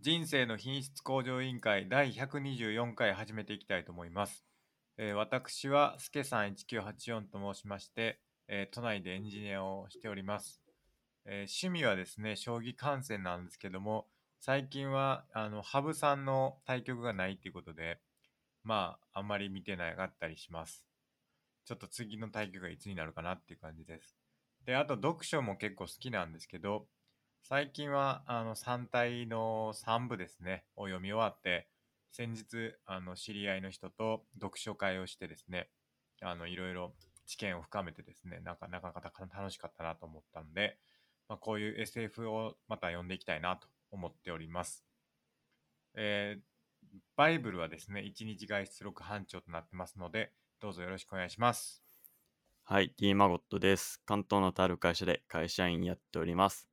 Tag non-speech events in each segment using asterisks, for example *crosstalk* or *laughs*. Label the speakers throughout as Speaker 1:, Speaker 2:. Speaker 1: 人生の品質向上委員会第124回始めていきたいと思います。えー私はすけさん1984と申しまして、えー都内でエンジニアをしております。えー趣味はですね、将棋観戦なんですけども、最近はあの羽生さんの対局がないっていうことで、まあ、あんまり見てなかったりします。ちょっと次の対局がいつになるかなっていう感じです。で、あと読書も結構好きなんですけど、最近はあの3体の3部ですね、を読み終わって、先日、あの、知り合いの人と読書会をしてですね、あの、いろいろ知見を深めてですね、なんか、なかなか楽しかったなと思ったので、まあ、こういう SF をまた読んでいきたいなと思っております。えーバイブルはですね、1日外出力班長となってますので、どうぞよろしくお願いします。
Speaker 2: はい、D マゴットです。関東のとある会社で会社員やっております。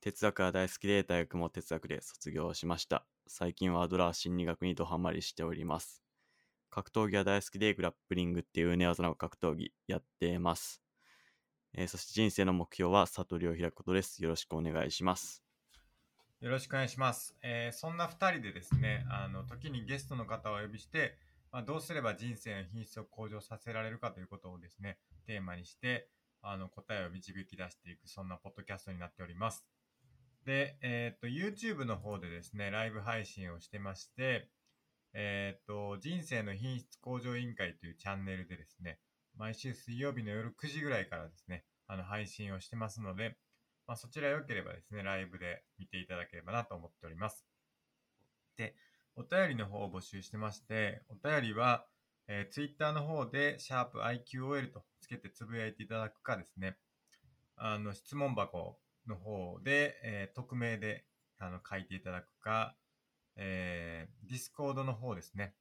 Speaker 2: 哲学は大好きで、大学も哲学で卒業しました。最近はアドラー心理学にドハマりしております。格闘技は大好きで、グラップリングっていう寝技の格闘技やってます。えーそして人生の目標は悟りを開くことです。よろしくお願いします。
Speaker 1: よろしくお願いします。えーそんな2人でですね、あの、時にゲストの方をお呼びして、まあ、どうすれば人生の品質を向上させられるかということをですね、テーマにして、あの、答えを導き出していく、そんなポッドキャストになっております。で、えーっと、YouTube の方でですね、ライブ配信をしてまして、えーっと、人生の品質向上委員会というチャンネルでですね、毎週水曜日の夜9時ぐらいからですね、あの、配信をしてますので、まあ、そちら良ければですね、ライブで見ていただければなと思っております。で、お便りの方を募集してまして、お便りは、えー、Twitter の方で、シャープ i q o l とつけてつぶやいていただくかですね、あの、質問箱の方で、えー匿名であの書いていただくか、えー、Discord の方ですね。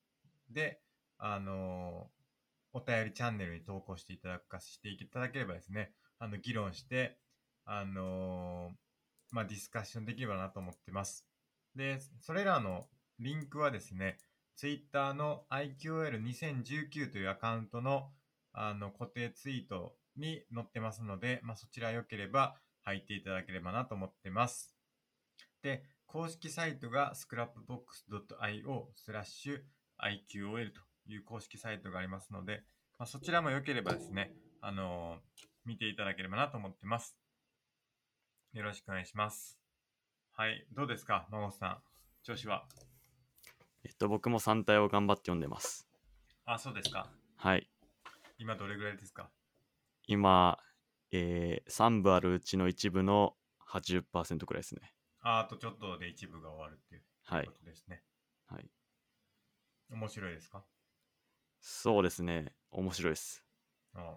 Speaker 1: で、あのお便りチャンネルに投稿していただくかしていただければですね、あの、議論して、あのーまあ、ディスカッションできればなと思ってます。で、それらのリンクはですね、Twitter の IQL2019 というアカウントのあの固定ツイートに載ってますので、まあ、そちら良ければ入っていただければなと思ってます。で、公式サイトが scrapbox.io スラッシュ IQL という公式サイトがありますので、まあ、そちらも良ければですね、あのー見ていただければなと思ってます。よろしくお願いします。はい、どうですか、孫さん。調子は。
Speaker 2: えっと、僕も3体を頑張って読んでます。
Speaker 1: あ、そうですか。
Speaker 2: はい。
Speaker 1: 今どれぐらいですか
Speaker 2: 今、えー、3部あるうちの一部の80%くらいですね。
Speaker 1: ああとちょっとで一部が終わるっていう
Speaker 2: はい
Speaker 1: こ。とですね。
Speaker 2: はい。
Speaker 1: 面白いですか
Speaker 2: そうですね。面白いです。
Speaker 1: あ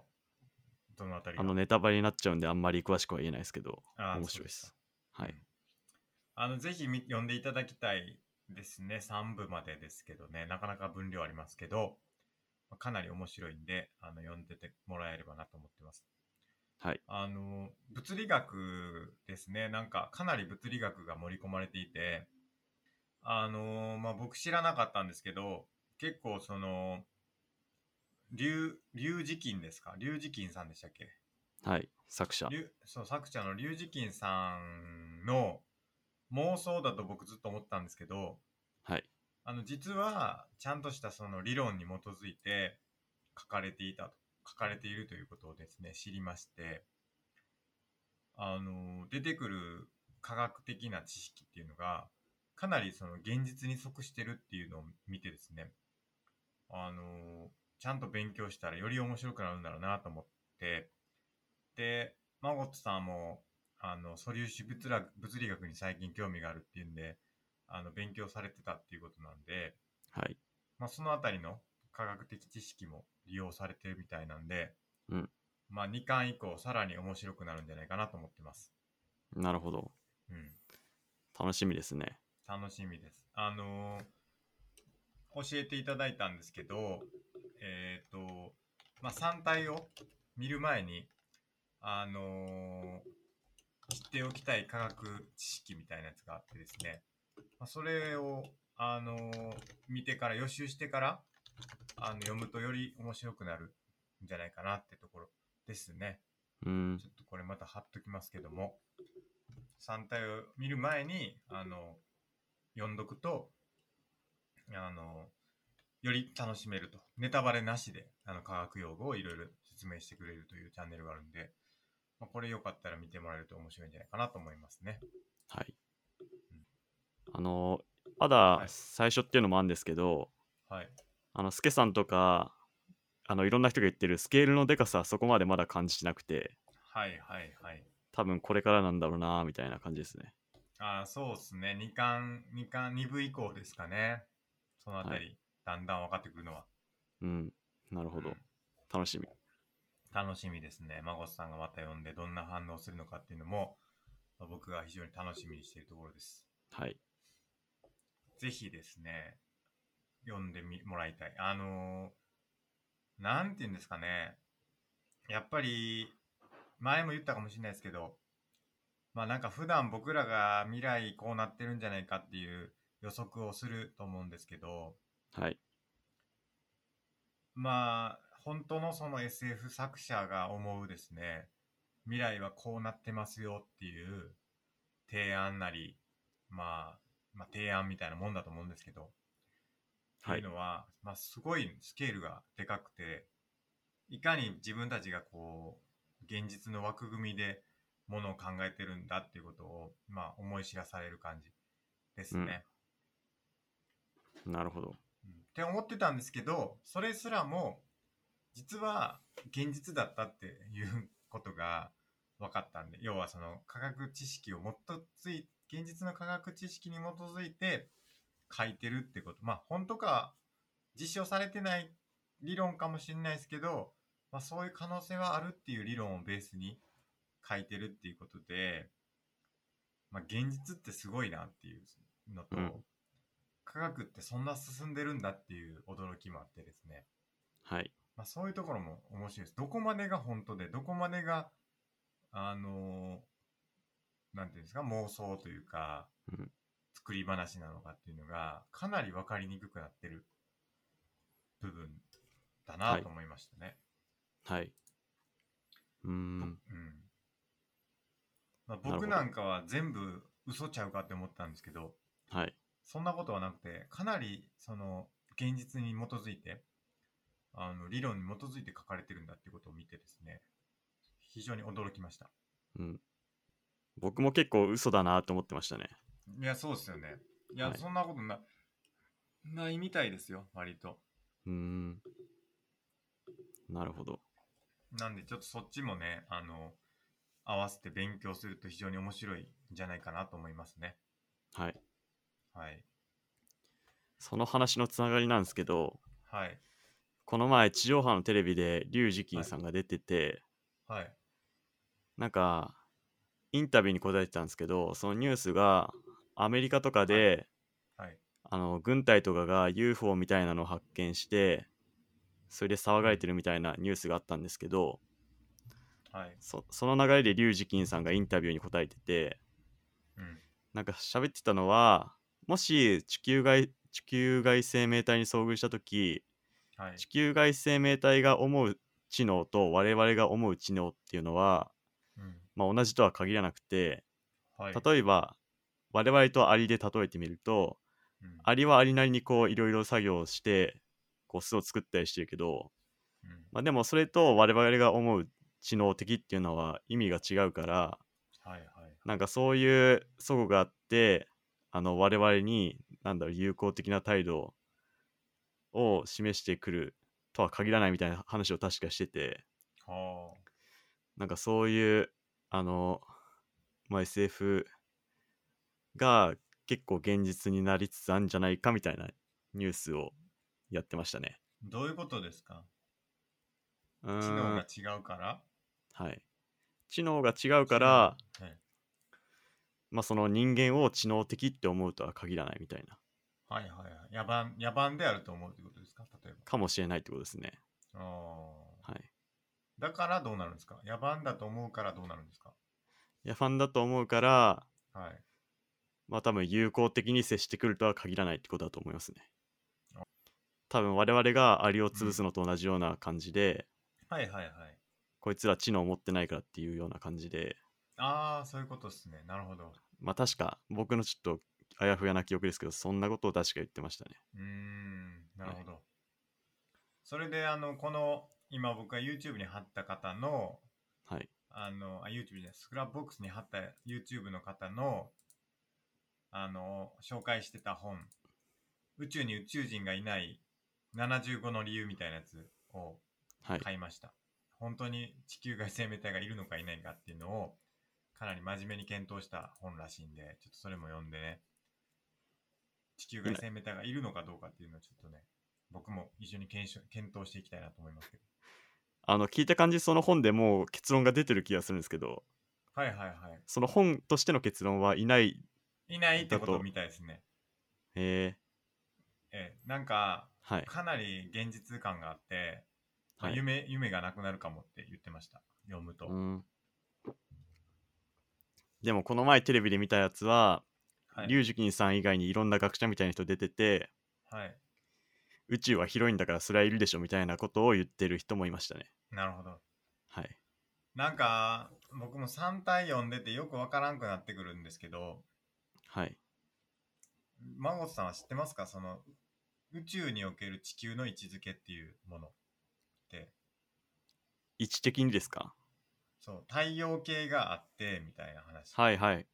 Speaker 1: どのあたりが
Speaker 2: あの、ネタバレになっちゃうんで、あんまり詳しくは言えないですけど、
Speaker 1: あー
Speaker 2: 面白いで
Speaker 1: そう
Speaker 2: す。はい。
Speaker 1: あの、ぜひみ読んでいただきたいですね。3部までですけどね。なかなか分量ありますけど、まあかなり面白いんで、あの、読んでてもらえればなと思ってます。
Speaker 2: はい。
Speaker 1: あの、物理学ですね。なんか、かなり物理学が盛り込まれていて、あの、まあ、僕知らなかったんですけど、結構その、龍、龍磁金ですか龍磁金さんでしたっけ
Speaker 2: はい。作者。
Speaker 1: 龍そう作者の龍磁金さんの妄想だと僕ずっと思ったんですけど
Speaker 2: はい。
Speaker 1: あの実はちゃんとしたその理論に基づいて書かれていたと書かれているということをですね知りましてあの出てくる科学的な知識っていうのがかなりその現実に即してるっていうのを見てですねあのちゃんと勉強したらより面白くなるんだろうなと思ってでマゴットさんもあの素粒子物理物理学に最近興味があるっていうんであの勉強されてたっていうことなんで、
Speaker 2: はい。
Speaker 1: まあ、そのあたりの科学的知識も利用されてるみたいなんで、
Speaker 2: うん
Speaker 1: まあ、2巻以降さらに面白くなるんじゃないかなと思ってます。
Speaker 2: なるほど。
Speaker 1: うん、
Speaker 2: 楽しみですね。
Speaker 1: 楽しみです。あのー教えていただいたんですけど、えっ、と、まあ、3体を見る前に、あのー知っておきたい科学知識みたいなやつがあってですね、まあ、それを、あのー見てから、予習してから、あの読むとより面白くなるんじゃないかなってところですね。
Speaker 2: うーん
Speaker 1: ち。ょっとこれまた貼っときますけども、3体を見る前に、あの、読んどくと、あの、より楽しめると。ネタバレなしで、あの、科学用語をいろいろ説明してくれるというチャンネルがあるんで、まあ、これよかったら見てもらえると面白いんじゃないかなと思いますね。
Speaker 2: はい。あの、まだ
Speaker 1: い
Speaker 2: 最初っていうのもあるんですけど、
Speaker 1: はい。
Speaker 2: あの、スケさんとか、あの、いろんな人が言ってるスケールのでかさはそこまでまだ感じしなくて、
Speaker 1: はいはいはい。
Speaker 2: 多分これからなんだろうな、みたいな感じですね。
Speaker 1: ああ、そうですね。2巻、二巻、2部以降ですかね。そのあたり、だ
Speaker 2: は
Speaker 1: んだん分かってくるのは。
Speaker 2: うん。なるほど
Speaker 1: うん。
Speaker 2: 楽しみ。
Speaker 1: 楽しみですね。孫さんがまた読んでどんな反応するのかっていうのも、まあ僕が非常に楽しみにしているところです。
Speaker 2: はい。
Speaker 1: ぜひですね、読んでみもらいたい。あのーなんて言うんですかね。やっぱり、前も言ったかもしれないですけど、まあなんか普段僕らが未来こうなってるんじゃないかっていう予測をすると思うんですけど、
Speaker 2: はい。
Speaker 1: まあ、本当のその SF 作者が思うですね、未来はこうなってますよっていう提案なり、まあ、まあ、提案みたいなもんだと思うんですけど、
Speaker 2: は
Speaker 1: っ
Speaker 2: い
Speaker 1: てい。うのは、まあ、すごいスケールがでかくて、いかに自分たちがこう、現実の枠組みでものを考えてるんだっていうことを、まあ、思い知らされる感じですね。
Speaker 2: うんなるほど。
Speaker 1: うんって思ってたんですけどそれすらも実は現実だったっていうことが分かったんで要はその科学知識をもっとつい現実の科学知識に基づいて書いてるってことまあ本当か実証されてない理論かもしれないですけど、まあ、そういう可能性はあるっていう理論をベースに書いてるっていうことで、まあ、現実ってすごいなっていうのと、
Speaker 2: うん
Speaker 1: 科学ってそんな進んでるんだっていう驚きもあってですね、
Speaker 2: はい。
Speaker 1: まあ、そういうところも面白いですどこまでが本当でどこまでがあのーなんていうんですか妄想というか、
Speaker 2: うん
Speaker 1: 作り話なのかっていうのがかなり分かりにくくなってる部分だなと思いましたね、
Speaker 2: はい。うーん。
Speaker 1: うんまあ、
Speaker 2: なるほ
Speaker 1: 僕
Speaker 2: ど
Speaker 1: なんかは全部嘘ちゃうかって思ったんですけど
Speaker 2: はい。
Speaker 1: そんなことはなくてかなりその現実に基づいてあの理論に基づいて書かれてるんだってことを見てですね非常に驚きました
Speaker 2: うん。僕も結構嘘だなと思ってましたね。
Speaker 1: いやそうですよねいや、
Speaker 2: はい
Speaker 1: そんなことなないみたいですよ割と
Speaker 2: うーん。なるほど。
Speaker 1: なんでちょっとそっちもねあの合わせて勉強すると非常に面白いんじゃないかなと思いますね
Speaker 2: はい。
Speaker 1: はい
Speaker 2: その話のつながりなんですけど、
Speaker 1: はい
Speaker 2: この前地上波のテレビでリュウジキンさんが出てて、
Speaker 1: はい
Speaker 2: なんかインタビューに答えてたんですけどそのニュースがアメリカとかで、
Speaker 1: はい
Speaker 2: あの軍隊とかが UFO みたいなのを発見してそれで騒がれてるみたいなニュースがあったんですけど
Speaker 1: はい
Speaker 2: そその流れでリュウジキンさんがインタビューに答えてて
Speaker 1: うん
Speaker 2: なんか喋ってたのはもし地球外地球外生命体に遭遇した時
Speaker 1: はい
Speaker 2: 地球外生命体が思う知能と我々が思う知能っていうのは、
Speaker 1: うん
Speaker 2: まあ、同じとは限らなくて
Speaker 1: はい
Speaker 2: 例えば我々とアリで例えてみると
Speaker 1: うん
Speaker 2: アリはアリなりにこういろいろ作業をしてこう巣を作ったりしてるけど、
Speaker 1: うん
Speaker 2: まあ、でもそれと我々が思う知能的っていうのは意味が違うから
Speaker 1: はいはい
Speaker 2: なんかそういう齟齬があってあの我々になんだろう友好的な態度を示してくるとは限らないみたいな話を確かしてて
Speaker 1: は
Speaker 2: なんかそういうあの、まあ、SF が結構現実になりつつあるんじゃないかみたいなニュースをやってましたね。
Speaker 1: あどういうことですか
Speaker 2: うーん
Speaker 1: 知能が違うから
Speaker 2: はい、知能が違うから、
Speaker 1: 知能はい
Speaker 2: まあ、その人間を知能的って思うとは限らないみたいな
Speaker 1: はいはいはい野蛮野蛮であると思うということですか例え
Speaker 2: かもしれないってことですね。
Speaker 1: ばあー
Speaker 2: はい、
Speaker 1: だからどうなるんですか野蛮だと思うからどうなるんですか
Speaker 2: 野蛮だと思うから、
Speaker 1: はい
Speaker 2: まあ、多分友好的に接してくるとは限らないってことだと思いますね。多分我々がアリを潰すのと同じような感じで、
Speaker 1: はいはいはい
Speaker 2: こいつら知能を持ってないからっていうような感じで、
Speaker 1: ああそういうことですねなるほど
Speaker 2: まあ確か僕のちょっとあやふやな記憶ですけど、そんなことを確か言ってましたね。
Speaker 1: うーん、なるほど。それで、あの、この、今僕が YouTube に貼った方の、
Speaker 2: はい。
Speaker 1: あの、あ、YouTube じゃない、スクラップボックスに貼った YouTube の方の、あの、紹介してた本、宇宙に宇宙人がいない75の理由みたいなやつを
Speaker 2: はい。
Speaker 1: 買いました。本当に地球外生命体がいるのかいないかっていうのを、かなり真面目に検討した本らしいんで、ちょっとそれも読んでね、地球外生命体がいるのかどうかっていうのをちょっとね、僕も一緒に検証検討していきたいなと思いますけど。
Speaker 2: あの、聞いた感じ、その本でもう結論が出てる気がするんですけど、
Speaker 1: はいはいは
Speaker 2: その本としての結論はいない。
Speaker 1: い。いないってこ
Speaker 2: だ
Speaker 1: と
Speaker 2: と
Speaker 1: みたいですね。
Speaker 2: え
Speaker 1: ええなんか、
Speaker 2: ー、はい。
Speaker 1: かなり現実感があって、まあ
Speaker 2: はい、
Speaker 1: 夢夢がなくなるかもって言ってました読むと、
Speaker 2: うん。でも、この前テレビで見たやつは、
Speaker 1: はい
Speaker 2: 龍樹金さん以外にいろんな学者みたいな人出てて、
Speaker 1: はい
Speaker 2: 宇宙は広いんだからそれはいるでしょみたいなことを言ってる人もいましたね。
Speaker 1: なるほど
Speaker 2: はい。
Speaker 1: なんか僕も3体読んでてよくわからんくなってくるんですけど
Speaker 2: はい。
Speaker 1: 孫さんは知ってますかその宇宙における地球の位置づけっていうものって
Speaker 2: 位置的にですか
Speaker 1: そう太陽系があってみたいな話、
Speaker 2: はいはい。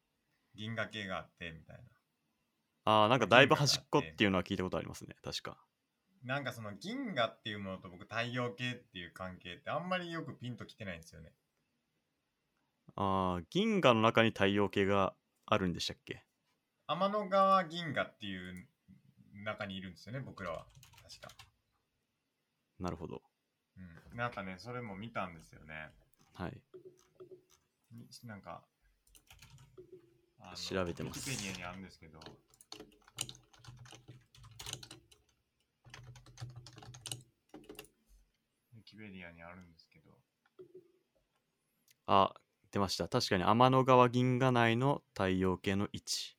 Speaker 1: 銀河系があってみたい
Speaker 2: ああ、なんかだいぶ端っこ
Speaker 1: 銀河があって
Speaker 2: っていうのは聞いたことありますね。確か。
Speaker 1: ななんかその銀河っていうものと僕太陽系っていう関係ってあんまりよくピンときてないんですよね
Speaker 2: ああ、銀河の中に太陽系があるんでしたっけ
Speaker 1: 天の川銀河っていう中にいるんですよね僕らは確か、
Speaker 2: なるほど。
Speaker 1: うん、なんかねそれも見たんですよね
Speaker 2: はい。
Speaker 1: みなんかあの
Speaker 2: 調べてます
Speaker 1: ウィキペディアにあるんですけどウィキペディアにあるんですけど
Speaker 2: あ、出ました。確かに天の川銀河内の太陽系の位置。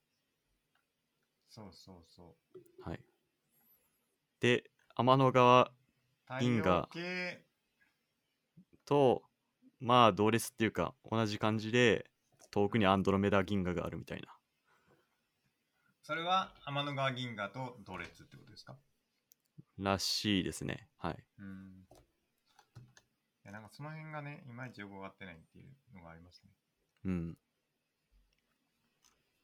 Speaker 1: そうそうそう
Speaker 2: はい。で、天の川
Speaker 1: 太
Speaker 2: 銀河
Speaker 1: 陽系
Speaker 2: と、まあ同列っていうか、同じ感じで、遠くにアンドロメダ銀河があるみたいな。
Speaker 1: それは天の川銀河と同列ってことですから
Speaker 2: しいですね。はい。
Speaker 1: うんいやなんかその辺がねいまいちよく分かってないっていうのがありますね
Speaker 2: うん。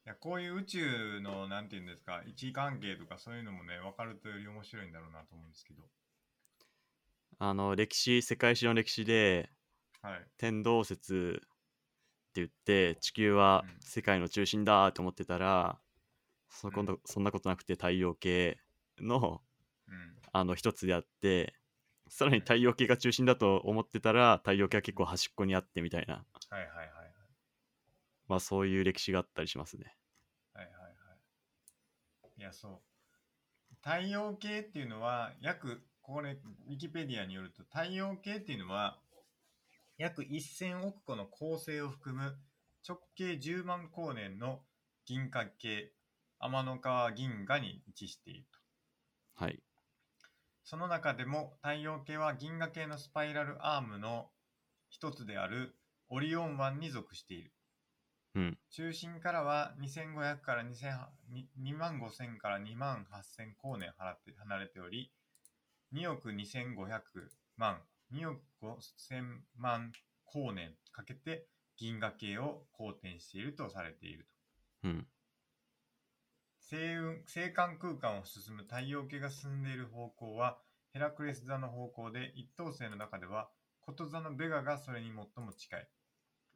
Speaker 1: いやこういう宇宙のなんていうんですか位置関係とかそういうのもね分かるとより面白いんだろうなと思うんですけど
Speaker 2: あの、歴史、世界史の歴史で、
Speaker 1: はい
Speaker 2: 天動説って言って地球は
Speaker 1: うん
Speaker 2: 世界の中心だと思ってたら、そこのそんなことなくて太陽系の
Speaker 1: うん
Speaker 2: あの一つであってさらに太陽系が中心だと思ってたら太陽系は結構端っこにあってみたいな、
Speaker 1: はいはいはいはい
Speaker 2: まあ、そういう歴史があったりしますね
Speaker 1: はいはいはいいやそう太陽系っていうのは約これウィキペディアによると太陽系っていうのは約1000億個の恒星を含む直径10万光年の銀河系天の川銀河に位置していると
Speaker 2: はい
Speaker 1: その中でも太陽系は銀河系のスパイラルアームの一つであるオリオン湾に属している。
Speaker 2: うん
Speaker 1: 中心からは2500から2万5000から2万8000光年払って離れており、2億2500万、2億5000万光年かけて銀河系を公転しているとされていると。
Speaker 2: うん
Speaker 1: 星雲星間空間を進む太陽系が進んでいる方向はヘラクレス座の方向で一等星の中ではこと座のベガがそれに最も近い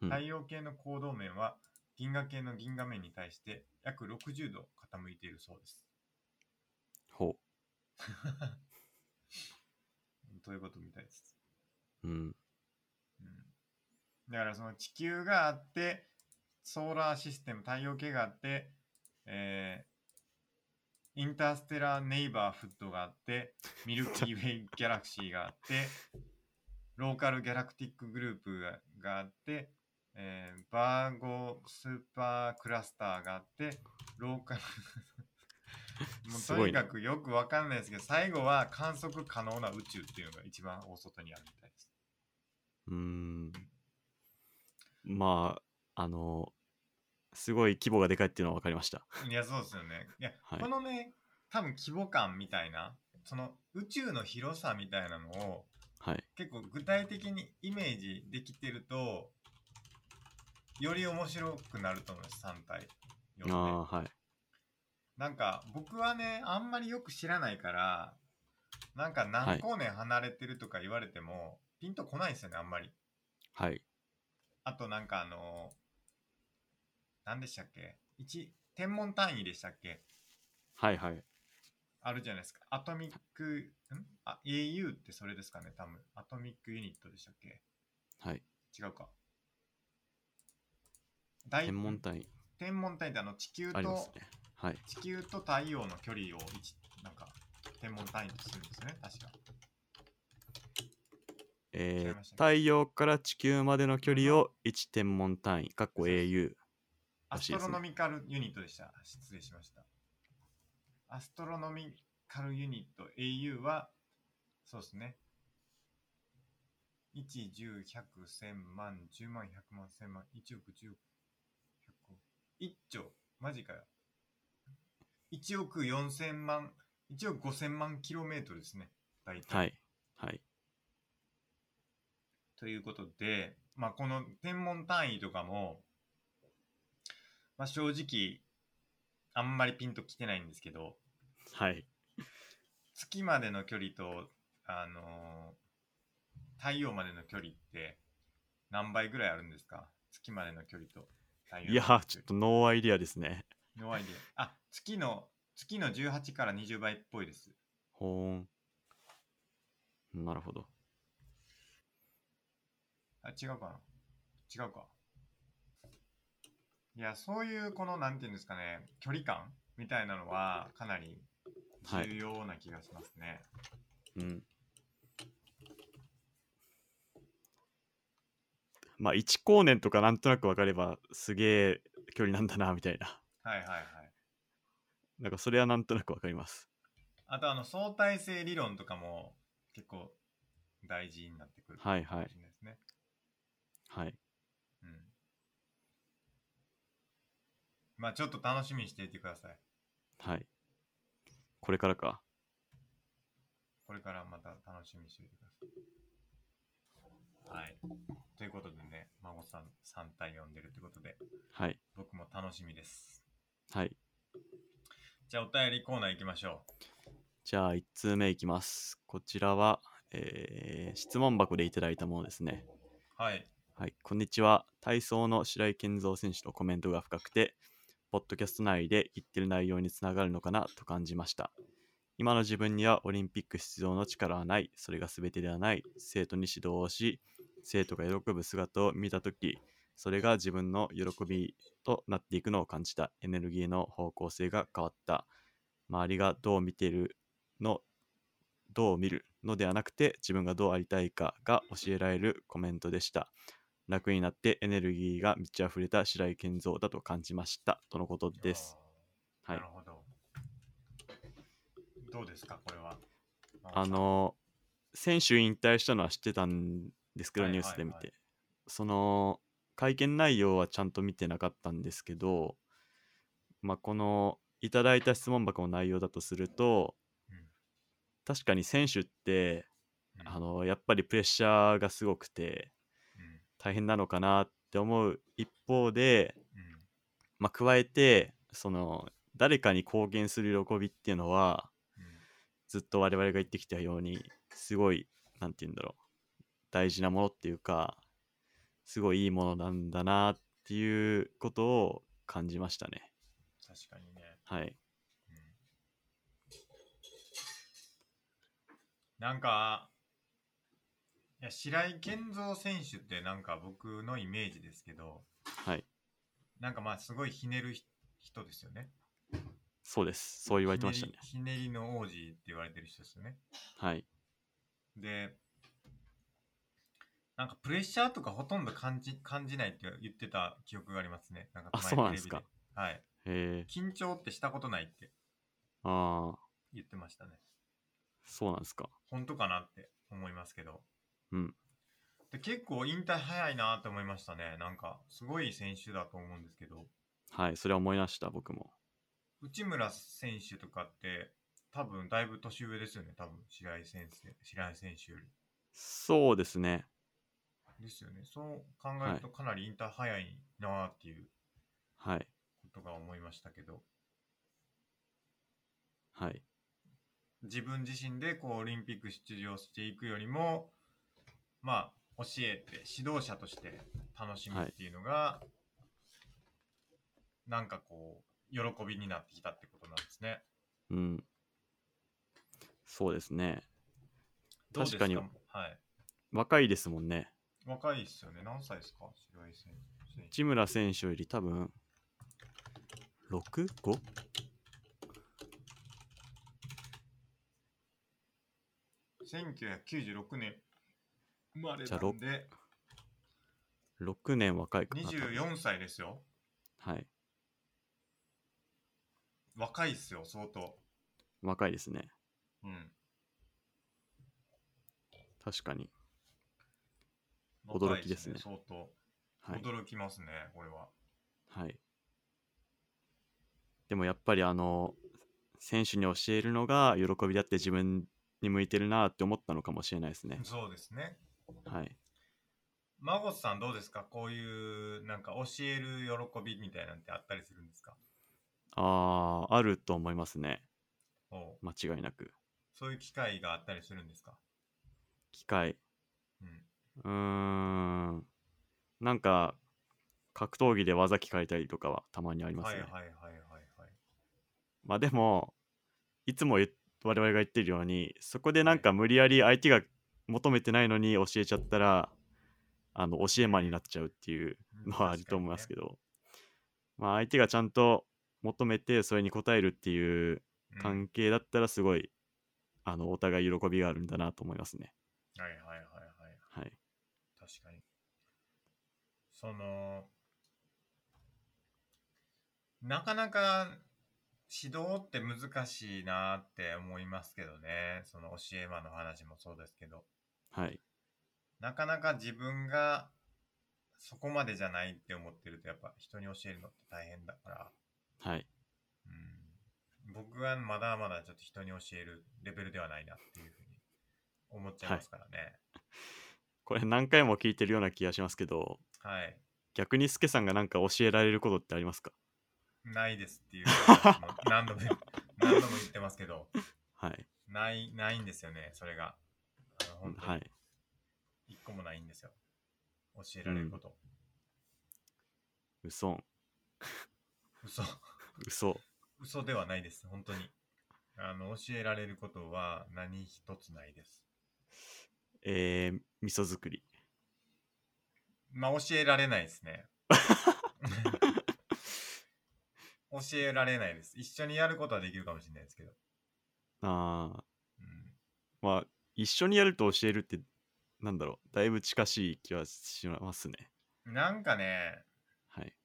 Speaker 2: うん
Speaker 1: 太陽系の行動面は銀河系の銀河面に対して約60度傾いているそうです
Speaker 2: ほ
Speaker 1: ということみたいです、
Speaker 2: ううん
Speaker 1: うん、だからその地球があってソーラーシステム太陽系があって、えーインターステラーネイバーフッドがあってミルキーウェイギャラクシーがあってローカルギャラクティックグループががあって、えーバーゴスーパークラスターがあってローカル *laughs* もう
Speaker 2: す
Speaker 1: と
Speaker 2: ご
Speaker 1: に
Speaker 2: いね
Speaker 1: かくよくわかんないですけど最後は観測可能な宇宙っていうのが一番大外にあるみたいです。
Speaker 2: うーんまああのすごい規模がでかいっていうのは分かりました。 *laughs*
Speaker 1: いや、そうですよね。いや、
Speaker 2: はい
Speaker 1: このね、多分規模感みたいな、その宇宙の広さみたいなのを、
Speaker 2: はい。
Speaker 1: 結構具体的にイメージできてると、より面白くなると思います、3体。
Speaker 2: あ
Speaker 1: 読んで
Speaker 2: あ、はい。
Speaker 1: なんか、僕はね、あんまりよく知らないから、なんか何光年離れてるとか言われても、ピンとこないんですよね、あんまり。
Speaker 2: はい。
Speaker 1: あとなんかあのー、何でしたっけ一天文単位でしたっけ
Speaker 2: はいはい。
Speaker 1: あるじゃないですか。アトミック、んあ、AU ってそれですかね、多分。アトミックユニットでしたっけ
Speaker 2: はい。
Speaker 1: 違うか。大
Speaker 2: 天文単位
Speaker 1: 天文単位ってあの地球
Speaker 2: ありま
Speaker 1: と
Speaker 2: す、ね。はい。
Speaker 1: 地球と太陽の距離を一、なんか、天文単位とするんですよね、確か。違
Speaker 2: え
Speaker 1: いま
Speaker 2: ー
Speaker 1: したね
Speaker 2: 太陽から地球までの距離を1天文単位、かっこ
Speaker 1: そうそう
Speaker 2: au。
Speaker 1: ア
Speaker 2: らし
Speaker 1: ス
Speaker 2: い
Speaker 1: ト
Speaker 2: で
Speaker 1: ロ
Speaker 2: すね
Speaker 1: ノミカルユニットでした。失礼しました。アストロノミカルユニット AU は、そうですね。1、10、100、1000万、10万、100万、1000万、1億、10億、100億。1兆、マジかよ。1億4000万、1億5000万キロメートルですね。大体。
Speaker 2: はい。はい。
Speaker 1: ということで、まあ、この天文単位とかも、まあ、正直、あんまりピンときてないんですけど、
Speaker 2: はい。
Speaker 1: 月までの距離と、あのー太陽までの距離って何倍ぐらいあるんですか月までの距離と太陽
Speaker 2: いや
Speaker 1: までの
Speaker 2: ー、
Speaker 1: 距
Speaker 2: ちょっ
Speaker 1: 離
Speaker 2: とノーアイディアですね。
Speaker 1: 弱いで。あ、月の、月の18から20倍っぽいです。
Speaker 2: ほーん。なるほど。
Speaker 1: あ、違うかな違うか。いや、そういう、この、なんていうんですかね、距離感みたいなのは、かなり
Speaker 2: はい
Speaker 1: 重要な気がしますね。
Speaker 2: うん。まあ、1光年とかなんとなく分かれば、すげえ距離なんだな、みたいな。 *laughs*
Speaker 1: はい、はい、はい。
Speaker 2: なんか、それはなんとなく分かります。
Speaker 1: あと、あの、相対性理論とかも、結構、大事になってくるかも
Speaker 2: はいはい
Speaker 1: しれないですね。
Speaker 2: はい。
Speaker 1: うん。まあ、ちょっと楽しみにしていてください。
Speaker 2: はい。これからか。
Speaker 1: これからまた楽しみにしておいてください。はい。ということでね、孫さん3体読んでるということで、
Speaker 2: はい。
Speaker 1: 僕も楽しみです。
Speaker 2: はい。
Speaker 1: じゃあお便りコーナー行きましょ
Speaker 2: じゃあ、1通目いきます。こちらは、えー質問箱でいただいたものですね。
Speaker 1: う。はい。
Speaker 2: はい、こんにちは。体操の白井健三選手のコメントが深くて、ポッドキャスト内で言ってる内容につながるのかなと感じました。今の自分にはオリンピック出場の力はない、それが全てではない、生徒に指導をし、生徒が喜ぶ姿を見たとき、それが自分の喜びとなっていくのを感じた、エネルギーの方向性が変わった、周りがどう見ているの、どう見るのではなくて、自分がどうありたいかが教えられるコメントでした。楽になってエネルギーが満ち溢れた白井健三だと感じましたとのことです。
Speaker 1: あー。
Speaker 2: は
Speaker 1: ないる。ほど。どうですか、これは。
Speaker 2: あの選手引退したのは知ってたんですけど、
Speaker 1: はい
Speaker 2: ニュースで見て、
Speaker 1: はいは
Speaker 2: その会見内容はちゃんと見てなかったんですけど、まあ、このいただいた質問箱の内容だとすると、
Speaker 1: うん
Speaker 2: 確かに選手って
Speaker 1: うん、
Speaker 2: あのやっぱりプレッシャーがすごくて
Speaker 1: うん、
Speaker 2: 大変なのかなって思う一方で、
Speaker 1: うん、
Speaker 2: まあ、加えてその誰かに貢献する喜びっていうのは
Speaker 1: うん。
Speaker 2: ずっと我々が言ってきたようにすごいなんて言うんだろう大事なものっていうかすごいいいものなんだなっていうことを感じましたね
Speaker 1: 確かにね。
Speaker 2: はい
Speaker 1: うんなんか、いや白井健三選手ってなんか僕のイメージですけど、
Speaker 2: はい
Speaker 1: なんかまあすごいひねるひ人ですよね。
Speaker 2: そうですそう言われてましたね
Speaker 1: ひねりひねりの王子って言われてる人ですよね。
Speaker 2: はい
Speaker 1: で、なんかプレッシャーとかほとんど感じ感じないって言ってた記憶がありますね。なんか
Speaker 2: あ
Speaker 1: 前
Speaker 2: そうなんですか
Speaker 1: テレビではい。
Speaker 2: えー、
Speaker 1: 緊張ってしたことないって
Speaker 2: ああ
Speaker 1: 言ってましたね。
Speaker 2: そうなんですか
Speaker 1: 本当かなって思いますけど。
Speaker 2: うん
Speaker 1: で結構引退早いなと思いましたね。なんか、すごい選手だと思うんですけど。
Speaker 2: はい、それは思い出した、僕も。
Speaker 1: 内村選手とかって、多分だいぶ年上ですよね、多分白井先生、白井選手より。
Speaker 2: そうですね。
Speaker 1: ですよね。そう考えるとかなりインター早いなーっていう
Speaker 2: はい。
Speaker 1: ことが思いましたけど、
Speaker 2: はい。
Speaker 1: 自分自身でこうオリンピック出場していくよりも、まあ、教えて、指導者として楽しむっていうのが、なんかこう、喜びになってきたってことなんですね。
Speaker 2: うん。そうですね。
Speaker 1: どうです
Speaker 2: 確かに
Speaker 1: はい。
Speaker 2: 若いですもんね。
Speaker 1: 若いですよね。何歳ですか白井選手。
Speaker 2: 内村選手より多分、6?5?
Speaker 1: 1996年生まれなんで、
Speaker 2: 6年若いかな。多分
Speaker 1: 24歳ですよ。
Speaker 2: はい。
Speaker 1: 若いっすよ、相当。
Speaker 2: 若いですね。
Speaker 1: うん。
Speaker 2: 確かに。
Speaker 1: 若いっ
Speaker 2: 驚きですね
Speaker 1: 相当。
Speaker 2: はい。
Speaker 1: 驚きますね、これは。
Speaker 2: はい。でもやっぱりあの、選手に教えるのが喜びだって自分に向いてるなって思ったのかもしれないですね。
Speaker 1: そうですね。
Speaker 2: はい。
Speaker 1: 孫さんどうですかこういう、なんか教える喜びみたいなんてあったりするんですか
Speaker 2: ああ、あると思いますね。
Speaker 1: おう
Speaker 2: 間違いなく。
Speaker 1: そういう機会があったりするんですか
Speaker 2: 機械。
Speaker 1: うん。
Speaker 2: うーん。なんか、格闘技で技機変えたりとかはたまにあります
Speaker 1: はい
Speaker 2: ね。
Speaker 1: はいはいはいはい。
Speaker 2: まあでも、いつも言っ我々が言ってるように、そこでなんか無理やり相手が求めてないのに教えちゃったら、あの教え魔になっちゃうっていうの
Speaker 1: うん
Speaker 2: はあると思いますけど、まあ相手がちゃんと求めてそれに応えるっていう
Speaker 1: うん
Speaker 2: 関係だったらすごい、あのお互い喜びがあるんだなと思いますね。
Speaker 1: はいはいはいはい。
Speaker 2: はい。
Speaker 1: 確かに。その、なかなか指導って難しいなって思いますけどね。その教え魔の話もそうですけど。
Speaker 2: はい。
Speaker 1: なかなか自分がそこまでじゃないって思ってると、やっぱ人に教えるのって大変だから。
Speaker 2: はい。
Speaker 1: うん、僕はまだまだちょっと人に教えるレベルではないなっていうふうに思っちゃいますからね。
Speaker 2: これ何回も聞いてるような気がしますけど、
Speaker 1: はい
Speaker 2: 逆にスケさんがなんか教えられることってありますか
Speaker 1: ないですっていう話も何
Speaker 2: *laughs*
Speaker 1: 度も何度も言ってますけど
Speaker 2: はい。
Speaker 1: ないないんですよねそれがあの本当
Speaker 2: は
Speaker 1: に
Speaker 2: い。
Speaker 1: 一個もないんですよ教えられること、
Speaker 2: 嘘。
Speaker 1: 嘘
Speaker 2: 嘘。
Speaker 1: 嘘ではないです本当にあの教えられることは何一つないです
Speaker 2: えー、味噌作り。
Speaker 1: まあ教えられないですね教えられないです一緒にやることはできるかもしれないですけど、
Speaker 2: ああ、
Speaker 1: うん
Speaker 2: まあ、一緒にやると教えるって、なんだろう、だいぶ近しい気はしますね。
Speaker 1: なんかね
Speaker 2: はい。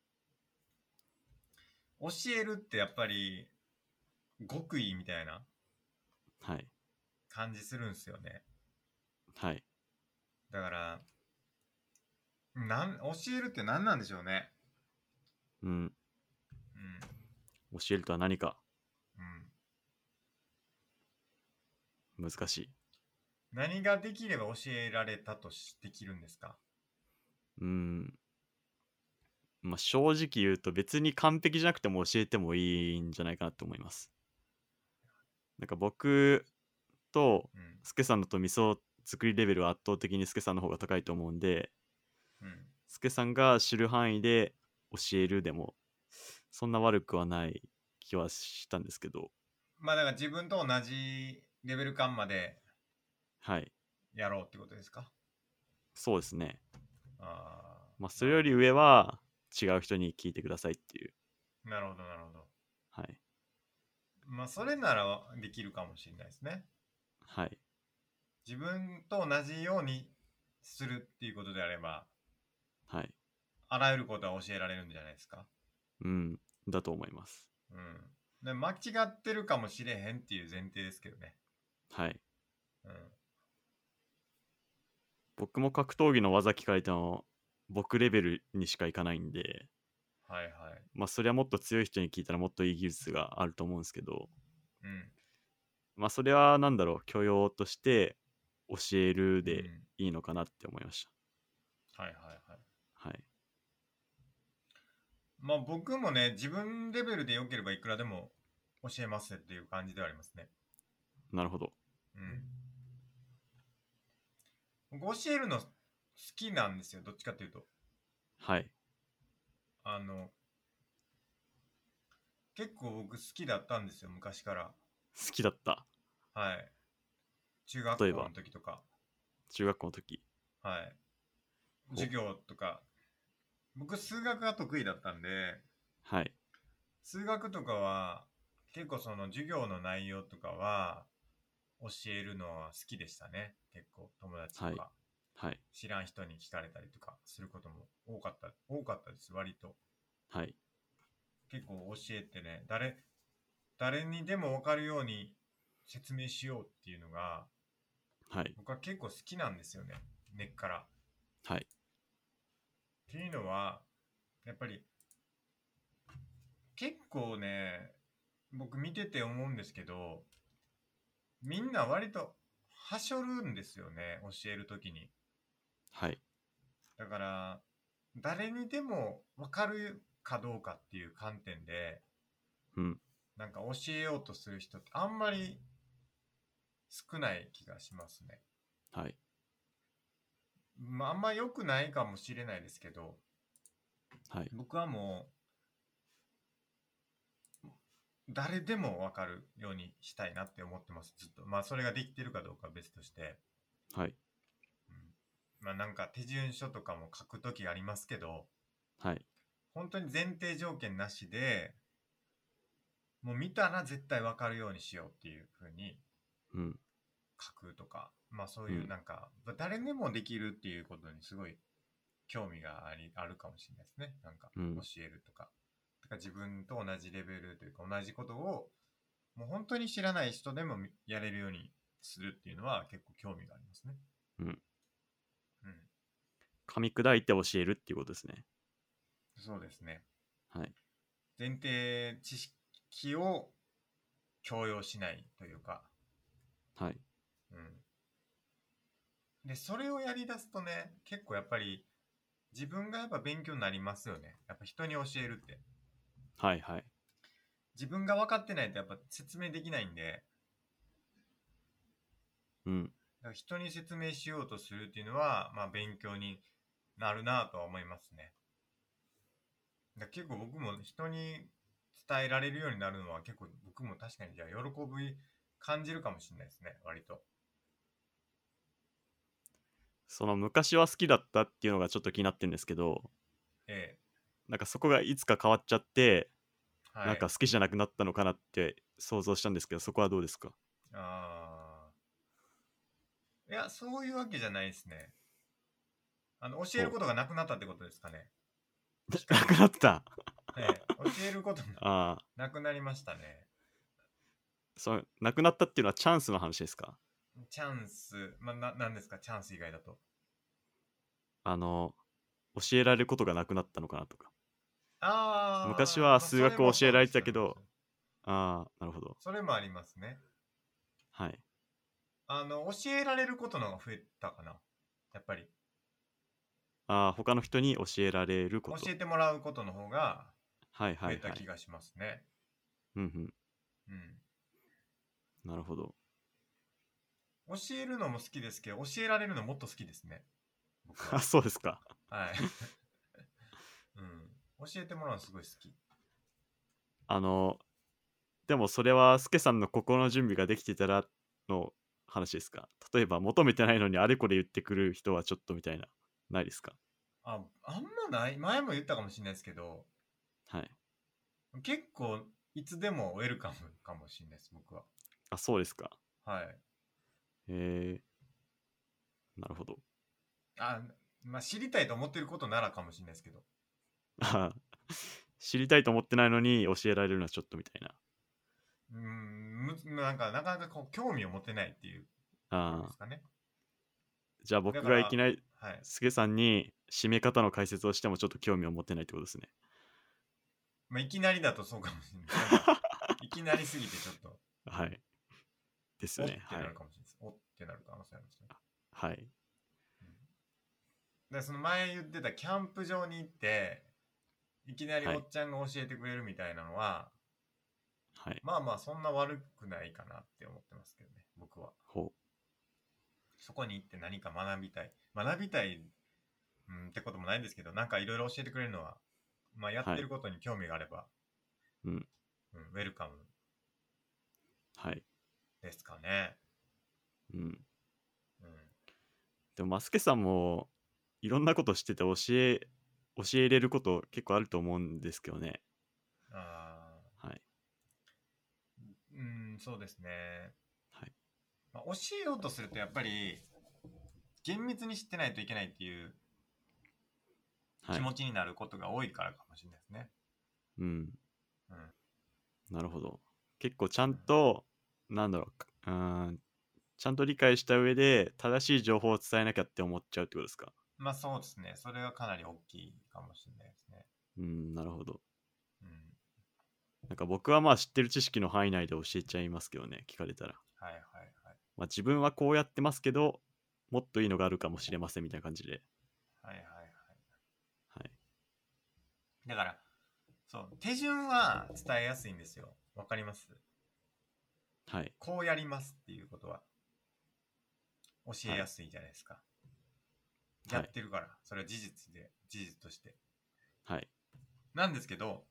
Speaker 1: 教えるってやっぱり極意みたいな
Speaker 2: はい。
Speaker 1: 感じするんすよね。
Speaker 2: はい。
Speaker 1: だから、なん、教えるって何なんでしょうね。
Speaker 2: うん。
Speaker 1: うん。
Speaker 2: 教えるとは何か
Speaker 1: うん。
Speaker 2: 難しい。
Speaker 1: 何ができれば教えられたとし、できるんですか
Speaker 2: うん。まあ、正直言うと別に完璧じゃなくても教えてもいいんじゃないかなと思います。なんか僕と、
Speaker 1: うん。
Speaker 2: スケさんのと味噌作りレベルは圧倒的にスケさんの方が高いと思うんで、
Speaker 1: うん。
Speaker 2: スケさんが知る範囲で教えるでもそんな悪くはない気はしたんですけど
Speaker 1: まあだから自分と同じレベル感まで
Speaker 2: はい
Speaker 1: やろうってことですか
Speaker 2: そうですね
Speaker 1: ああ。
Speaker 2: まあそれより上は違う人に聞いてくださいっていう
Speaker 1: なるほど、なるほど。
Speaker 2: はい
Speaker 1: まあそれならできるかもしれないですね。
Speaker 2: はい
Speaker 1: 自分と同じようにするっていうことであれば、
Speaker 2: はい
Speaker 1: あらゆることは教えられるんじゃないですか
Speaker 2: うんだと思います
Speaker 1: うん。で間違ってるかもしれへんっていう前提ですけどね。
Speaker 2: はい
Speaker 1: うん。
Speaker 2: 僕も格闘技の技聞かれても僕レベルにしかいかないんで
Speaker 1: はいはい。
Speaker 2: まあそれはもっと強い人に聞いたらもっといい技術があると思うんですけど、
Speaker 1: うん。
Speaker 2: まあそれはなんだろう、許容として教える
Speaker 1: う
Speaker 2: で
Speaker 1: ん
Speaker 2: いいのかなって思いまし
Speaker 1: はいはいはい。
Speaker 2: た。はい。
Speaker 1: まあ僕もね、自分レベルで良ければいくらでも教えますっていう感じではありますね。
Speaker 2: なるほど。
Speaker 1: うん。僕教えるの好きなんですよ、どっちかというと。
Speaker 2: はい。
Speaker 1: あの、結構僕好きだったんですよ、昔から。
Speaker 2: 好きだった。
Speaker 1: はい。中学校
Speaker 2: 例えば
Speaker 1: の時とか。
Speaker 2: 中学校の時。
Speaker 1: はい。
Speaker 2: お
Speaker 1: 授業とか。僕、数学が得意だったんで、
Speaker 2: はい。
Speaker 1: 数学とかは、結構その授業の内容とかは、教えるのは好きでしたね。結構、友達とか、
Speaker 2: ははい。
Speaker 1: 知らん人に聞かれたりとかすることも多かった、多かったです、割と。
Speaker 2: はい。
Speaker 1: 結構教えてね、誰、誰にでも分かるように説明しようっていうのが、
Speaker 2: はい。
Speaker 1: 僕は結構好きなんですよね、根っから。
Speaker 2: はい。
Speaker 1: っていうのはやっぱり結構ね僕見てて思うんですけどみんな割とはしょるんですよね教える時に
Speaker 2: はい。
Speaker 1: だから誰にでも分かるかどうかっていう観点で
Speaker 2: うん。
Speaker 1: なんか教えようとする人ってあんまり少ない気がしますね
Speaker 2: はい。
Speaker 1: まああんま良くないかもしれないですけど
Speaker 2: はい。
Speaker 1: 僕はもう誰でも分かるようにしたいなって思ってますずっとまあそれができてるかどうかは別として、
Speaker 2: はい。
Speaker 1: うん、まあなんか手順書とかも書く時ありますけど
Speaker 2: はい。
Speaker 1: 本当に前提条件なしでもう見たら絶対分かるようにしようっていう風に
Speaker 2: うん。
Speaker 1: 書くとかまあそういううんなんか、誰でもできるっていうことにすごい興味がありあるかもしれないですねなんか
Speaker 2: うん
Speaker 1: 教えるとか,、だから自分と同じレベルというか同じことをもう本当に知らない人でもやれるようにするっていうのは結構興味がありますね
Speaker 2: うん
Speaker 1: うん
Speaker 2: 噛み砕いて教えるっていうことですね。
Speaker 1: そうですね
Speaker 2: はい。
Speaker 1: 前提知識を強要しないというか
Speaker 2: はい。
Speaker 1: うんで、それをやり出すとね、結構やっぱり自分がやっぱ勉強になりますよね。やっぱ人に教えるって。
Speaker 2: はい。はい。
Speaker 1: 自分が分かってないとやっぱ説明できないんで、
Speaker 2: うん。
Speaker 1: だから人に説明しようとするっていうのは、まあ勉強になるなぁとは思いますね。だから結構僕も人に伝えられるようになるのは結構僕も確かにじゃあ喜び感じるかもしれないですね、割と。
Speaker 2: その昔は好きだったっていうのがちょっと気になってるんですけど、
Speaker 1: え
Speaker 2: なんかそこがいつか変わっちゃって、
Speaker 1: え。はい。
Speaker 2: なんか好きじゃなくなったのかなって想像したんですけど、そこはどうですか *laughs*
Speaker 1: ああ。いや、そういうわけじゃないですね。あの、教えることがなくなったってことですかね。
Speaker 2: なくなった
Speaker 1: ええ、教えることが
Speaker 2: ああ、
Speaker 1: なくなりましたね。
Speaker 2: そう、なくなったっていうのはチャンスの話ですか
Speaker 1: チャンス、まあ、な、なんですか、チャンス以外だと。
Speaker 2: あの、教えられることがなくなったのかなとか。
Speaker 1: ああ。
Speaker 2: 昔は数学を教えられてたけど
Speaker 1: まあ。
Speaker 2: ああ、なるほど。
Speaker 1: それもありますね。
Speaker 2: はい。
Speaker 1: あの、教えられることの方が増えたかな。やっぱり。
Speaker 2: ああ、他の人に教えられるこ
Speaker 1: 教
Speaker 2: と。
Speaker 1: えてもらうことの方が
Speaker 2: はい
Speaker 1: 増
Speaker 2: は
Speaker 1: え
Speaker 2: いは
Speaker 1: た気
Speaker 2: い。
Speaker 1: がしますね。
Speaker 2: うんうん。
Speaker 1: うん。
Speaker 2: なるほど。
Speaker 1: 教えるのも好きですけど、教えられるのもっと好きですね。僕は
Speaker 2: あ、 *laughs* そうですか。 *laughs*
Speaker 1: はい。うん。教えてもらうのすごい好き。
Speaker 2: あの、でもそれは、スケさんの心の準備ができてたらの話ですか例えば、求めてないのにあれこれ言ってくる人はちょっとみたいな、ないですか
Speaker 1: あ、あんまない。前も言ったかもしれないですけど、
Speaker 2: はい。
Speaker 1: 結構いつでもウェルカムかもしれないです、僕は。
Speaker 2: あ、そうですか。
Speaker 1: はい。
Speaker 2: へえ。なるほど。 *laughs*
Speaker 1: あ、まあ知りたいと思ってることならかもしれないですけど。
Speaker 2: あ知りたいと思ってないのに教えられるのはちょっとみたいな。
Speaker 1: うん、むなんか、なかなかこう興味を持てないっていうことで
Speaker 2: あ
Speaker 1: すかね。
Speaker 2: じゃあ僕
Speaker 1: だから
Speaker 2: がいきなり
Speaker 1: はい。
Speaker 2: すげさんに締め方の解説をしてもちょっと興味を持ってないってことですね。
Speaker 1: まあ、いきなりだとそうかもしれない。
Speaker 2: *laughs*
Speaker 1: いきなりすぎてちょっと、
Speaker 2: はい。です
Speaker 1: おっ
Speaker 2: よ
Speaker 1: て
Speaker 2: ね。は
Speaker 1: ないる。かもしれないです。おってなる可能性ありますね。
Speaker 2: はい。
Speaker 1: でその前言ってたキャンプ場に行っていきなり
Speaker 2: はい
Speaker 1: おっちゃんが教えてくれるみたいなのは、
Speaker 2: はい。
Speaker 1: まあまあそんな悪くないかなって思ってますけどね僕は
Speaker 2: ほ
Speaker 1: そこに行って何か学びたい学びたい、うん、ってこともないんですけどなんかいろいろ教えてくれるのは、まあ、やってることに興味があれば、
Speaker 2: うん
Speaker 1: うんウェルカム
Speaker 2: う。はい。
Speaker 1: ですかね、
Speaker 2: うん。
Speaker 1: うん、
Speaker 2: でも、マスケさんも、いろんなことしてて教え、教えれること結構あると思うんですけどね。
Speaker 1: あー
Speaker 2: はい。
Speaker 1: うんそうですね、
Speaker 2: はい
Speaker 1: まあ、教えようとするとやっぱり厳密に知ってないといけないっていう
Speaker 2: は
Speaker 1: 気
Speaker 2: い。
Speaker 1: 持ちになることが多いからかもしれないですね。
Speaker 2: うん。
Speaker 1: うん
Speaker 2: なるほど。結構ちゃんと、なんだろうか、うーん、ちゃんと理解した上で、正しい情報を伝えなきゃって思っちゃうってことですか。
Speaker 1: まあそうですね。それはかなり大きいかもしれないですね。
Speaker 2: うん、なるほど。
Speaker 1: うん。
Speaker 2: なんか僕はまあ知ってる知識の範囲内で教えちゃいますけどね、聞かれたら。
Speaker 1: はいはいはい。
Speaker 2: まあ自分はこうやってますけど、もっといいのがあるかもしれませんみたいな感じで。
Speaker 1: はいはいはい。
Speaker 2: はい。
Speaker 1: だから、そう、手順は伝えやすいんですよ。わかります
Speaker 2: はい。
Speaker 1: こうやりますっていうことは教えやすいじゃないですか。
Speaker 2: はい
Speaker 1: やってるから、それは事実で、事実として。
Speaker 2: はい。
Speaker 1: なんですけど、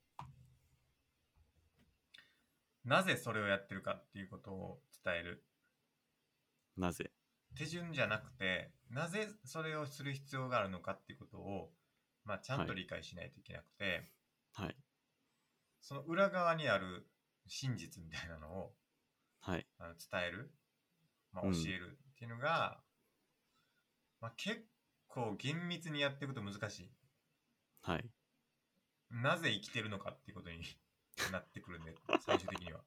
Speaker 1: なぜそれをやってるかっていうことを伝える
Speaker 2: なぜ
Speaker 1: 手順じゃなくてなぜそれをする必要があるのかっていうことを、まあ、ちゃんと
Speaker 2: はい
Speaker 1: 理解しないといけなくて、
Speaker 2: はい。
Speaker 1: その裏側にある真実みたいなのを
Speaker 2: はい。
Speaker 1: あの伝える、まあ、
Speaker 2: う
Speaker 1: 教
Speaker 2: ん
Speaker 1: えるっていうのが、まあ、結構厳密にやっていくと難しい
Speaker 2: はい。
Speaker 1: なぜ生きてるのかっていうことに *laughs* なってくるんで最終的
Speaker 2: *laughs*
Speaker 1: には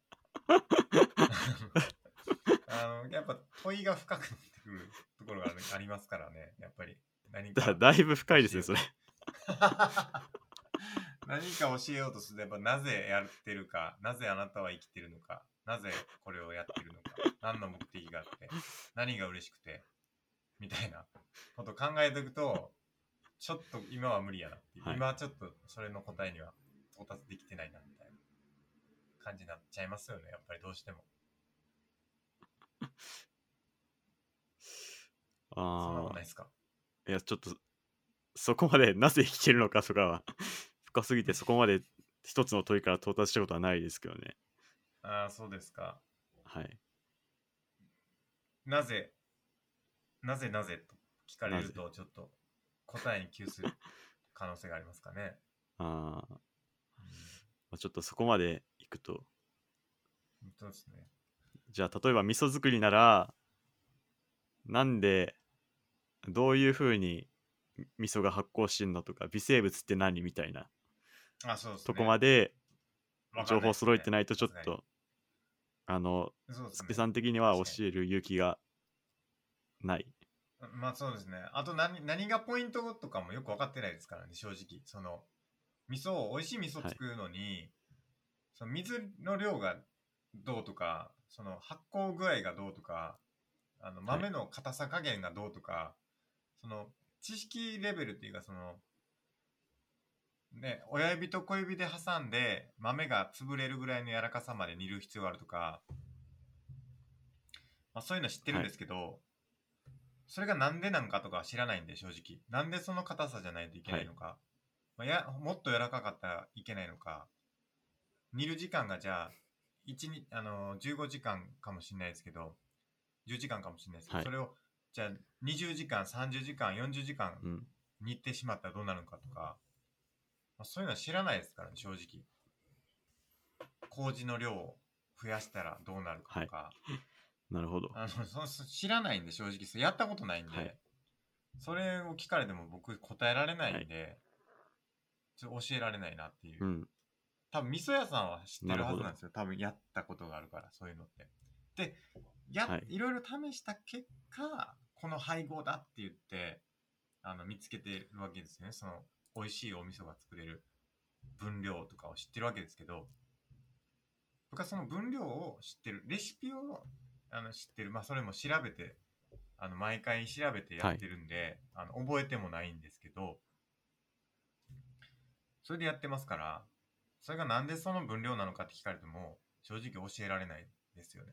Speaker 1: あのやっぱ問いが深くなってくるところがありますからねやっぱり何か
Speaker 2: だだいぶ深いですね、それ。
Speaker 1: 何か教えようとすればなぜやってるかなぜあなたは生きてるのかなぜこれをやってるのか何の目的があって何が嬉しくてみたいなこと考えておくとちょっと今は無理やなっていう、
Speaker 2: はい
Speaker 1: 今はちょっとそれの答えには到達できてないなみたいな感じになっちゃいますよねやっぱりどうしてもそんな
Speaker 2: あ
Speaker 1: こと
Speaker 2: あ
Speaker 1: ない。ですか
Speaker 2: いや、ちょっと、そこまでなぜ生きてるのかとかは、 *laughs* 深すぎてそこまで一つの問いから到達したことはないですけどね。
Speaker 1: ああそうですか
Speaker 2: はい。
Speaker 1: なぜなぜなぜと聞かれるとちょっと答えに窮する可能性がありますかね。
Speaker 2: あーまあ、ちょっとそこまでいくと、
Speaker 1: そうですね。
Speaker 2: じゃあ例えば味噌作りなら、なんで、どういうふうに味噌が発酵してんだとか、微生物って何みたいな
Speaker 1: あ、そうですね。
Speaker 2: とこまで
Speaker 1: わかんないで
Speaker 2: 情
Speaker 1: すね
Speaker 2: 報揃えてないとちょっ
Speaker 1: さすがに
Speaker 2: と、あの、
Speaker 1: そうです
Speaker 2: ス
Speaker 1: ね
Speaker 2: ケさん的には
Speaker 1: 確かに
Speaker 2: 教える勇気がない。
Speaker 1: まあそうですね。あと何何がポイントとかもよく分かってないですからね、正直。その、味噌を、美味しい味噌作るのに、その水の量がどうとか、その発酵具合がどうとか、あの豆の硬さ加減がどうとか、その知識レベルっていうか、その、ね、親指と小指で挟んで豆が潰れるぐらいの柔らかさまで煮る必要があるとか、まあ、そういうの知ってるんですけど、それがなんでなんかとかは知らないんで正直なんでその硬さじゃないといけないのか、まあ、やもっと柔らかかったらいけないのか煮る時間がじゃあ1にあの15時間かもしれないですけど10時間かもしれないですけど、
Speaker 2: はい
Speaker 1: それをじゃあ20時間30時間40時間
Speaker 2: うん。
Speaker 1: 似てしまったらどうなるのかとか、まあ、そういうのは知らないですからね正直麹の量を増やしたらどうなるかとか、
Speaker 2: なるほど。
Speaker 1: あのそそ知らないんで正直そうやったことないんで、
Speaker 2: はい
Speaker 1: それを聞かれても僕答えられないんで、ちょっと教えられないなっていう、
Speaker 2: うん。
Speaker 1: 多分味噌屋さんは知って
Speaker 2: な
Speaker 1: る
Speaker 2: る
Speaker 1: は
Speaker 2: ほ
Speaker 1: ず
Speaker 2: ど
Speaker 1: なんですよ多分やったことがあるからそういうのってでや、
Speaker 2: はい
Speaker 1: い、ろいろ試した結果この配合だって言ってあの見つけてるわけですよねその美味しいお味噌が作れる分量とかを知ってるわけですけど、僕はその分量を知ってる、レシピをあの知ってる、まあ、それも調べて、あの毎回調べてやってるんで、あの覚えてもないんですけど、それでやってますから、それがなんでその分量なのかって聞かれても、正直教えられないですよね。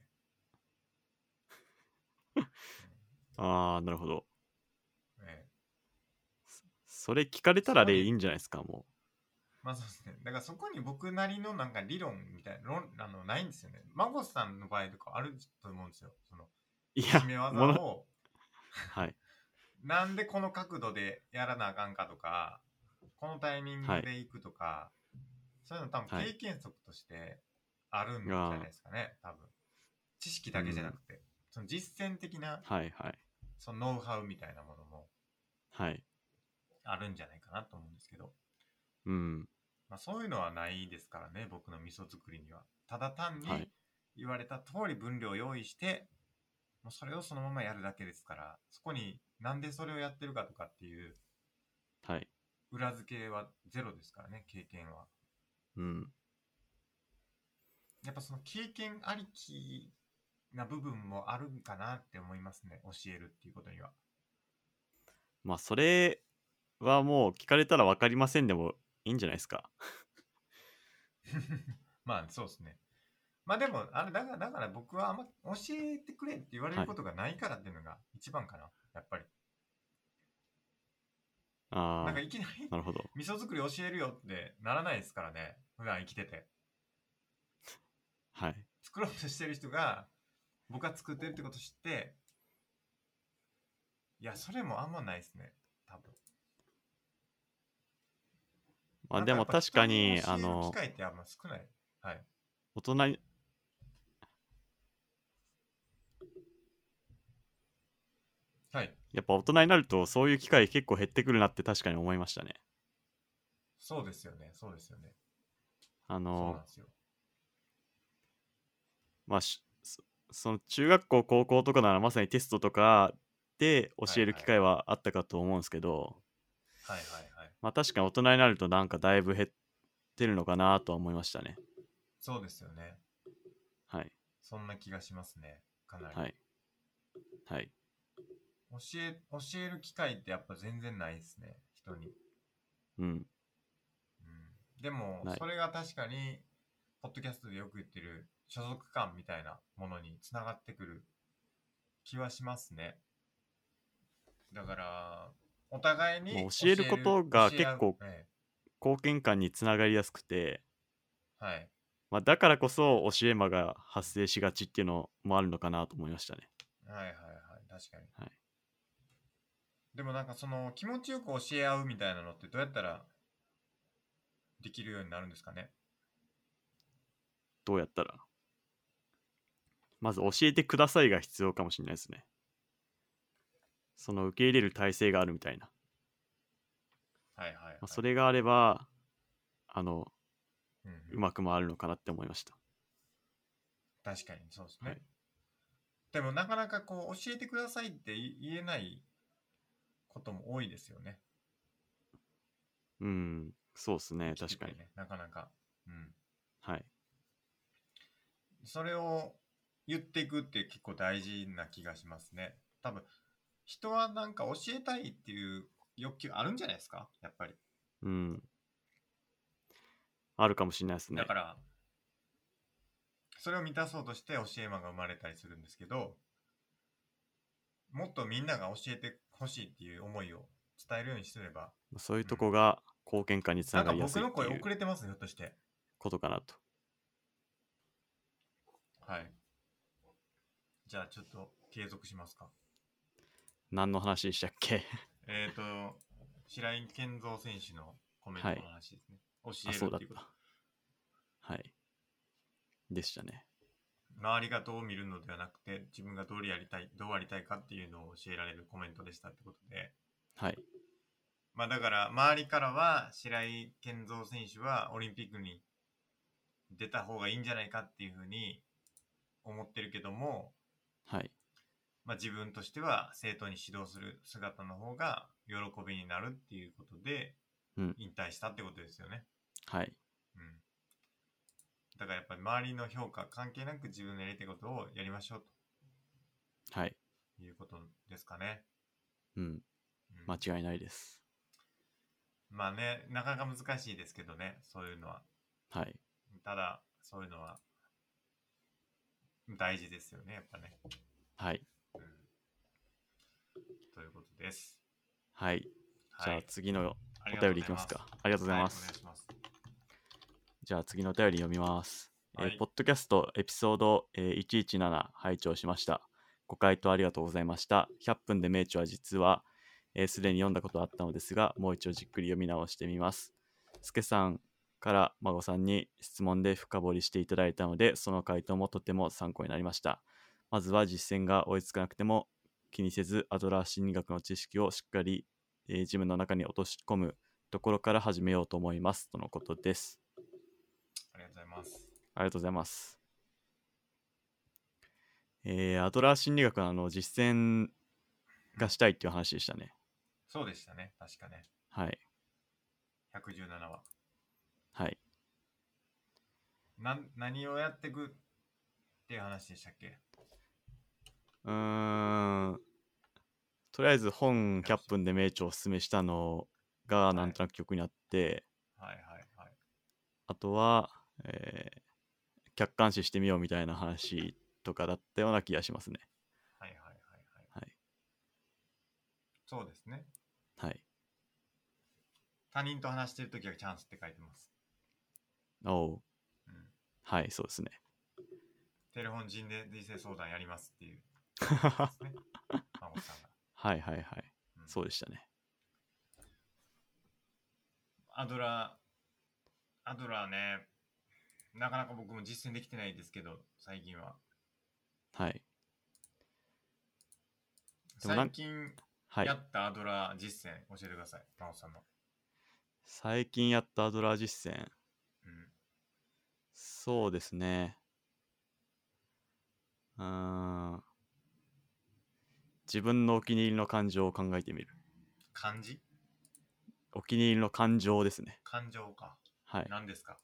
Speaker 2: ああ、なるほど。
Speaker 1: ええ
Speaker 2: それ聞かれたら
Speaker 1: そう
Speaker 2: で
Speaker 1: ね
Speaker 2: いいんじゃないですか、も
Speaker 1: まあそうですね。だからそこに僕なりのなんか理論みたいな、論あのないんですよね。孫さんの場合とかあると思うんですよ。その、
Speaker 2: う。いや
Speaker 1: 締め、技
Speaker 2: もの、
Speaker 1: を、
Speaker 2: はい。
Speaker 1: なんでこの角度でやらなあかんかとか、このタイミングで行くとか、そういうの多分
Speaker 2: はい
Speaker 1: 経験則としてあるんじゃないですかね、多分。知識だけじゃなくて、その実践的な
Speaker 2: はい、はい。
Speaker 1: そのノウハウみたいなものも
Speaker 2: はい。
Speaker 1: あるんじゃないかなと思うんですけど、
Speaker 2: うん。
Speaker 1: まあ、そういうのはないですからね、僕の味噌作りには。ただ単に
Speaker 2: はい
Speaker 1: 言われた通り分量を用意して、もうそれをそのままやるだけですから、そこになんでそれをやってるかとかっていう
Speaker 2: はい。
Speaker 1: 裏付けはゼロですからね、経験は。
Speaker 2: うん。
Speaker 1: やっぱその経験ありきな部分もあるんかなって思いますね、教えるっていうことには。
Speaker 2: まあ、それはもう聞かれたら分かりませんでもいいんじゃないですか。
Speaker 1: まあそうですね。まあでも、あれだから、だから僕はあんま教えてくれって言われることがないからっていうのが一番かな、やっぱり。
Speaker 2: あ
Speaker 1: なんか
Speaker 2: あ、
Speaker 1: いきなり
Speaker 2: なるほど。
Speaker 1: *laughs* 味噌作り教えるよってならないですからね、普段生きてて。
Speaker 2: はい。
Speaker 1: 作ろうとしてる人が、僕が作ってるってこと知って、いや、それもあんまないですね、多分。
Speaker 2: まあ、
Speaker 1: なん
Speaker 2: で
Speaker 1: や
Speaker 2: も
Speaker 1: っぱ
Speaker 2: 確
Speaker 1: 人
Speaker 2: かに、
Speaker 1: 教え
Speaker 2: あ
Speaker 1: る
Speaker 2: の
Speaker 1: 機、会ってあんま少ない。はい。
Speaker 2: 大人に、
Speaker 1: はい。
Speaker 2: やっぱ大人になるとそういう機会結構減ってくるなって確かに思いましたね。
Speaker 1: そうですよね、そうですよね。
Speaker 2: あ
Speaker 1: そうな
Speaker 2: の
Speaker 1: ん、ですよ。
Speaker 2: まあ、しそその中学校、高校とかならまさにテストとかで教える機会はあったかと思うんですけど、
Speaker 1: はいはいはい。
Speaker 2: まあ確かに大人になるとなんかだいぶ減ってるのかなとは思いましたね。
Speaker 1: そうですよね。
Speaker 2: はい。
Speaker 1: そんな気がしますね、かなり。
Speaker 2: はい。はい。
Speaker 1: 教え教える機会ってやっぱ全然ないですね人に、
Speaker 2: うん。
Speaker 1: うん、でも
Speaker 2: ない
Speaker 1: それが確かにポッドキャストでよく言ってる所属感みたいなものにつながってくる気はしますねだからお互いに
Speaker 2: もう教えることが
Speaker 1: 教え合う
Speaker 2: 結構
Speaker 1: え
Speaker 2: 貢献感につながりやすくて、
Speaker 1: えはい
Speaker 2: まあ、だからこそ教え魔が発生しがちっていうのもあるのかなと思いましたね。
Speaker 1: はいはいはい確かに、
Speaker 2: はい
Speaker 1: でもなんかその気持ちよく教え合うみたいなのってどうやったらできるようになるんですかね
Speaker 2: どうやったら。まず教えてくださいが必要かもしれないですね。その受け入れる体制があるみたいな。
Speaker 1: はいはい、はい
Speaker 2: まあ、それがあれば、あの、
Speaker 1: うんうん
Speaker 2: うまく回るのかなって思いました。
Speaker 1: 確かにそうですね、
Speaker 2: はい
Speaker 1: でもなかなかこう教えてくださいって言えないことも多いですよね
Speaker 2: うん、そうですね、
Speaker 1: 聞
Speaker 2: 確
Speaker 1: いて
Speaker 2: か
Speaker 1: て
Speaker 2: に。
Speaker 1: ねなかなかうん
Speaker 2: はい。
Speaker 1: それを言っていくって結構大事な気がしますね多分人はなんか教えたいっていう欲求あるんじゃないですかやっぱり
Speaker 2: うん。あるかもしれないですね
Speaker 1: だか。ら、それを満たそうとして教え魔が生まれたりするんですけど、もっとみんなが教えてほしいっていう思いを伝えるようにすれば、
Speaker 2: そういうとこが貢献感につ
Speaker 1: な
Speaker 2: なんが
Speaker 1: か
Speaker 2: りやす
Speaker 1: 僕
Speaker 2: い
Speaker 1: の
Speaker 2: って
Speaker 1: 声
Speaker 2: いう
Speaker 1: 遅れてます、ひょっとして。
Speaker 2: ことかなと。
Speaker 1: はい。じゃあちょっと継続しますか。
Speaker 2: 何の話でしたっけ
Speaker 1: えっ、と、白井健三選手のコメントの話ですね。教
Speaker 2: あ、
Speaker 1: え
Speaker 2: そう
Speaker 1: るっ
Speaker 2: だって
Speaker 1: いうこと
Speaker 2: た。はい。でしたね。
Speaker 1: 周りがどう見るのではなくて、自分がどうやりたい、どうありたいかっていうのを教えられるコメントでしたってことで、
Speaker 2: はい。
Speaker 1: まあだから、周りからは白井健三選手はオリンピックに出た方がいいんじゃないかっていうふうに思ってるけども、
Speaker 2: はい。
Speaker 1: まあ自分としては生徒に指導する姿の方が喜びになるっていうことで
Speaker 2: うん
Speaker 1: 引退したってことですよね。
Speaker 2: はい。
Speaker 1: うん、だからやっぱり周りの評価関係なく自分のやりたいことをやりましょう
Speaker 2: はい。
Speaker 1: ということですかね。
Speaker 2: うん。
Speaker 1: うん、
Speaker 2: 間違いないです。
Speaker 1: まあね、なかなか難しいですけどね、そういうのは。
Speaker 2: はい。
Speaker 1: ただ、そういうのは大事ですよね、やっぱね。
Speaker 2: はい。
Speaker 1: うん、ということです。
Speaker 2: はい。じゃあ次の
Speaker 1: あり
Speaker 2: お
Speaker 1: がとう
Speaker 2: 便
Speaker 1: ご
Speaker 2: りい
Speaker 1: ざ
Speaker 2: きますか。ありがとうござい
Speaker 1: はいお願
Speaker 2: ま
Speaker 1: い
Speaker 2: す。
Speaker 1: します。
Speaker 2: じゃあ次のお便り読みます。えー
Speaker 1: はい
Speaker 2: ポッドキャストエピソード、えー117拝聴しました。ご回答ありがとうございました。100分で名著は実はえーすで、に読んだことはあったのですが、もう一度じっくり読み直してみます。すけさんから孫さんに質問で深掘りしていただいたので、その回答もとても参考になりました。まずは実践が追いつかなくても気にせず、アドラー心理学の知識をしっかり、えー自分の中に落とし込むところから始めようと思います。とのことです。
Speaker 1: ありがとうございます。
Speaker 2: ありがとうございます。えーアドラー心理学のあの実践がしたいっていう話でしたね。
Speaker 1: そうでしたね、確かね。
Speaker 2: はい。
Speaker 1: 117話。
Speaker 2: はい。
Speaker 1: なん何をやっていくっていう話でしたっけ
Speaker 2: うーん。とりあえず本100分で名著をおすすめしたのが
Speaker 1: い
Speaker 2: なんとなく曲にあって、
Speaker 1: はいはいはい。
Speaker 2: あとは、えー客観視してみようみたいな話とかだったような気がしますね。
Speaker 1: はいはいはいはい。
Speaker 2: はい。
Speaker 1: そうですね。
Speaker 2: はい。
Speaker 1: 他人と話してるときはチャンスって書いてます。
Speaker 2: おう
Speaker 1: うん。
Speaker 2: はい、そうですね。
Speaker 1: テレフォン人で人生相談やりますっていう、
Speaker 2: は
Speaker 1: ですね。孫さんが。
Speaker 2: いはいはい。
Speaker 1: うん
Speaker 2: そうでしたね。
Speaker 1: アドラー、アドラーね、なかなか僕も実践できてないですけど、最近は。
Speaker 2: はい。でもなん
Speaker 1: 最近
Speaker 2: はい
Speaker 1: や。ったアドラー実践教えてください、真央さんの。
Speaker 2: 最近やったアドラー実践
Speaker 1: うん。
Speaker 2: そうですねうーん自分のお気に入りの感情を考えてみる
Speaker 1: 漢字
Speaker 2: お気に入りの感情ですね
Speaker 1: 感情か。
Speaker 2: はい
Speaker 1: 何ですか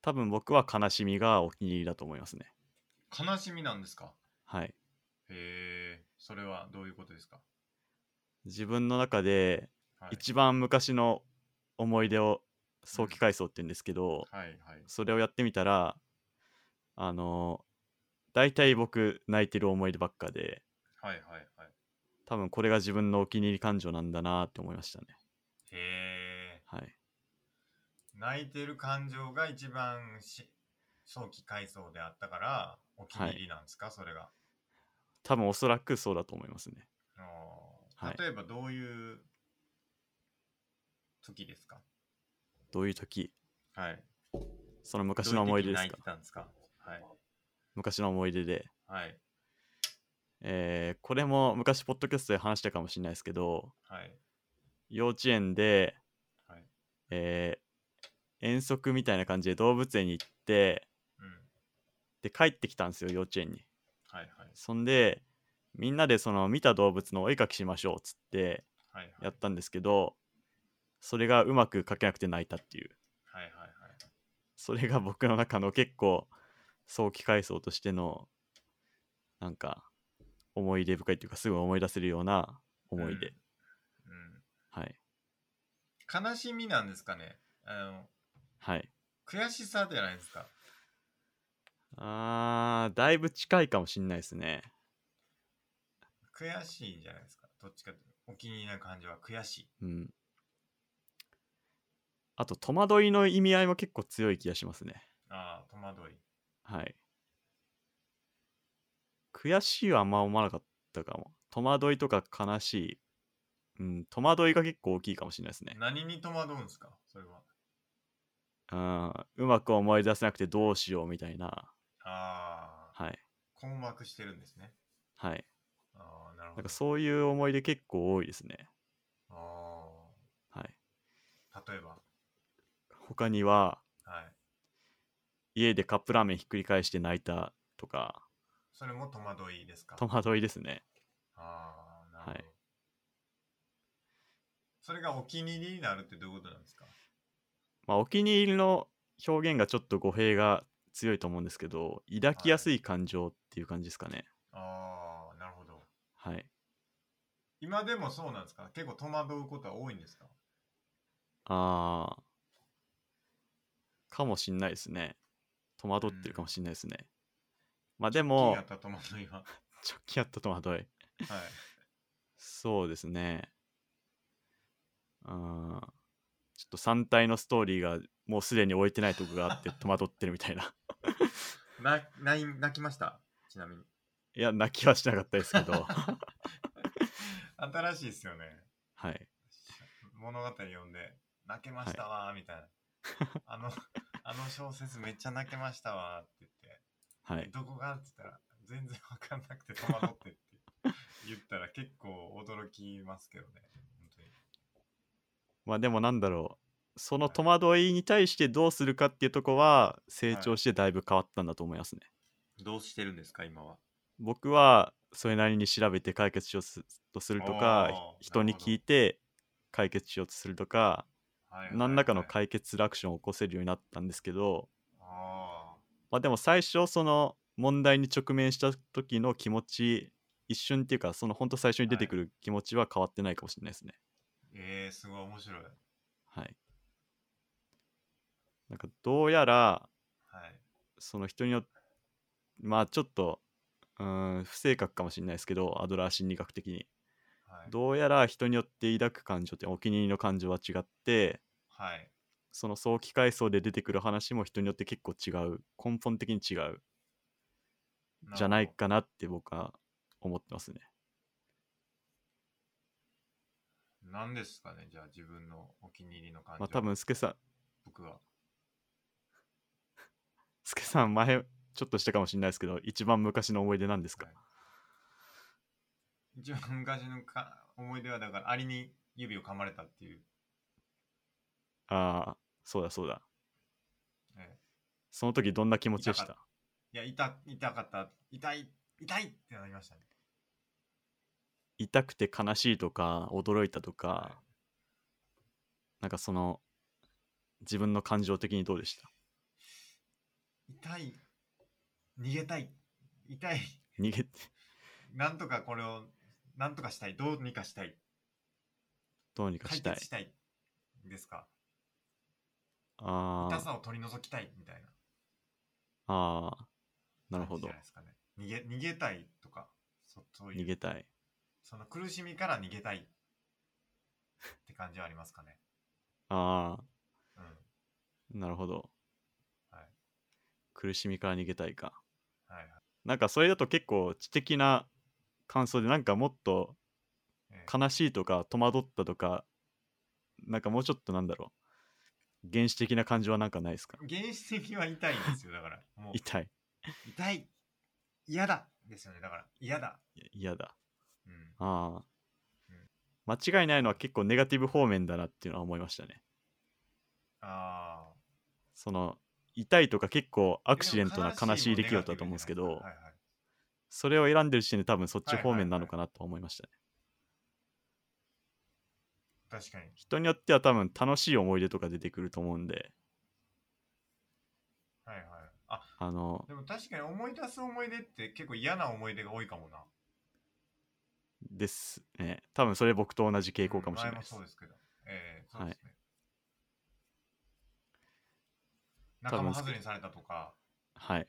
Speaker 2: 多分僕は悲しみがお気に入りだと思いますね
Speaker 1: 悲しみなんですか
Speaker 2: はい
Speaker 1: へえ、それはどういうことですか
Speaker 2: 自分の中で
Speaker 1: はい。
Speaker 2: 一番昔の思い出を早期回想って言うんですけど、
Speaker 1: はいはい。
Speaker 2: それをやってみたらあの大体僕泣いてる思い出ばっかで
Speaker 1: はいはいはい。
Speaker 2: 多分これが自分のお気に入り感情なんだなって思いましたね
Speaker 1: へえ、
Speaker 2: はい
Speaker 1: 泣いてる感情が一番し早期回想であったから、お気に入りなんですか、それが。
Speaker 2: 多分おそらくそうだと思いますね
Speaker 1: あー
Speaker 2: はい
Speaker 1: 例えばどういう時ですか
Speaker 2: どういう時
Speaker 1: はい。
Speaker 2: その昔の思い出です
Speaker 1: どうう時に泣い
Speaker 2: か
Speaker 1: てたんですかはい。
Speaker 2: 昔の思い出で
Speaker 1: はい。
Speaker 2: えーこれも昔ポッドキャストで話したかもしれないですけど
Speaker 1: はい。
Speaker 2: 幼稚園で
Speaker 1: はい。
Speaker 2: えー遠足みたいな感じで動物園に行って
Speaker 1: うん。
Speaker 2: で帰ってきたんですよ幼稚園に
Speaker 1: はいはい。
Speaker 2: そんでみんなでその見た動物のお絵描きしましょうっつって
Speaker 1: はいはい。
Speaker 2: やったんですけどそれがうまく描けなくて泣いたっていう
Speaker 1: はいはいはい。
Speaker 2: それが僕の中の結構早期回想としてのなんか思い出深いというかすぐ思い出せるような思い出、
Speaker 1: う
Speaker 2: はい
Speaker 1: ん。悲しみなんですかねあの、
Speaker 2: はい
Speaker 1: 悔しさじゃないですか。
Speaker 2: あーだいぶ近いかもしんないですね
Speaker 1: 悔しいんじゃないですか。どっちかというとお気に入りな感情は悔しい。
Speaker 2: うんあと戸惑いの意味合いも結構強い気がしますね
Speaker 1: ああ、戸惑い。
Speaker 2: はい悔しいはあんま思わなかったかも戸惑いとか悲しいうん戸惑いが結構大きいかもしれないですね
Speaker 1: 何に戸惑うんですかそれは。
Speaker 2: うんうまく思い出せなくてどうしようみたいな、
Speaker 1: ああ、
Speaker 2: はい、
Speaker 1: 困惑してるんですね。
Speaker 2: はい。
Speaker 1: ああ、なる
Speaker 2: な
Speaker 1: ほ
Speaker 2: んか
Speaker 1: ど。
Speaker 2: そういう思い出結構多いですね。
Speaker 1: あ
Speaker 2: はい。
Speaker 1: あ、例えば。
Speaker 2: 他には、
Speaker 1: はい。
Speaker 2: 家でカップラーメンひっくり返して泣いたとか、
Speaker 1: それも戸惑いですか
Speaker 2: 戸惑いですね。
Speaker 1: ああ、なるほど。
Speaker 2: はい
Speaker 1: それがお気に入りになるってどういうことなんですか
Speaker 2: まあ、お気に入りの表現がちょっと語弊が強いと思うんですけど、抱きやすい感情っていう感じですかね。
Speaker 1: ああ、なるほど。
Speaker 2: はい。
Speaker 1: 今でもそうなんですか結構戸惑うことは多いんですか
Speaker 2: ああ。かもしんないですね。戸惑ってるかもしんないですね。まあで
Speaker 1: 気に
Speaker 2: も
Speaker 1: なっ、た戸惑いは。
Speaker 2: 直近やった戸惑い。
Speaker 1: はい。
Speaker 2: そうですね。うん。ちょっと3体のストーリーがもうすでに置いてないとこがあって戸惑ってるみたいな。 *laughs*
Speaker 1: な泣い泣きましたちなみに。
Speaker 2: いや、泣きはしなかったですけ
Speaker 1: *laughs*
Speaker 2: ど。
Speaker 1: 新しいですよね。
Speaker 2: はい。
Speaker 1: 物語読んで、泣けましたわーみたいな。あ
Speaker 2: *laughs*
Speaker 1: の、あの小説めっちゃ泣けましたわーって言って。
Speaker 2: はい。
Speaker 1: どこがって言ったら、全然わかんなくて戸惑ってって言ったら結構驚きますけどね。本当に。
Speaker 2: まあでもなんだろう。その戸惑いに対してどうするかっていうとこは成長してだいぶ変わったんだと思いますね。
Speaker 1: どうしてるんですか今は。
Speaker 2: 僕はそれなりに調べて解決しようとすると
Speaker 1: あー
Speaker 2: か、ひ人に聞いて解決しようとすると
Speaker 1: は
Speaker 2: か、
Speaker 1: いはいはい
Speaker 2: 何らかの解決アクションを起こせるようになったんですけど、
Speaker 1: あ
Speaker 2: まあでも最初その問題に直面した時の気持ち一瞬っていうかその本当最初に出てくる気持ちは変わってないかもしれないですね
Speaker 1: ーえー、すごい面白い。はい。
Speaker 2: はい、なんかどうやらその人によってまあちょっとうーん不正確かもしれないですけどアドラー心理学的に
Speaker 1: はい。
Speaker 2: どうやら人によって抱く感情ってお気に入りの感情は違って
Speaker 1: はい。
Speaker 2: その早期回想で出てくる話も人によって結構違う根本的に違う
Speaker 1: るほど
Speaker 2: じゃない。かなって僕は思ってますね
Speaker 1: 何ですかねじゃあ自分のお気に入りの感じ。
Speaker 2: まあ多分すけさん *laughs*
Speaker 1: 僕は。
Speaker 2: すけさん前ちょっとしたかもしれないですけど一番昔の思い出なんですか、
Speaker 1: はい一番昔のか思い出はだからアリに指を噛まれたっていう。
Speaker 2: ああそうだそうだ
Speaker 1: え
Speaker 2: その時どんな気持ちでし
Speaker 1: 痛
Speaker 2: た
Speaker 1: いや、痛、痛かった。痛い、痛いってなりましたね。
Speaker 2: 痛くて悲しいとか驚いたとか、
Speaker 1: はい
Speaker 2: なんかその自分の感情的にどうでした
Speaker 1: 痛い、逃げたい、痛い、
Speaker 2: 逃げて *laughs*
Speaker 1: なんとかこれを、なんとかしたい、どうにかしたい、
Speaker 2: どうにか
Speaker 1: 解
Speaker 2: したい
Speaker 1: 決したいですか。
Speaker 2: あ
Speaker 1: 痛
Speaker 2: ー
Speaker 1: さを取り除きたいみたいな。
Speaker 2: あーなるほ
Speaker 1: 感じじ
Speaker 2: ど
Speaker 1: ゃないですかね逃げ逃げたいとか、そそう
Speaker 2: 逃
Speaker 1: いう
Speaker 2: げ、たい
Speaker 1: その苦しみから逃げたいって感じはありますかね。
Speaker 2: あ
Speaker 1: うん。
Speaker 2: あなるほど、
Speaker 1: はい
Speaker 2: 苦しみから逃げたいか
Speaker 1: はいはい。
Speaker 2: なんかそれだと結構知的な感想でなんかもっと
Speaker 1: ええ
Speaker 2: 悲しいとか戸惑ったとかなんかもうちょっとなんだろう原始的な感情はなんかないですか
Speaker 1: 原始的には痛いんですよ、だから。もう
Speaker 2: 痛い
Speaker 1: 痛い、嫌だですよね、だから。嫌だ。
Speaker 2: いや嫌だ
Speaker 1: うん。
Speaker 2: あ
Speaker 1: うん
Speaker 2: あ間違いないのは結構ネガティブ方面だなっていうのは思いましたね
Speaker 1: ああ。
Speaker 2: その痛いとか結構アクシデントな悲しい出来事だと思うんですけ
Speaker 1: はい
Speaker 2: ど
Speaker 1: はい
Speaker 2: それを選んでる時点で多分そっ
Speaker 1: はい
Speaker 2: ち
Speaker 1: はい
Speaker 2: 方面なのかなと思いましたね
Speaker 1: 確かに。
Speaker 2: 人によっては多分楽しい思い出とか出てくると思うんで
Speaker 1: はいはい。あ、
Speaker 2: あの
Speaker 1: でも確かに思い出す思い出って結構嫌な思い出が多いかもな。
Speaker 2: ですね多分それ僕と同じ傾向かもしれ
Speaker 1: 前
Speaker 2: ない
Speaker 1: も
Speaker 2: です
Speaker 1: そうですけど。ええ
Speaker 2: はい
Speaker 1: そうですね。仲間外れにされたとか、
Speaker 2: はい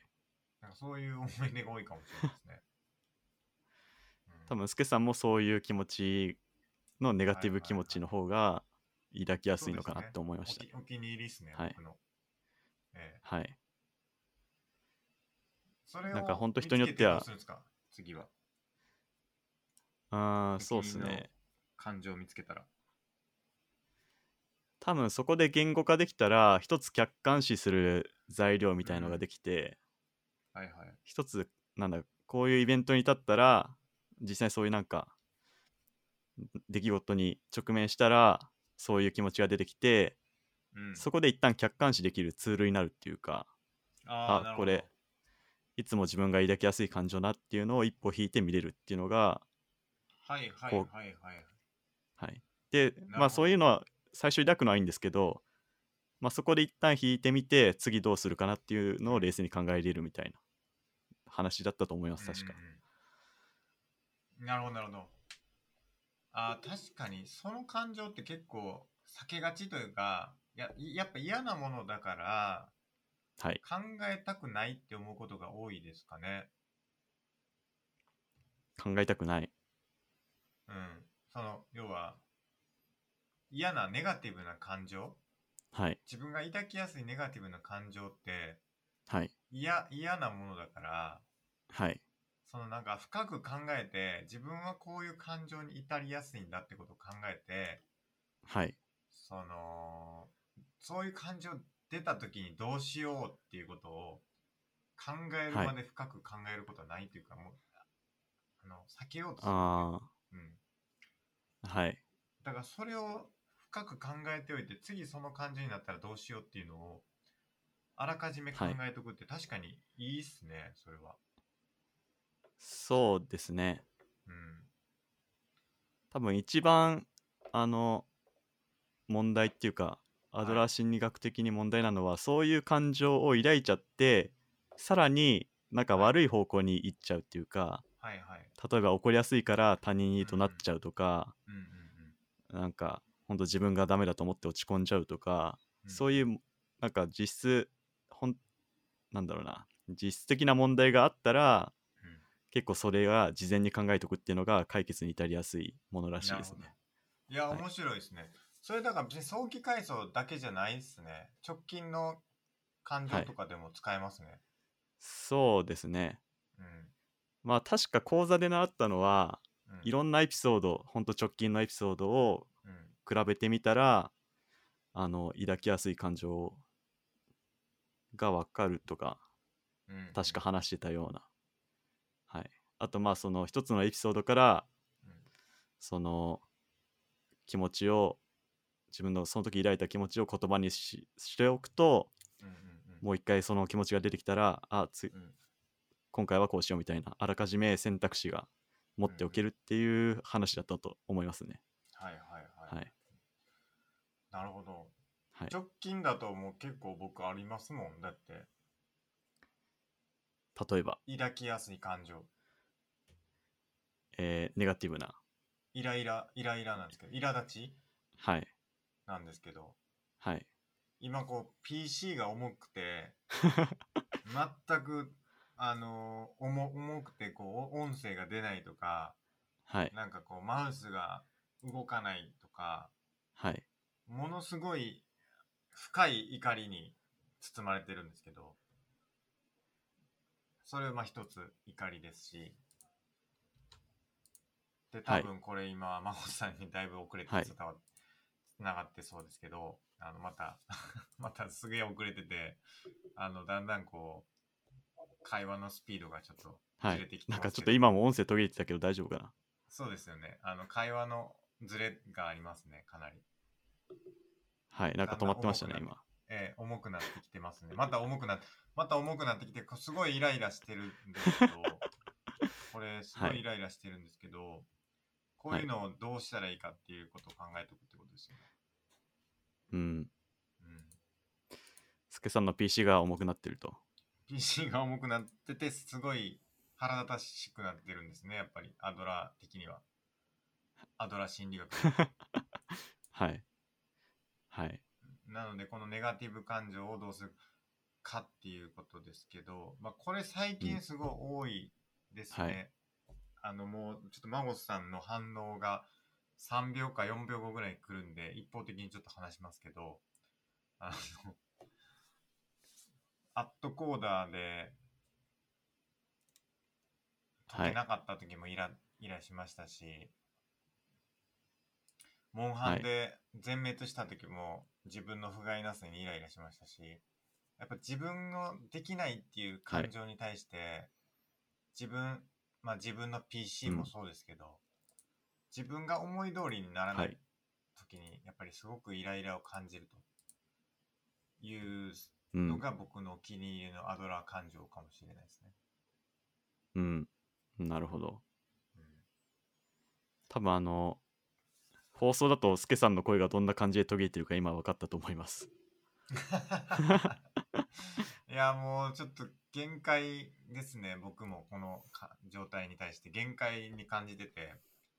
Speaker 1: なんかそういう思い出が多いかもしれないですね。うん
Speaker 2: 多分スケさんもそういう気持ちのネガティブ気持ちの方が抱きやすいのかなと思いました、
Speaker 1: お気お気に入りですね、
Speaker 2: はい
Speaker 1: 僕の。ええ
Speaker 2: はい
Speaker 1: それを
Speaker 2: なんかほんと人によっては
Speaker 1: 見つけどうするんですか次は。
Speaker 2: あー
Speaker 1: お気
Speaker 2: そ
Speaker 1: に入
Speaker 2: うで
Speaker 1: り
Speaker 2: す
Speaker 1: の
Speaker 2: ね
Speaker 1: 感情を見つけたら。
Speaker 2: 多分そこで言語化できたら一つ客観視する材料みたいのができて
Speaker 1: はいはい。
Speaker 2: 一、つなんだこういうイベントに立ったら実際そういうなんか出来事に直面したらそういう気持ちが出てきて、
Speaker 1: うん、
Speaker 2: そこで一旦客観視できるツールになるっていうか
Speaker 1: あーな
Speaker 2: あ
Speaker 1: る
Speaker 2: こ
Speaker 1: ほど
Speaker 2: れいつも自分が抱きやすい感情なっていうのを一歩引いて見れるっていうのが
Speaker 1: はいはいは
Speaker 2: こ
Speaker 1: いはい。
Speaker 2: はいで
Speaker 1: ほど
Speaker 2: まあそういうのは最初抱くのはいいんですけどまあ、そこで一旦引いてみて次どうするかなっていうのを冷静に考えれるみたいな話だったと思います確か、
Speaker 1: うんうんうんなるほどなるほどあー確かにその感情って結構避けがちというかややっぱ嫌なものだから
Speaker 2: はい
Speaker 1: 考えたくないって思うことが多いですかね
Speaker 2: 考えたくない
Speaker 1: うんその要は嫌なネガティブな感情
Speaker 2: はい
Speaker 1: 自分が抱きやすいネガティブな感情って
Speaker 2: はい
Speaker 1: 嫌嫌なものだから
Speaker 2: はい
Speaker 1: そのなんか深く考えて自分はこういう感情に至りやすいんだってことを考えて
Speaker 2: はい
Speaker 1: そのそういう感情出た時にどうしようっていうことを考えるまで深く考えることはないというか、もうあの避けようとする、
Speaker 2: あ
Speaker 1: うん、
Speaker 2: あはい
Speaker 1: だからそれを深く考えておいて次その感情になったらどうしようっていうのをあらかじめ考えとくって確かにいいっすね、それは。
Speaker 2: そうですね
Speaker 1: うん
Speaker 2: 多分一番あの問題っていうか
Speaker 1: い
Speaker 2: アドラー心理学的に問題なのは、そういう感情を抱いちゃってさらになんか悪い方向に行っちゃうっていうか
Speaker 1: はいはい。
Speaker 2: 例えば怒りやすいから他人にとなっちゃうとか、
Speaker 1: うんうんうん
Speaker 2: なんかほんと自分がダメだと思って落ち込んじゃうとか、
Speaker 1: うん。
Speaker 2: そういうなんか実質ほんなんだろうな実質的な問題があったら
Speaker 1: うん
Speaker 2: 結構それが事前に考えとくっていうのが解決に至りやすいものらしい
Speaker 1: な
Speaker 2: で
Speaker 1: る
Speaker 2: す
Speaker 1: ほ
Speaker 2: ね
Speaker 1: ど。。いや、
Speaker 2: はい
Speaker 1: 面白いですね。それだから別に早期回想だけじゃないですね。直近の感情とかでも使えますね。
Speaker 2: そうですね
Speaker 1: うん
Speaker 2: まあ確か講座で習ったのは
Speaker 1: うん。
Speaker 2: いろんなエピソードほんと直近のエピソードを
Speaker 1: うん。
Speaker 2: 比べてみたらあの抱きやすい感情が分かるとか
Speaker 1: うんうん
Speaker 2: 確か。話してたような、はい、あとまあその一つのエピソードから
Speaker 1: うん
Speaker 2: その気持ちを自分のその時抱いた気持ちを言葉にししておくと
Speaker 1: うんうん
Speaker 2: もう一回その気持ちが出てきたらあつ
Speaker 1: うん。うん
Speaker 2: 今回はこうしようみたいなあらかじめ選択肢が持っておけるっていう話だったと思いますね。
Speaker 1: はいはい
Speaker 2: は
Speaker 1: はい。
Speaker 2: い、
Speaker 1: なるほど。
Speaker 2: はい、
Speaker 1: 直近だともう結構僕ありますもん。だって、
Speaker 2: 例えば、
Speaker 1: 抱きやすい感情。
Speaker 2: えーネガティブな、
Speaker 1: イライラ、イライラなんですけど、苛立ち
Speaker 2: はい
Speaker 1: なんですけど、
Speaker 2: はい、
Speaker 1: 今こう PC が重くて全くあのー重重くてこうお音声が出ないとか
Speaker 2: はい
Speaker 1: なんかこうマウスが動かないとか
Speaker 2: はい
Speaker 1: ものすごい深い怒りに包まれてるんですけどそれはまあ一つ怒りですしで
Speaker 2: は
Speaker 1: 多
Speaker 2: い
Speaker 1: 分これ今真帆さんにだいぶ遅れて
Speaker 2: はい
Speaker 1: 伝わつながってそうですけどあのまた *laughs* またすげえ遅れててあのだんだんこう会話のスピードがちょっと
Speaker 2: は
Speaker 1: ずれて
Speaker 2: い
Speaker 1: きてますけど
Speaker 2: なんかちょっと今も音声途切れてたけど大丈夫かな
Speaker 1: そうですよねあの会話のズレがありますねかなり。
Speaker 2: はいなんか止まってましたね
Speaker 1: だんだん
Speaker 2: 今
Speaker 1: えー重くなってきてますね。また重くなって、また重くなってきて、こすごいイライラしてるんですけど、これ、すご
Speaker 2: はい
Speaker 1: いイライラしてるんですけど、こういうのをどうしたらいいかっていうことを考えておくってことですよね。
Speaker 2: うん
Speaker 1: うん
Speaker 2: スケさんの PC が重くなってると
Speaker 1: PC が重くなってて、すごい腹立たしくなってるんですね、やっぱり、アドラー的には。アドラー心理学。
Speaker 2: はいはい
Speaker 1: なので、このネガティブ感情をどうするかっていうことですけど、まあ、これ最近すごい多いですね。
Speaker 2: うんはい
Speaker 1: あの、もう、ちょっとマゴスさんの反応が3秒か4秒後ぐらいに来るんで、一方的にちょっと話しますけど、あの、アットコーダーで、解けなかった時もイラ、イラしましたし、モンハンで全滅した時も自分の不甲斐なさにイライラしましたし、やっぱ自分のできないっていう感情に対して、自分、まあ自分の PC もそうですけど、自分が思い通りにならな
Speaker 2: はいい
Speaker 1: 時に、やっぱりすごくイライラを感じるという
Speaker 2: う
Speaker 1: の
Speaker 2: ん
Speaker 1: が僕のお気に入りのアドラー感情かもしれないですね。
Speaker 2: うんなるほど
Speaker 1: うん
Speaker 2: 多分あの放送だとスケさんの声がどんな感じで途切れてるか今分かったと思います
Speaker 1: *laughs* いやもうちょっと限界ですね僕もこのか状態に対して限界に感じてて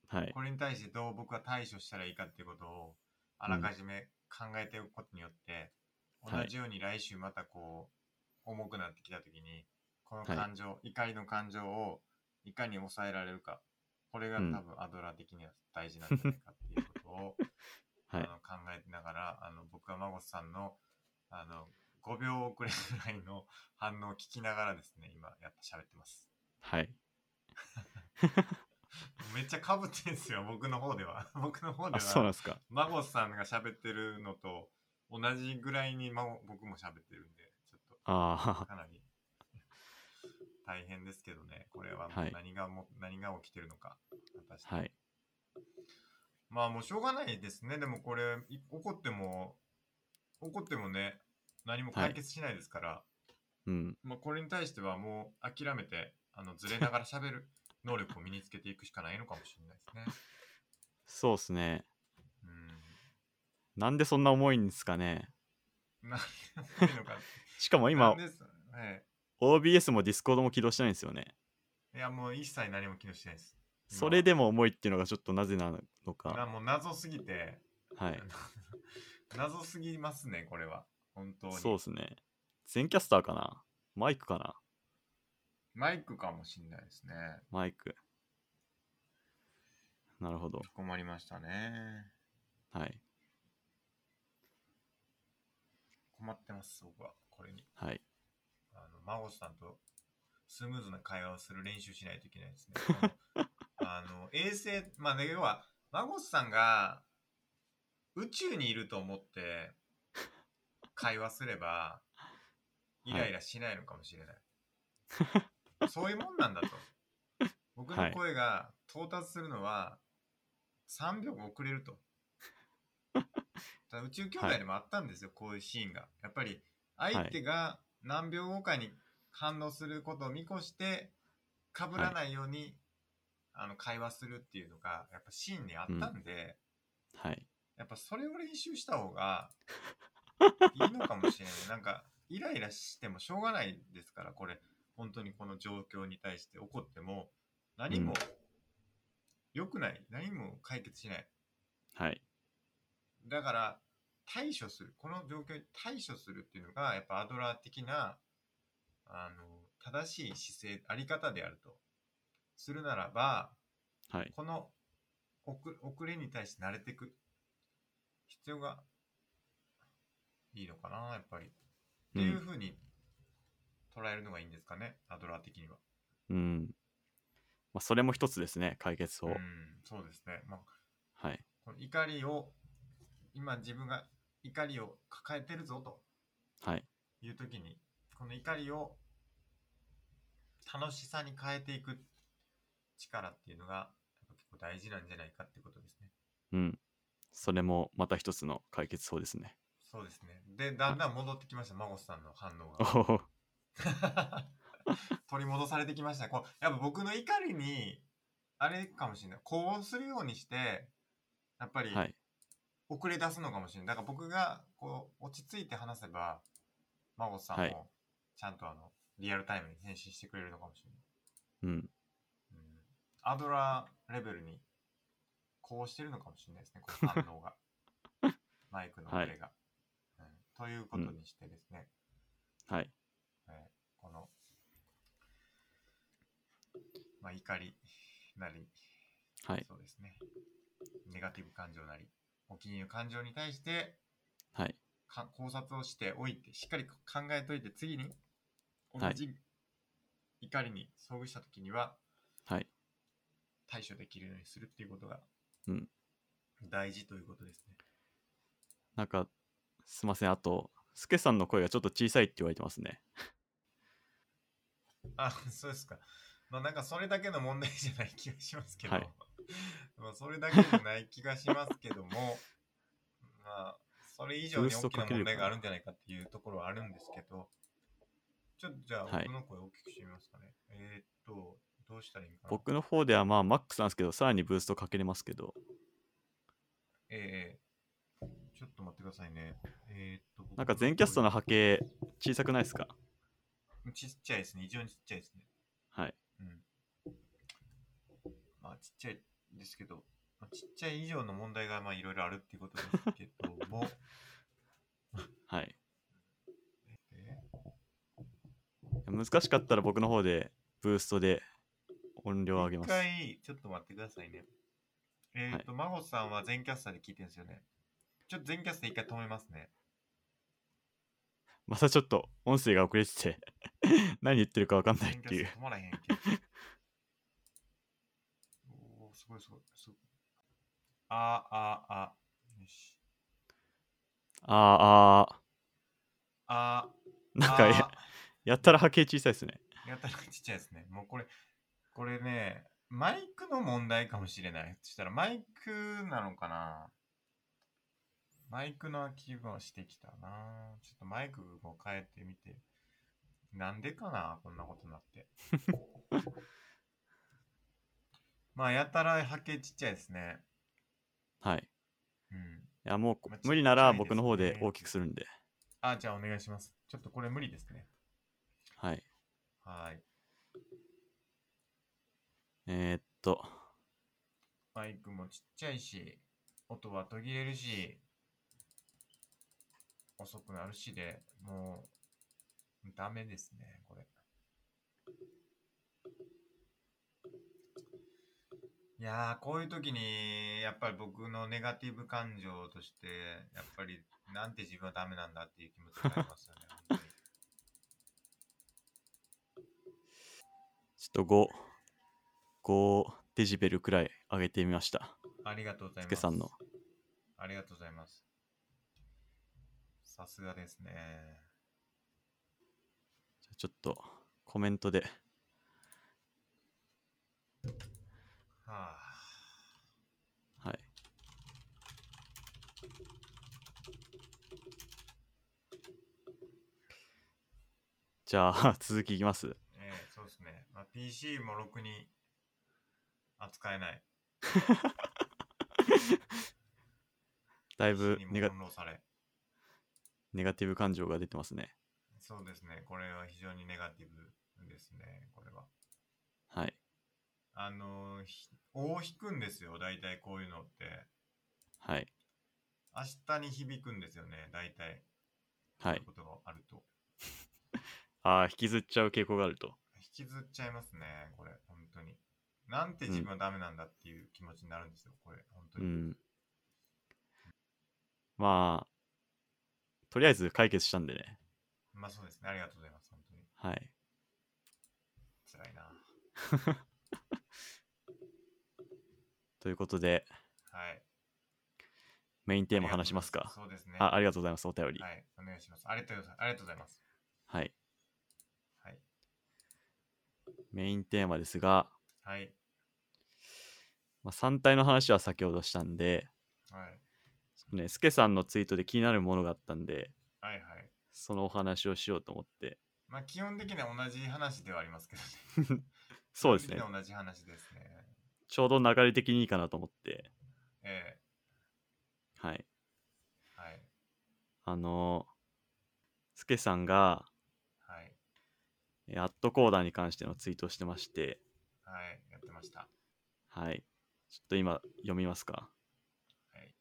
Speaker 2: はい。
Speaker 1: これに対してどう僕は対処したらいいかっていうことをあらかじめ考えておくことによって、
Speaker 2: はい
Speaker 1: 同じように来週またこう重くなってきた時にこの
Speaker 2: はい
Speaker 1: 感情、怒りの感情をいかに抑えられるかこれが多
Speaker 2: うん
Speaker 1: 分アドラー的には大事なんじゃないかっていうことを、
Speaker 2: はい
Speaker 1: あの。考えながらあの僕は孫さんのあの5秒遅れぐらいの反応を聞きながらですね今やっぱ喋ってます
Speaker 2: はい。
Speaker 1: めっちゃかぶってん
Speaker 2: *laughs*
Speaker 1: すよ僕の方では *laughs* 僕の方で
Speaker 2: あ、そうな
Speaker 1: は
Speaker 2: んですか。
Speaker 1: 孫さんが喋ってるのと同じぐらいに孫僕も喋ってるんでちょっと
Speaker 2: *laughs* あ
Speaker 1: かなり大変ですけどねこれはも
Speaker 2: は
Speaker 1: う
Speaker 2: い
Speaker 1: 何がも、何が起きてるのか果たして
Speaker 2: あ、 *laughs* はい。
Speaker 1: まあもうしょうがないですね。でもこれ、い怒っても、怒ってもね、何も解決しないですから、
Speaker 2: うん。
Speaker 1: まあこれに対してはもう諦めて、あのずれながら喋る能力を身につけていくしかないのかもしれないですね。
Speaker 2: そうですね。
Speaker 1: う
Speaker 2: なんでそんな重いんですかね。
Speaker 1: ん。何が起きるの
Speaker 2: *laughs*
Speaker 1: か。
Speaker 2: しかも今
Speaker 1: なん、です、え
Speaker 2: OBS も Discord も起動してないんですよね。
Speaker 1: えいやもう一切何も気にしてないです。今
Speaker 2: それでも重いっていうのがちょっとなぜなの
Speaker 1: な
Speaker 2: か。
Speaker 1: もう謎すぎて、
Speaker 2: はい。
Speaker 1: *laughs* 謎すぎますね、これは。本当に。
Speaker 2: そうですね。全キャスターかなマイクかな
Speaker 1: マイクかもしれないですね。
Speaker 2: マイク。なるほど。
Speaker 1: 困りましたね。
Speaker 2: はい。
Speaker 1: 困ってます、僕は、これに。
Speaker 2: はい。
Speaker 1: あの、孫さんとスムーズな会話をする練習しないといけないですね。 *laughs* このあの、衛星、まあね、要は、孫さんが宇宙にいると思って会話すれば、イライラしないのかもしれない。そういうもんなんだと。僕
Speaker 2: は
Speaker 1: の
Speaker 2: い
Speaker 1: 声が到達するのは3秒遅れると。ただ宇宙兄弟でもあったんですよ、こういうシーンが。やっぱり相手が何秒後かに反応することを見越して被らないように、あの会話するっていうのがやっぱシーンにあったんで、
Speaker 2: はい。
Speaker 1: やっぱそれを練習した方がいいのかもしれない。なんかイライラしてもしょうがないですから、これ本当にこの状況に対して怒っても何も
Speaker 2: うん
Speaker 1: 良くない、何も解決しない。
Speaker 2: はい。
Speaker 1: だから対処するこの状況に対処するっていうのがやっぱアドラー的なあの正しい姿勢あり方であるとするならば
Speaker 2: はい。
Speaker 1: この遅遅れに対して慣れていく必要がいいのかなやっぱりって
Speaker 2: う。
Speaker 1: いうんふうに捉えるのがいいんですかね、アドラー的には
Speaker 2: うん。まあ、それも一つですね。解決法。
Speaker 1: うんそうですね、まあ、
Speaker 2: はい。
Speaker 1: この怒りを今自分が怒りを抱えてるぞと
Speaker 2: はい。
Speaker 1: いう時にこの怒りを楽しさに変えていく力っていうのがやっぱ結構大事なんじゃないかってことですね。
Speaker 2: うん。それもまた一つの解決法ですね。
Speaker 1: そうですね。で、だんだん戻ってきました、マゴスさんの反応
Speaker 2: お
Speaker 1: が。
Speaker 2: お。 *laughs*
Speaker 1: 取り戻されてきました。こうやっぱ僕の怒りに、あれかもしれない。こうするようにして、やっぱり
Speaker 2: はい。
Speaker 1: 遅れ出すのかもしれない。だから僕がこう落ち着いて話せば、マゴスさん
Speaker 2: はい
Speaker 1: もちゃんとあのリアルタイムに返信してくれるのかもしれない。
Speaker 2: うん。
Speaker 1: うんアドラーレベルにこうしてるのかもしれないですね、この反応
Speaker 2: *laughs*
Speaker 1: が。マイクのプレイが、うんということにしてですね、
Speaker 2: は
Speaker 1: えー
Speaker 2: い。
Speaker 1: この、まあ、怒りなり、
Speaker 2: はい。
Speaker 1: そうですね、ネガティブ感情なり、お気に入りの感情に対して
Speaker 2: はい。
Speaker 1: か考察をしておいて、しっかり考えといて、次に同
Speaker 2: はい
Speaker 1: じ怒りに遭遇したときには、
Speaker 2: はい。
Speaker 1: 対処できるようにするっていうことが
Speaker 2: うん
Speaker 1: 大事ということですね。
Speaker 2: なんか、すいません。あと、スケさんの声がちょっと小さいって言われてますね。
Speaker 1: あそうですか。まあなんかそれだけの問題じゃない気がしますけど、
Speaker 2: はい
Speaker 1: *laughs* まあそれだけじゃない気がしますけども、 *laughs* まあそれ以上に
Speaker 2: ブースト
Speaker 1: 大きな
Speaker 2: かけ
Speaker 1: 問
Speaker 2: るか
Speaker 1: 題があるんじゃないかっていうところはあるんですけど、ちょっとじゃあ
Speaker 2: はい
Speaker 1: 僕の声を大きくしてみますかね。えーっと、どうしたらいいのかな。
Speaker 2: 僕の方ではまあ、マックスなんですけど、さらにブーストかけれますけど。
Speaker 1: ええちちょっと待ってくださいね。えーっと、
Speaker 2: なんか全キャストの波形小さくないですか
Speaker 1: ちっちゃいですね。異常にちっちゃいですね。
Speaker 2: はい。
Speaker 1: うん。まあ、ちっちゃいですけど、まあ、ちっちゃい以上の問題がまあいろいろあるっていうことですけど
Speaker 2: *laughs*
Speaker 1: も、
Speaker 2: はい。
Speaker 1: え
Speaker 2: 難しかったら僕の方でブーストで音量上げ
Speaker 1: 一
Speaker 2: ます。
Speaker 1: 回、ちょっと待ってくださいね。えーっと、まごさんは全キャスターで聞いてるんですよね。ちょっと全キャスター一回止めますね。
Speaker 2: またちょっと音声が遅れてて *laughs* 何言ってるか分かんないっていう。
Speaker 1: 止まらへんけど。おー、すごいすごい。すごいあーあーあー。よし。
Speaker 2: あーあ
Speaker 1: あ
Speaker 2: ー、
Speaker 1: ー
Speaker 2: なんかや
Speaker 1: あ
Speaker 2: やったら波形小さいですね。
Speaker 1: ーやたらちっちゃいですね。もうこれ、これね、マイクの問題かもしれない。そしたらマイクなのかなマイクの気分をしてきたな。ちょっとマイクも変えてみて。なんでかなこんなことになって。 *laughs* まあ、やたら波形ちっちゃいですね。
Speaker 2: はい。
Speaker 1: うん。
Speaker 2: いやもう
Speaker 1: まあ
Speaker 2: 無理なら
Speaker 1: ちっちゃいですね
Speaker 2: 僕の方で大きくするんで。
Speaker 1: あ、じゃあお願いします。ちょっとこれ無理ですね。
Speaker 2: はい。
Speaker 1: はーい。
Speaker 2: えー、っと、
Speaker 1: マイクもちっちゃいし、音は途切れるし、遅くなるしで、もう、ダメですね、これ。いやー、こういう時に、やっぱり僕のネガティブ感情として、やっぱり、なんて自分はダメなんだっていう気持ちになりますよね。本当に
Speaker 2: ちょっと5、5デジベルくらい上げてみました。
Speaker 1: ありがとうござい
Speaker 2: つ
Speaker 1: ます。
Speaker 2: けさんの。
Speaker 1: ありがとうございます。さすがですね。
Speaker 2: じゃあちょっとコメントで。
Speaker 1: はあ。
Speaker 2: はい。じゃあ *laughs* 続きいきます。
Speaker 1: ええそうですね。まあ、PC もろくに扱えない。
Speaker 2: だい
Speaker 1: PC
Speaker 2: ぶ
Speaker 1: にも
Speaker 2: ネガ
Speaker 1: 翻弄され。
Speaker 2: ネガティブ感情が出てますね。
Speaker 1: そうですね。これは非常にネガティブですね。これは。
Speaker 2: はい。
Speaker 1: あのー、ひ尾を引くんですよ。大体こういうのって。
Speaker 2: はい。
Speaker 1: 明日に響くんですよね。大体。
Speaker 2: は
Speaker 1: そう
Speaker 2: い
Speaker 1: いう。ことがあると。
Speaker 2: ああ、引きずっちゃう傾向があると。
Speaker 1: 引きずっちゃいますね。これ。本当に。なんて自分はダメなんだっていう気持ちになるんですよ。これ。本当
Speaker 2: う
Speaker 1: に。
Speaker 2: ん。まあ、とりあえず解決したんでね。
Speaker 1: まあそうですね。ありがとうございます。本当に。
Speaker 2: はい。
Speaker 1: 辛いな。
Speaker 2: ということで、
Speaker 1: はい。
Speaker 2: メインテ
Speaker 1: で
Speaker 2: ー
Speaker 1: も
Speaker 2: マ話しますか。
Speaker 1: そうですね。
Speaker 2: あありがとうございます、お便り。
Speaker 1: はい。お願いします。ありがとうございます。ありがとうございます。
Speaker 2: はい。
Speaker 1: はい。
Speaker 2: メインテーマですが、
Speaker 1: はい。
Speaker 2: まあ、3体の話は先ほどしたんで、
Speaker 1: はい。
Speaker 2: ね、スケさんのツイートで気になるものがあったんで、
Speaker 1: はい。はい。
Speaker 2: そのお話をしようと思って。
Speaker 1: まあ、基本的には同じ話ではありますけどね。
Speaker 2: *laughs* そうです
Speaker 1: 基
Speaker 2: ね
Speaker 1: 本的。には同じ話ですね。
Speaker 2: ちょうど流れ的にいいかなと思って。
Speaker 1: え
Speaker 2: はい。
Speaker 1: えはい。
Speaker 2: あのー、スケさんが、
Speaker 1: はい。
Speaker 2: えーアットコーダーに関してのツイートをしてまして、
Speaker 1: はい。やってました。
Speaker 2: はい。ちょっと今読みますか。
Speaker 1: はい。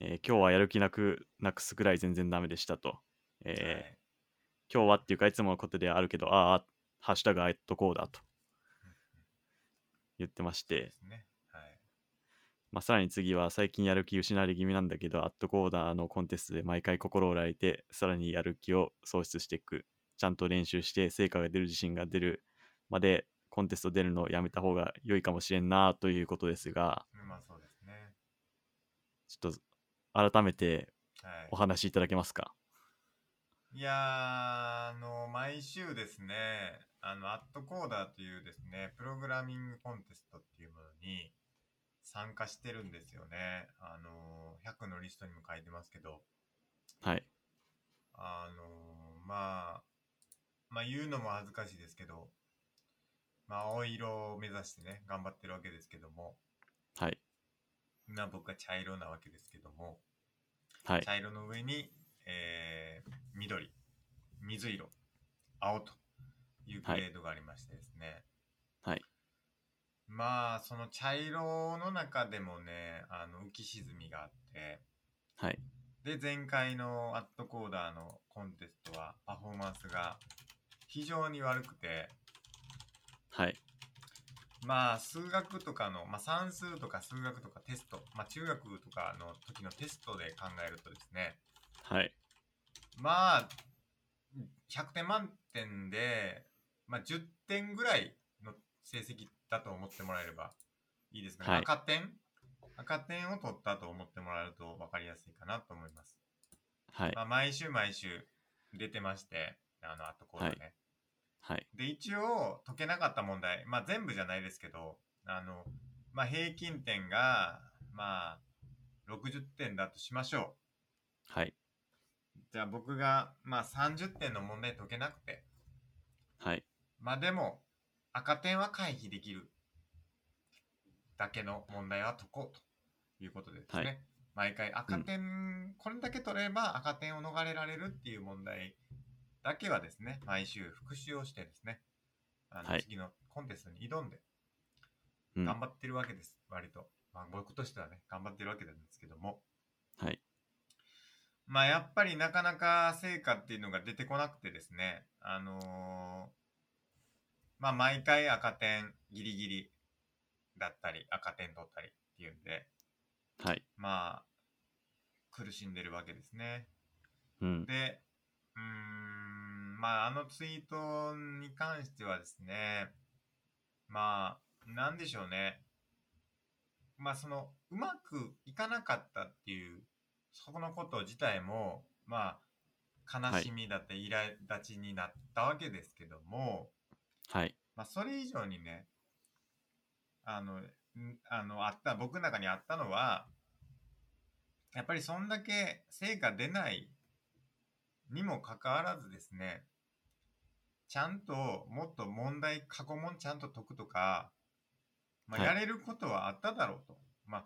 Speaker 2: えー今日はやる気なく、なくすぐらい全然ダメでしたと。えー
Speaker 1: はい
Speaker 2: 今日はっていうかいつものことではあるけど、ああ、ハッシュタグアットコーダーと言ってまし
Speaker 1: で
Speaker 2: て、
Speaker 1: すね。はい。
Speaker 2: まあ、さらに次は最近やる気失われ気味なんだけど、アットコーダーのコンテストで毎回心折られて、さらにやる気を喪失していく。ちゃんと練習して成果が出る自信が出るまでコンテスト出るのをやめた方が良いかもしれんなということですが、
Speaker 1: まあ、そうですね。
Speaker 2: ちょっと改めて
Speaker 1: はい
Speaker 2: お。話しいただけますか。
Speaker 1: いやー、あの、毎週ですね、あの、アットコーダーというですね、プログラミングコンテストっていうものに参加してるんですよね。あの、100のリストにも書いてますけど、
Speaker 2: はい。
Speaker 1: あの、まあ、まあ言うのも恥ずかしいですけど、まあ青色を目指してね、頑張ってるわけですけども、
Speaker 2: はい。
Speaker 1: な僕は茶色なわけですけども、
Speaker 2: はい。
Speaker 1: 茶色の上に、えー緑、水色、青というグレードがありましてですね。
Speaker 2: はいはい
Speaker 1: まあ、その茶色の中でもね、あの浮き沈みがあって、
Speaker 2: はい。
Speaker 1: で、前回のアットコーダーのコンテストはパフォーマンスが非常に悪くて、
Speaker 2: はい。
Speaker 1: まあ数学とかの、まあ、算数とか数学とかテスト、まあ、中学とかの時のテストで考えるとですね
Speaker 2: はい。
Speaker 1: まあ100点満点で、まあ、10点ぐらいの成績だと思ってもらえればいいですかね、
Speaker 2: はい
Speaker 1: 赤点赤点を取ったと思ってもらえると分かりやすいかなと思います、
Speaker 2: はい。
Speaker 1: まあ、毎週毎週出てましてあのあとこうだね、
Speaker 2: はい。
Speaker 1: で一応解けなかった問題、まあ、全部じゃないですけどあの、まあ、平均点が、まあ、60点だとしましょ
Speaker 2: はい。
Speaker 1: うじゃあ僕が、まあ、30点の問題解けなくて
Speaker 2: はい。
Speaker 1: まあでも赤点は回避できるだけの問題は解こうということでですね、
Speaker 2: はい
Speaker 1: 毎回赤点、これだけ取れば赤点を逃れられるっていう問題だけはですね毎週復習をしてですねあの、
Speaker 2: はい
Speaker 1: 次のコンテストに挑んで
Speaker 2: うん。
Speaker 1: 頑張ってるわけです、割と。まあ、僕としてはね、頑張ってるわけなんですけども。
Speaker 2: はい。
Speaker 1: まあ、やっぱりなかなか成果っていうのが出てこなくてですね、あのーまあ、毎回赤点ギリギリだったり、赤点取ったりっていうんで、
Speaker 2: はい。
Speaker 1: まあ、苦しんでるわけですね。
Speaker 2: うん。
Speaker 1: で、うーん、まあ、あのツイートに関してはですね、まあ、なんでしょうね。まあ、その、うまくいかなかったっていう、そこのこと自体も、まあ、悲しみだって、苛立ちになったわけですけども、
Speaker 2: はい。
Speaker 1: まあ、それ以上にね、あの、んあの、あった、僕の中にあったのは、やっぱりそんだけ成果出ないにもかかわらずですね、ちゃんともっと問題、過去問ちゃんと解くとか、まあ、
Speaker 2: は
Speaker 1: や
Speaker 2: い
Speaker 1: れることはあっただろうと。まあ、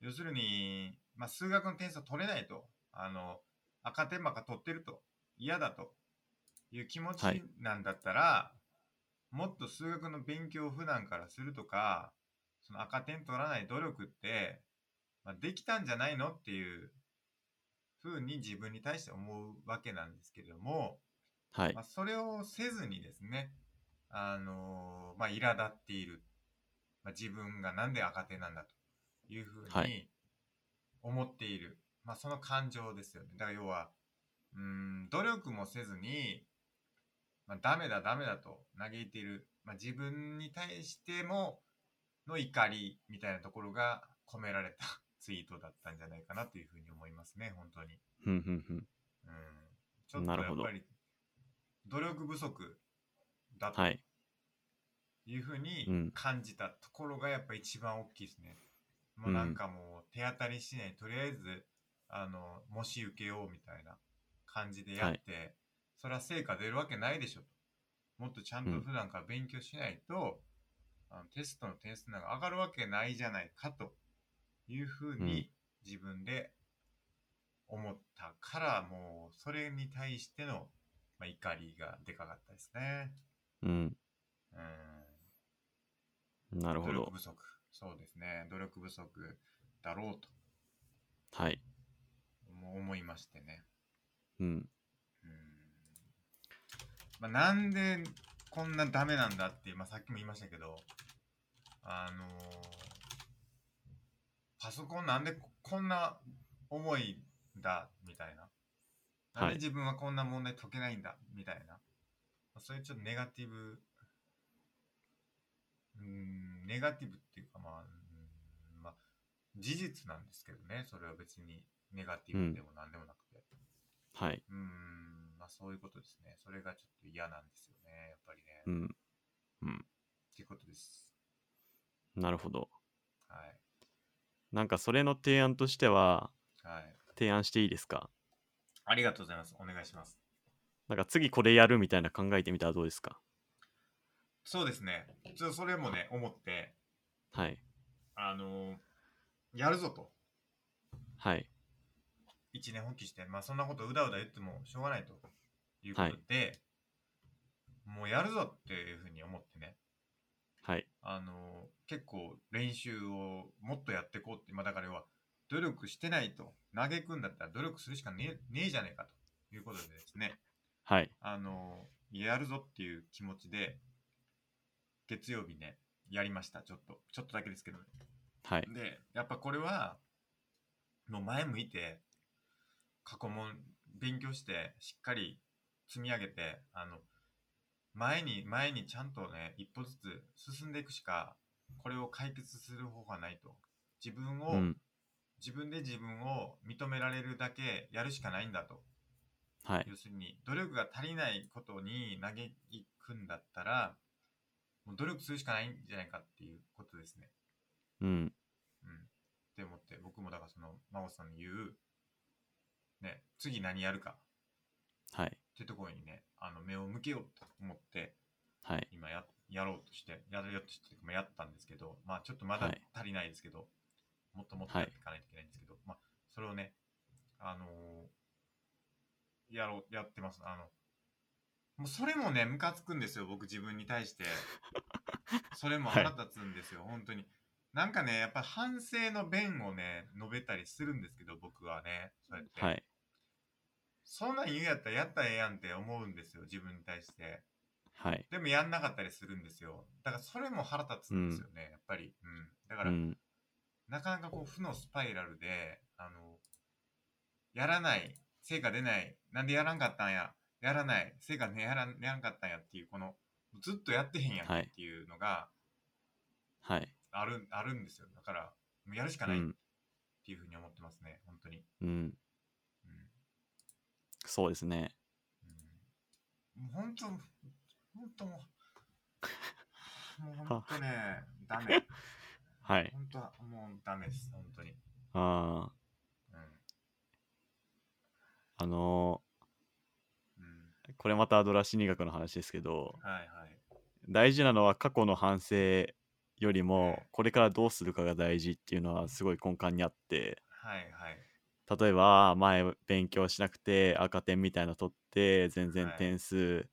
Speaker 1: 要するに、まあ、数学の点数は取れないと。あの、赤点ばっか取ってると。嫌だという気持ち
Speaker 2: はい
Speaker 1: なんだったら、もっと数学の勉強を普段からするとか、その赤点取らない努力って、まあ、できたんじゃないのっていうふうに自分に対して思うわけなんですけれども、
Speaker 2: はい
Speaker 1: まあ、。それをせずにですね、あのーまあ、苛立っている、まあ、自分がなんで赤点なんだというふう
Speaker 2: は
Speaker 1: に思っている、まあ、その感情ですよね。だから要は、うーん、努力もせずに、まあ、ダメだダメだと嘆いている、まあ、自分に対してもの怒りみたいなところが込められたツイートだったんじゃないかなというふうに思いますね、本当に。
Speaker 2: ふんふんふん。
Speaker 1: うんちょっと
Speaker 2: な
Speaker 1: や
Speaker 2: るほ
Speaker 1: っ
Speaker 2: ど
Speaker 1: ぱり努力不足だと
Speaker 2: はい。
Speaker 1: いうふう
Speaker 2: う
Speaker 1: に
Speaker 2: ん
Speaker 1: 感じたところがやっぱ一番大きいですね。もうなんかもう手当たりしない、とりあえず、あの、もし受けようみたいな感じでやって、それは成果出るわけないでしょと。もっとちゃんと
Speaker 2: うん
Speaker 1: 普段から勉強しないと、あのテストの点数なんか上がるわけないじゃないかというふう
Speaker 2: うん
Speaker 1: に自分で思ったから、もうそれに対しての、まあ、怒りがでかかったですね。
Speaker 2: うん。
Speaker 1: うん
Speaker 2: なるほ
Speaker 1: 努力
Speaker 2: ど。
Speaker 1: 不足。そうですね。努力不足だろうと
Speaker 2: はい。
Speaker 1: 思思いましてね。
Speaker 2: うん。
Speaker 1: うん。まあ、なんでこんなダメなんだって、まあ、さっきも言いましたけど、あのーパソコンなんでここんな重いんだみたいな。なん
Speaker 2: は
Speaker 1: で
Speaker 2: い
Speaker 1: 自分はこんな問題解けないんだみたいな。まあそういうちょっとネガティブ、うん、ネガティブっていうかまあ、うんまあ、事実なんですけどね。それは別にネガティブでも何でもなくて。
Speaker 2: はい。
Speaker 1: うーん、まあそういうことですね。それがちょっと嫌なんですよね、やっぱりね。
Speaker 2: う
Speaker 1: っ
Speaker 2: ん。うん。
Speaker 1: ていうことです。
Speaker 2: なるほど。
Speaker 1: はい。
Speaker 2: なんかそれの提案としては、
Speaker 1: はい。
Speaker 2: 提案していいですか
Speaker 1: ありがとうございます。お願いします。
Speaker 2: なんか次これやるみたいな考えてみたらどうですか
Speaker 1: そうですね。ちょっとそれもね、思って、
Speaker 2: はい。
Speaker 1: あのーやるぞと
Speaker 2: はい。
Speaker 1: 一年放棄して、まあ、そんなことうだうだ言ってもしょうがないということで、もうやるぞっていうふうに思ってね、
Speaker 2: はい。
Speaker 1: あの結構練習をもっとやっていこうって、まあ、だから要は努力してないと嘆くんだったら努力するしかねえねえじゃねえかということでですね
Speaker 2: はい。
Speaker 1: あのやるぞっていう気持ちで月曜日ねやりましたちょっとちょっとだけですけどね
Speaker 2: はい。
Speaker 1: でやっぱこれはもう前向いて過去問勉強してしっかり積み上げてあの前に前にちゃんとね一歩ずつ進んでいくしかこれを解決する方法はないと自分を、
Speaker 2: うん。
Speaker 1: 自分で自分を認められるだけやるしかないんだと
Speaker 2: はい。
Speaker 1: 要するに努力が足りないことに嘆くんだったらもう努力するしかないんじゃないかっていうことですね
Speaker 2: うん。
Speaker 1: うん。って思って、僕もだからその、真帆さんの言う、ね、次何やるか
Speaker 2: はい。
Speaker 1: ってところにね、あの、目を向けようと思って、
Speaker 2: はい。
Speaker 1: 今や、やろうとして、やろうとして、まあやったんですけど、まあちょっとまだ
Speaker 2: はい
Speaker 1: 足りないですけど、もっともっとやっていかないといけないんですけど、まあ、それをね、あのーやろう、やってます。あの、もうそれもね、ムカつくんですよ、僕自分に対して。
Speaker 2: *laughs*
Speaker 1: それも腹立つんですよ、本当に。なんかね、やっぱ反省の弁をね、述べたりするんですけど、僕はね、そうやって。
Speaker 2: はい。
Speaker 1: そんなん言うやったらやったらええやんって思うんですよ、自分に対して。
Speaker 2: はい。
Speaker 1: でもやんなかったりするんですよ。だからそれも腹立つんですよね、やっぱり。うん。だか
Speaker 2: う
Speaker 1: ら、
Speaker 2: ん。
Speaker 1: なかなかこう負のスパイラルで、あの、やらない、成果出ない、なんでやらんかったんや、やらない、成果ね、やらんやらんかったんやっていう、この、ずっとやってへんやん
Speaker 2: はい
Speaker 1: っていうのが
Speaker 2: はい。
Speaker 1: ある,、あるんですよ。だから、もうやるしか
Speaker 2: う
Speaker 1: ないっ
Speaker 2: ん。
Speaker 1: ていうふうに思ってますね、本当に。
Speaker 2: うん。
Speaker 1: うん
Speaker 2: そうですね。
Speaker 1: うんもう本当、本当
Speaker 2: *laughs*
Speaker 1: もう、もう本当ね、ダメ。
Speaker 2: はい。
Speaker 1: 本当はもうダメです、本当に。
Speaker 2: あ
Speaker 1: うん。
Speaker 2: あ、あの
Speaker 1: うん。
Speaker 2: ーこれまたアドラー心理学の話ですけど、
Speaker 1: はいはい。
Speaker 2: 大事なのは過去の反省よりも、これからどうするかが大事っていうのはすごい根幹にあって、
Speaker 1: はいはい。
Speaker 2: 例えば前勉強しなくて赤点みたいなの取って全然
Speaker 1: はい
Speaker 2: 点数、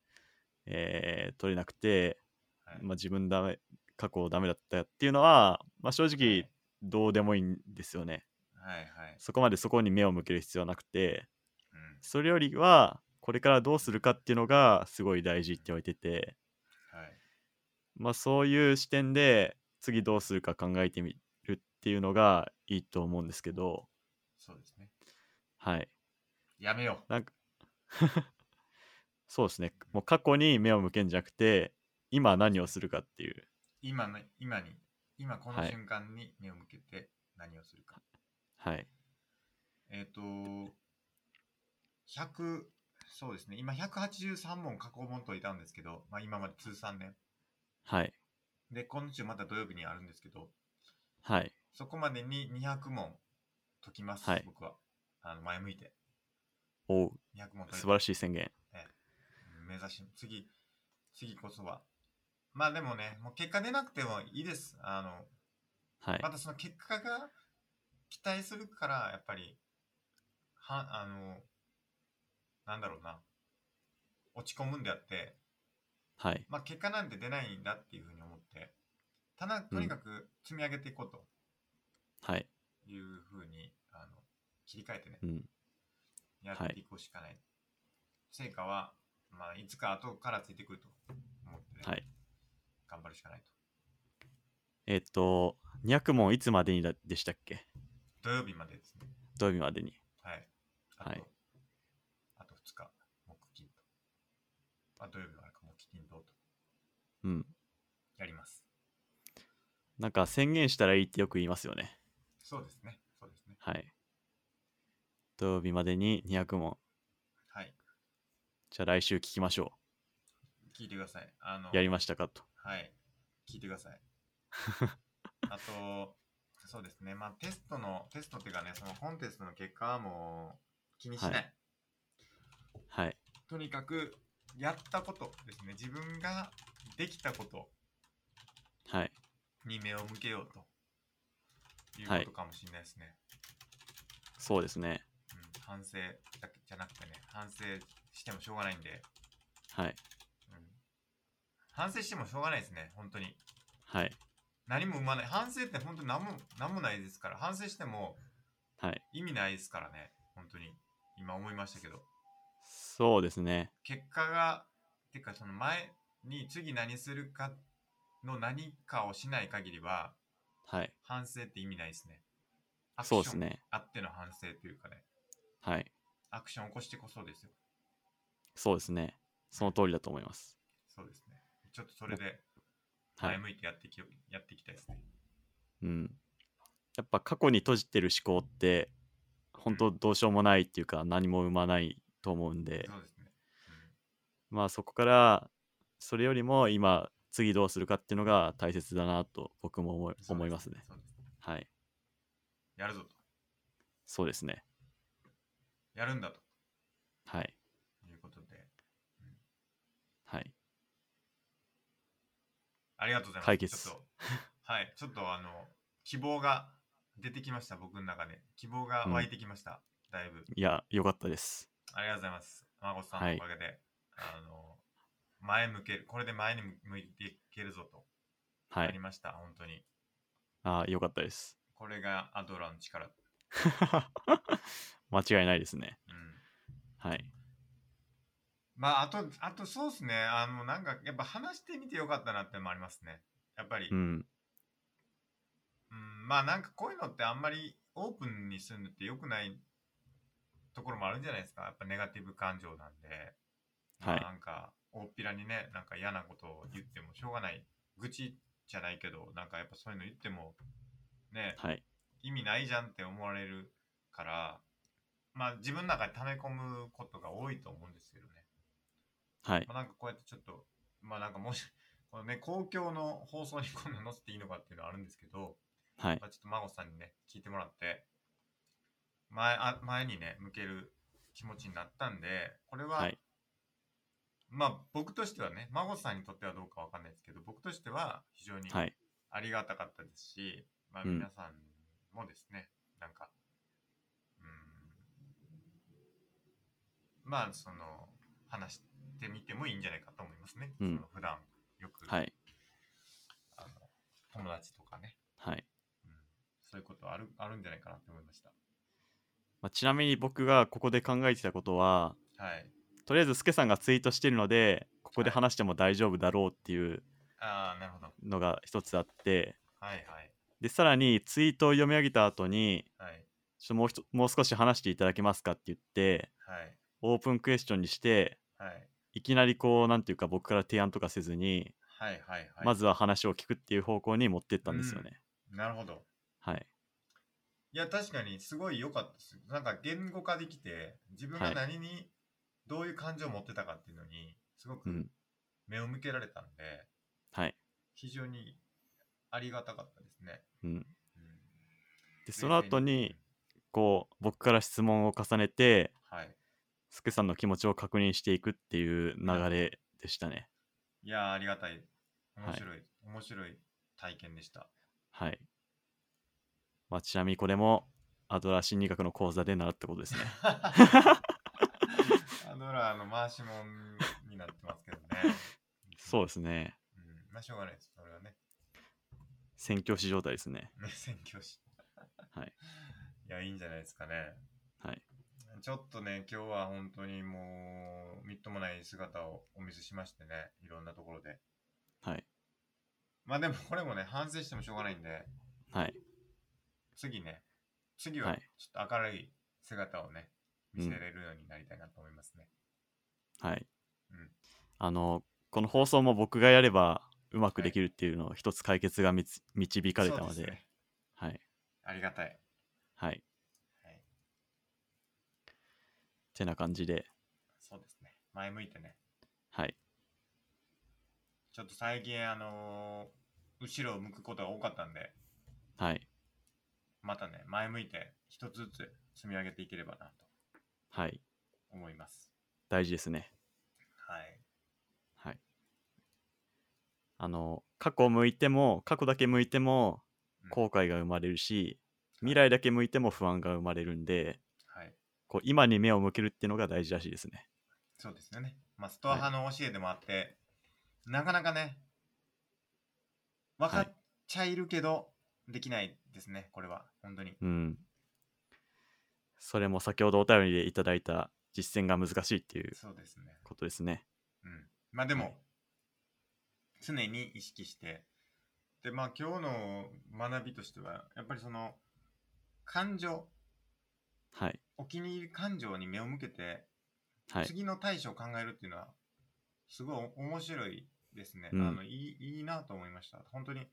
Speaker 2: えー取れなくて、
Speaker 1: はい、
Speaker 2: まあ、自分ダメ過去ダメだったっていうのは、まあ、正
Speaker 1: はい
Speaker 2: 直どうでもいいんですよね
Speaker 1: はいはい。
Speaker 2: そこまでそこに目を向ける必要はなくて
Speaker 1: うん。
Speaker 2: それよりはこれからどうするかっていうのがすごい大事って言われてて、
Speaker 1: はい。
Speaker 2: まあ、そういう視点で次どうするか考えてみるっていうのがいいと思うんですけど
Speaker 1: そうですね。
Speaker 2: はい
Speaker 1: やめよう。
Speaker 2: なんかそうですねもう過去に目を向けんじゃなくて今何をするかっていう
Speaker 1: 今の、今に、今この
Speaker 2: はい
Speaker 1: 瞬間に目を向けて何をするか。
Speaker 2: はい
Speaker 1: えっ、と、100、そうですね。今183問過去問といたんですけど、まあ今まで通算ね。
Speaker 2: はい
Speaker 1: で、今週また土曜日にあるんですけど、
Speaker 2: はい
Speaker 1: そこまでに200問解きます、
Speaker 2: はい
Speaker 1: 僕は。あの、前向いて。
Speaker 2: おう
Speaker 1: 200問解いて。
Speaker 2: 素晴らしい宣言
Speaker 1: 目指し次次こそはまあでもねもう結果出なくてもいいですあの
Speaker 2: はい
Speaker 1: またその結果が期待するからやっぱりはあのなんだろうな落ち込むんであって
Speaker 2: はい
Speaker 1: まあ結果なんて出ないんだっていうふうに思ってただとにかく積み上げていこうと
Speaker 2: はい
Speaker 1: いうふうに、あの切り替えてね
Speaker 2: うん
Speaker 1: やっていくしかない、成果はまあいつか後からついてくると思ってね、
Speaker 2: はい
Speaker 1: 頑張るしかないと
Speaker 2: えっ、と200問いつまでにだでしたっけ
Speaker 1: 土曜日までですね。
Speaker 2: 土曜日までに
Speaker 1: はい。あと、
Speaker 2: はい
Speaker 1: あと2日、木金と。あ、土曜日はあれか、木金土と。
Speaker 2: うん
Speaker 1: やります。
Speaker 2: なんか宣言したらいいってよく言いますよね
Speaker 1: そうですね。そうですね。
Speaker 2: はい土曜日までに200問
Speaker 1: はい。
Speaker 2: じゃあ来週聞きましょ
Speaker 1: 聞いてください。あの、
Speaker 2: うやりましたかと
Speaker 1: はい。聞いてくだ
Speaker 2: *laughs*
Speaker 1: さい。あと、そうですね。まあ、テストの、テストっていうかね、そのコンテストの結果はもう気にしない。
Speaker 2: はいはい
Speaker 1: とにかく、やったことですね。自分ができたこと
Speaker 2: はい
Speaker 1: に目を向けようと。いうことかもしれないですね。
Speaker 2: そうですね
Speaker 1: うん、反省だけじゃなくてね、反省してもしょうがないんで、
Speaker 2: はい。
Speaker 1: うん、反省してもしょうがないですね、本当に。
Speaker 2: はい。
Speaker 1: 何も生まない。反省って本当に何も、何もないですから、反省しても
Speaker 2: はい。
Speaker 1: 意味ないですからね、本当に。今思いましたけど。
Speaker 2: そうですね。
Speaker 1: 結果が、てかその前に次何するかの何かをしない限りは、
Speaker 2: はい。
Speaker 1: 反省って意味ないですね。アクシ
Speaker 2: そうで
Speaker 1: ョ
Speaker 2: す
Speaker 1: ン
Speaker 2: ね。
Speaker 1: あっての反省というかね、
Speaker 2: はい。
Speaker 1: アクション起こしてこそですよ。
Speaker 2: そうですね。その通りだと思います。
Speaker 1: そうですね。ちょっとそれで
Speaker 2: は
Speaker 1: 前
Speaker 2: い。
Speaker 1: 向いてやっていき,、やっていきたいですね。
Speaker 2: うん。やっぱ過去に閉じてる思考って、本当どうしようもないっていうか、何も生まないと思うんで、
Speaker 1: そうですね。
Speaker 2: まあそこから、それよりも今、次どうするかっていうのが大切だなと僕も思い
Speaker 1: うん
Speaker 2: 思いますね。
Speaker 1: そうですね
Speaker 2: はい。
Speaker 1: やるぞと。
Speaker 2: そうですね。
Speaker 1: やるんだと
Speaker 2: はい。
Speaker 1: いうことで、
Speaker 2: はい。
Speaker 1: ありがとうございます。
Speaker 2: 解決
Speaker 1: ちょっと、 *laughs* はい、ちょっとあの、希望が出てきました、僕の中で。希望が湧いてきました、だいぶ。
Speaker 2: いや、よかったです。
Speaker 1: ありがとうございます。マゴさんのおかげで、あの、前向ける、これで前に向いていけるぞと、
Speaker 2: は
Speaker 1: あり
Speaker 2: い。
Speaker 1: ました、本当に。
Speaker 2: ああ、よかったです。 *laughs*
Speaker 1: これがアドラーの力。
Speaker 2: 間違いないですね。
Speaker 1: うん。
Speaker 2: はい。
Speaker 1: まあ、あと、あとそうですね、あの、なんか、やっぱ話してみてよかったなってのもありますね。やっぱり、
Speaker 2: う
Speaker 1: うん、
Speaker 2: ん。
Speaker 1: まあ、なんかこういうのってあんまりオープンにするのって良くないところもあるんじゃないですか。やっぱネガティブ感情なんで、
Speaker 2: はい
Speaker 1: まあなんか、大っぴらにね、なんか嫌なことを言ってもしょうがない。愚痴じゃないけど、なんかやっぱそういうの言っても、ね、
Speaker 2: はい。
Speaker 1: 意味ないじゃんって思われるから、まあ自分の中に溜め込むことが多いと思うんですけどね。
Speaker 2: はい。
Speaker 1: まあ、なんかこうやってちょっと、まあなんかもし、 *laughs* このね、公共の放送にこんなの載せていいのかっていうのはあるんですけど、
Speaker 2: はい
Speaker 1: ま。あ、ちょっと孫さんにね、聞いてもらって、前あ前にね、向ける気持ちになったんで、これは、
Speaker 2: はい
Speaker 1: まあ僕としてはね、孫さんにとってはどうかわかんないですけど、僕としては非常に
Speaker 2: はい。
Speaker 1: ありがたかったですし、まあ
Speaker 2: うん
Speaker 1: 皆さんもですね、なんか、うーん、まあその、話してみてもいいんじゃないかと思いますね。
Speaker 2: うん
Speaker 1: その普段よく、
Speaker 2: はい。
Speaker 1: あの友達とかね、
Speaker 2: はい。
Speaker 1: うん、そういうことあるあるんじゃないかなと思いました。
Speaker 2: まあ、ちなみに僕がここで考えてたことは、
Speaker 1: はい。
Speaker 2: とりあえずスケさんがツイートしてるので、ここで
Speaker 1: はい
Speaker 2: 話しても大丈夫だろうっていう
Speaker 1: ああ、なるほど。
Speaker 2: のが一つあって、
Speaker 1: はいはい。
Speaker 2: で、さらにツイートを読み上げた後に、
Speaker 1: はい。
Speaker 2: ちょっともうひともう少し話していただけますかって言って、
Speaker 1: はい。
Speaker 2: オープンクエスチョンにして、
Speaker 1: はい。
Speaker 2: いきなりこう、なんていうか僕から提案とかせずに、
Speaker 1: はいはいはい。
Speaker 2: まずは話を聞くっていう方向に持ってったんですよね。
Speaker 1: なるほど。
Speaker 2: はい。
Speaker 1: いや、確かにすごい良かったです。なんか言語化できて、自分
Speaker 2: は
Speaker 1: が
Speaker 2: い
Speaker 1: 何に、どういう感情を持ってたかっていうのに、すご
Speaker 2: う
Speaker 1: く
Speaker 2: ん。
Speaker 1: 目を向けられたんで、
Speaker 2: はい。
Speaker 1: 非常にありがたかったですね。
Speaker 2: うん。
Speaker 1: うん
Speaker 2: で、その後
Speaker 1: 冷静
Speaker 2: に、こう、僕から質問を重ねて、
Speaker 1: うんはい。
Speaker 2: スケさんの気持ちを確認していくっていう流れでしたね。
Speaker 1: いやー、ありがたい。面白い、面白い体験で
Speaker 2: *laughs*
Speaker 1: した。
Speaker 2: はい。まあ、ちなみにこれも、アドラー心理学の講座で習ったことですね。
Speaker 1: *laughs* アドラーの回しもんになってますけどね。
Speaker 2: そうですね。
Speaker 1: うん、まあ、しょうがないです。それはね。
Speaker 2: 宣教師状態ですね。
Speaker 1: ね、宣教師。
Speaker 2: は
Speaker 1: い
Speaker 2: い。
Speaker 1: や、いいんじゃないですかね。
Speaker 2: はい。
Speaker 1: ちょっとね、今日は本当にもう、みっともない姿をお見せしましてね、いろんなところで。
Speaker 2: はい。
Speaker 1: まあでもこれもね、反省してもしょうがないんで、
Speaker 2: はい。
Speaker 1: 次ね、次
Speaker 2: は
Speaker 1: はいちょっと明るい姿をね、見せれるようになりたいなと思いますね。
Speaker 2: はい。
Speaker 1: うん。
Speaker 2: あの、この放送も僕がやれば、うまくできるっていうのを一つ解決がみつ導かれた
Speaker 1: そ
Speaker 2: の
Speaker 1: うす
Speaker 2: で、
Speaker 1: ね
Speaker 2: はい。
Speaker 1: ありがたい。
Speaker 2: はい。
Speaker 1: はい。
Speaker 2: てな感じで、
Speaker 1: そうですね。前向いてね。
Speaker 2: はい。
Speaker 1: ちょっと最近、あのー後ろを向くことが多かったんで、
Speaker 2: はい。
Speaker 1: またね、前向いて、一つずつ積み上げていければなと
Speaker 2: はい。
Speaker 1: 思います。
Speaker 2: 大事ですね。
Speaker 1: はい。
Speaker 2: はい。あの、過去を向いても、過去だけ向いても、
Speaker 1: うん
Speaker 2: 後悔が生まれるし、未来だけ向いても不安が生まれるんで、
Speaker 1: はい。
Speaker 2: こう今に目を向けるっていうのが大事らしいですね。
Speaker 1: そうですよね。まあ、ストア派の教えでもあって、なかなかね、分かっちゃいるけど、できないですね、これは。本当に。
Speaker 2: うん。それも先ほどお便りでいただいた実践が難しいっていう
Speaker 1: そうですね。
Speaker 2: ことですね。
Speaker 1: うん。まあでも、
Speaker 2: はい
Speaker 1: 常に意識して、で、まあ今日の学びとしては、やっぱりその、感情、
Speaker 2: はい。
Speaker 1: お気に入り感情に目を向けて、
Speaker 2: はい。
Speaker 1: 次の対処を考えるっていうのは、すごい面白いですね。
Speaker 2: うん
Speaker 1: あのいいいいなと思いました。本当に。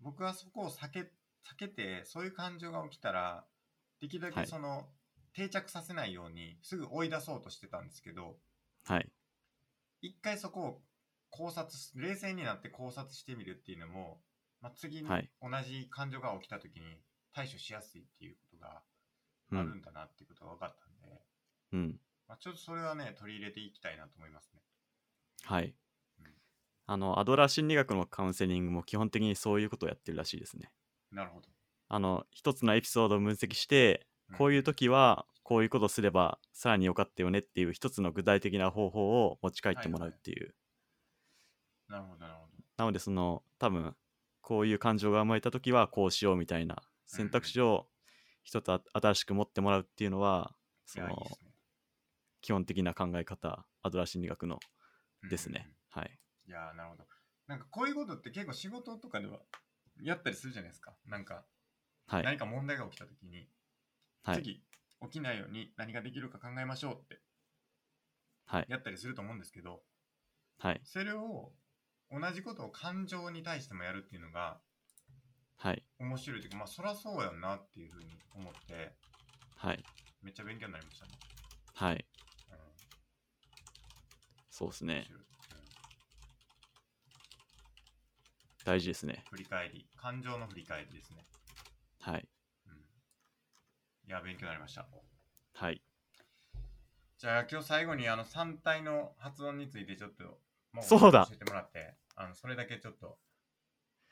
Speaker 1: 僕はそこを避け、避けて、そういう感情が起きたら、できるだ
Speaker 2: は
Speaker 1: け
Speaker 2: い
Speaker 1: その、定着させないように、すぐ追い出そうとしてたんですけど、
Speaker 2: はい。
Speaker 1: 一回そこを考察し冷静になって考察してみるっていうのも、まあ、次に同
Speaker 2: はい
Speaker 1: じ感情が起きた時に対処しやすいっていうことが
Speaker 2: う
Speaker 1: あるん
Speaker 2: ん。
Speaker 1: だなっていうことが分かったんで、
Speaker 2: うん。
Speaker 1: まあ、ちょっとそれはね取り入れていきたいなと思いますね。
Speaker 2: はい
Speaker 1: うん。
Speaker 2: あの、アドラー心理学のカウンセリングも基本的にそういうことをやってるらしいですね。
Speaker 1: なるほど。
Speaker 2: あの、一つのエピソードを分析して、
Speaker 1: ん
Speaker 2: こういう時は、こういうことすればさらに良かったよねっていう一つの具体的な方法を持ち帰ってもらうっていう。
Speaker 1: なるほどなるほ
Speaker 2: なので、その、多分、こういう感情が生まれた時はこうしようみたいな選択肢を一つあ新しく持ってもらうっていうのは、そ
Speaker 1: ど。いやい
Speaker 2: の
Speaker 1: いですね。
Speaker 2: 基本的な考え方、アドラー心理学の
Speaker 1: うん
Speaker 2: ですね。。はい。
Speaker 1: いやーなるほど。なんかこういうことって結構仕事とかではやったりするじゃないですか。なんか
Speaker 2: はい。
Speaker 1: 何か問題が起きた時に、
Speaker 2: はい。
Speaker 1: 次起きないように何ができるか考えましょうって
Speaker 2: はい。
Speaker 1: やったりすると思うんですけど、
Speaker 2: はい。
Speaker 1: それを同じことを感情に対してもやるっていうのが
Speaker 2: はい。
Speaker 1: 面白いというかまあそらそうやんなっていうふうに思って
Speaker 2: はい。
Speaker 1: めっちゃ勉強になりましたね。
Speaker 2: はい。
Speaker 1: うん
Speaker 2: そうですね
Speaker 1: 面。白い
Speaker 2: 大事ですね。
Speaker 1: 振り返り感情の振り返りですね。
Speaker 2: はい。
Speaker 1: うん、いや勉強になりました。
Speaker 2: はい。
Speaker 1: じゃあ今日最後にあの三体の発音についてちょっとも
Speaker 2: そうだ
Speaker 1: 教えてもらってあのそれだけちょっと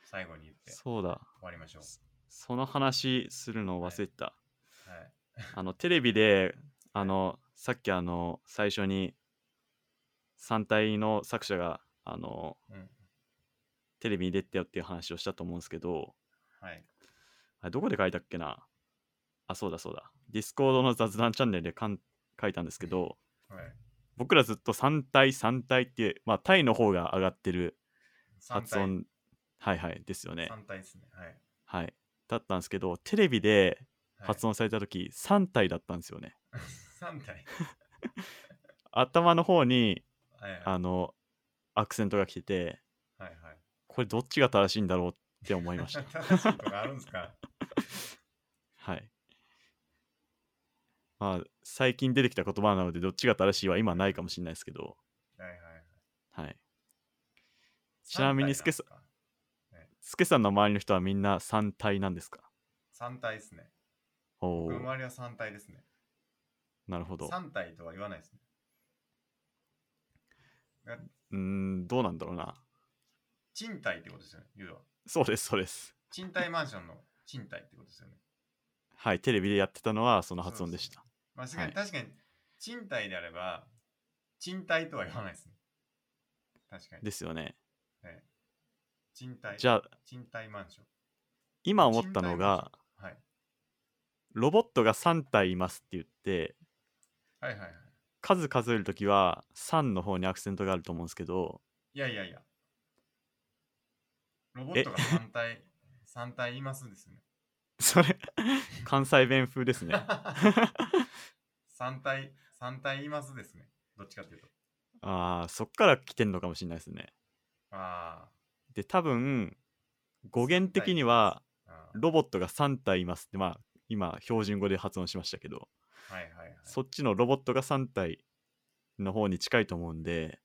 Speaker 1: 最後に言って終
Speaker 2: そうだ。
Speaker 1: わりましょう。
Speaker 2: その話するのを忘れてた。
Speaker 1: はい、
Speaker 2: あの、テレビで、あの、さっきあの、最初に、三体の作者が、あの、
Speaker 1: うん
Speaker 2: テレビに出てたよっていう話をしたと思うんですけど、
Speaker 1: はい、
Speaker 2: あれどこで書いたっけなあ、そうだそうだ。ディスコードの雑談チャンネルでかん書いたんですけど、
Speaker 1: はい、
Speaker 2: 僕らずっと三体三体って、まあ、タイの方が上がってる
Speaker 1: 三
Speaker 2: 発
Speaker 1: 体
Speaker 2: 音、はいはい、ですよね。
Speaker 1: 三体ですね。はい、
Speaker 2: はい。だったんですけど、テレビで発
Speaker 1: 音
Speaker 2: 音された時、3体だったんですよね。
Speaker 1: *laughs* 三体
Speaker 2: 頭の方に、
Speaker 1: はいはい
Speaker 2: あの、アクセントが来てて、
Speaker 1: はい
Speaker 2: これどっちが正しいんだろうって思い
Speaker 1: はい。
Speaker 2: ま
Speaker 1: *laughs*
Speaker 2: した。
Speaker 1: 正しいことがあるんですか
Speaker 2: はい。まあ、最近出てきた言葉なので、どっちが正しいは今ないかもしれないですけど、
Speaker 1: はいはい。
Speaker 2: はい。ちなみに、すけさん、
Speaker 1: ん。
Speaker 2: すけさんの周りの人はみんな3体なんですか
Speaker 1: 三体ですね。
Speaker 2: おお
Speaker 1: 僕の、周りは三体ですね。
Speaker 2: なるほど。
Speaker 1: 三体とは言わないですね。だ
Speaker 2: うーん、どうなんだろうな。
Speaker 1: 賃貸ってことですよね、要は。
Speaker 2: そうです、そうです。
Speaker 1: 賃貸マンションの賃貸ってことですよね。
Speaker 2: はい、テレビでやってたのはその発音でした。
Speaker 1: まあ、確かに、
Speaker 2: は
Speaker 1: 確かに、賃貸であれば、賃貸とは言わないですね。確かに。
Speaker 2: ですよね。
Speaker 1: ええ賃貸、
Speaker 2: じゃあ、
Speaker 1: 賃貸マンション。
Speaker 2: 今思ったのが、
Speaker 1: はい。
Speaker 2: ロボットが3体いますって言って、
Speaker 1: はいはいはい。
Speaker 2: 数数えるときは3の方にアクセントがあると思うんですけど、
Speaker 1: いやいやいや。ロボットが3体、3体います
Speaker 2: *laughs*
Speaker 1: ですね。
Speaker 2: それ、関西弁風ですね。
Speaker 1: 3体、3体いますですね。どっちかというと。
Speaker 2: ああ、そっから来てんのかもしれないですね。
Speaker 1: あ
Speaker 2: で、多分、語源的には、
Speaker 1: ーあー。
Speaker 2: ロボットが3体いますって、まあ、今、標準語で発音しましたけど、
Speaker 1: はいはいはい。
Speaker 2: そっちのロボットが3体の方に近いと思うんで、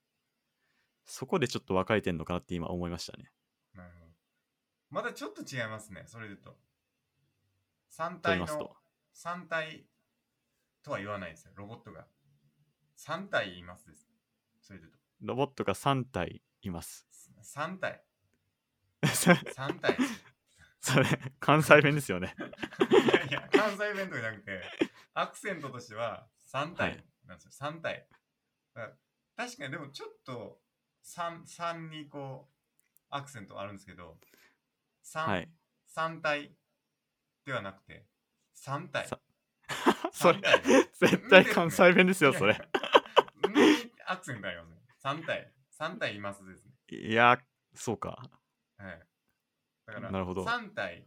Speaker 2: そこでちょっと分かれてんのかなって今思いましたね。
Speaker 1: なるほど。まだちょっと違いますね。それで言うと。3
Speaker 2: と言
Speaker 1: 体
Speaker 2: います
Speaker 1: の
Speaker 2: と。
Speaker 1: 3体とは言わないですよ。ロボットが。3体いますです。それで言うと。
Speaker 2: ロボットが3体います。 *laughs*
Speaker 1: 3体。
Speaker 2: それ、
Speaker 1: 3体。
Speaker 2: それ関西弁ですよね。
Speaker 1: *laughs* いやいや、関西弁とかじゃなくて、アクセントとしては3
Speaker 2: は
Speaker 1: 体
Speaker 2: い
Speaker 1: なんですよ、三3体だから確かにでもちょっと 3, 3にこうアクセントあるんですけど 3,、
Speaker 2: はい。
Speaker 1: 3体ではなくて3体
Speaker 2: さ *laughs* それ
Speaker 1: 三体、
Speaker 2: 絶対関西弁ですよ、それ。
Speaker 1: んにアクセントありますね3体3体いますですね
Speaker 2: いや、そうか。
Speaker 1: はいだから
Speaker 2: なるほど
Speaker 1: 3体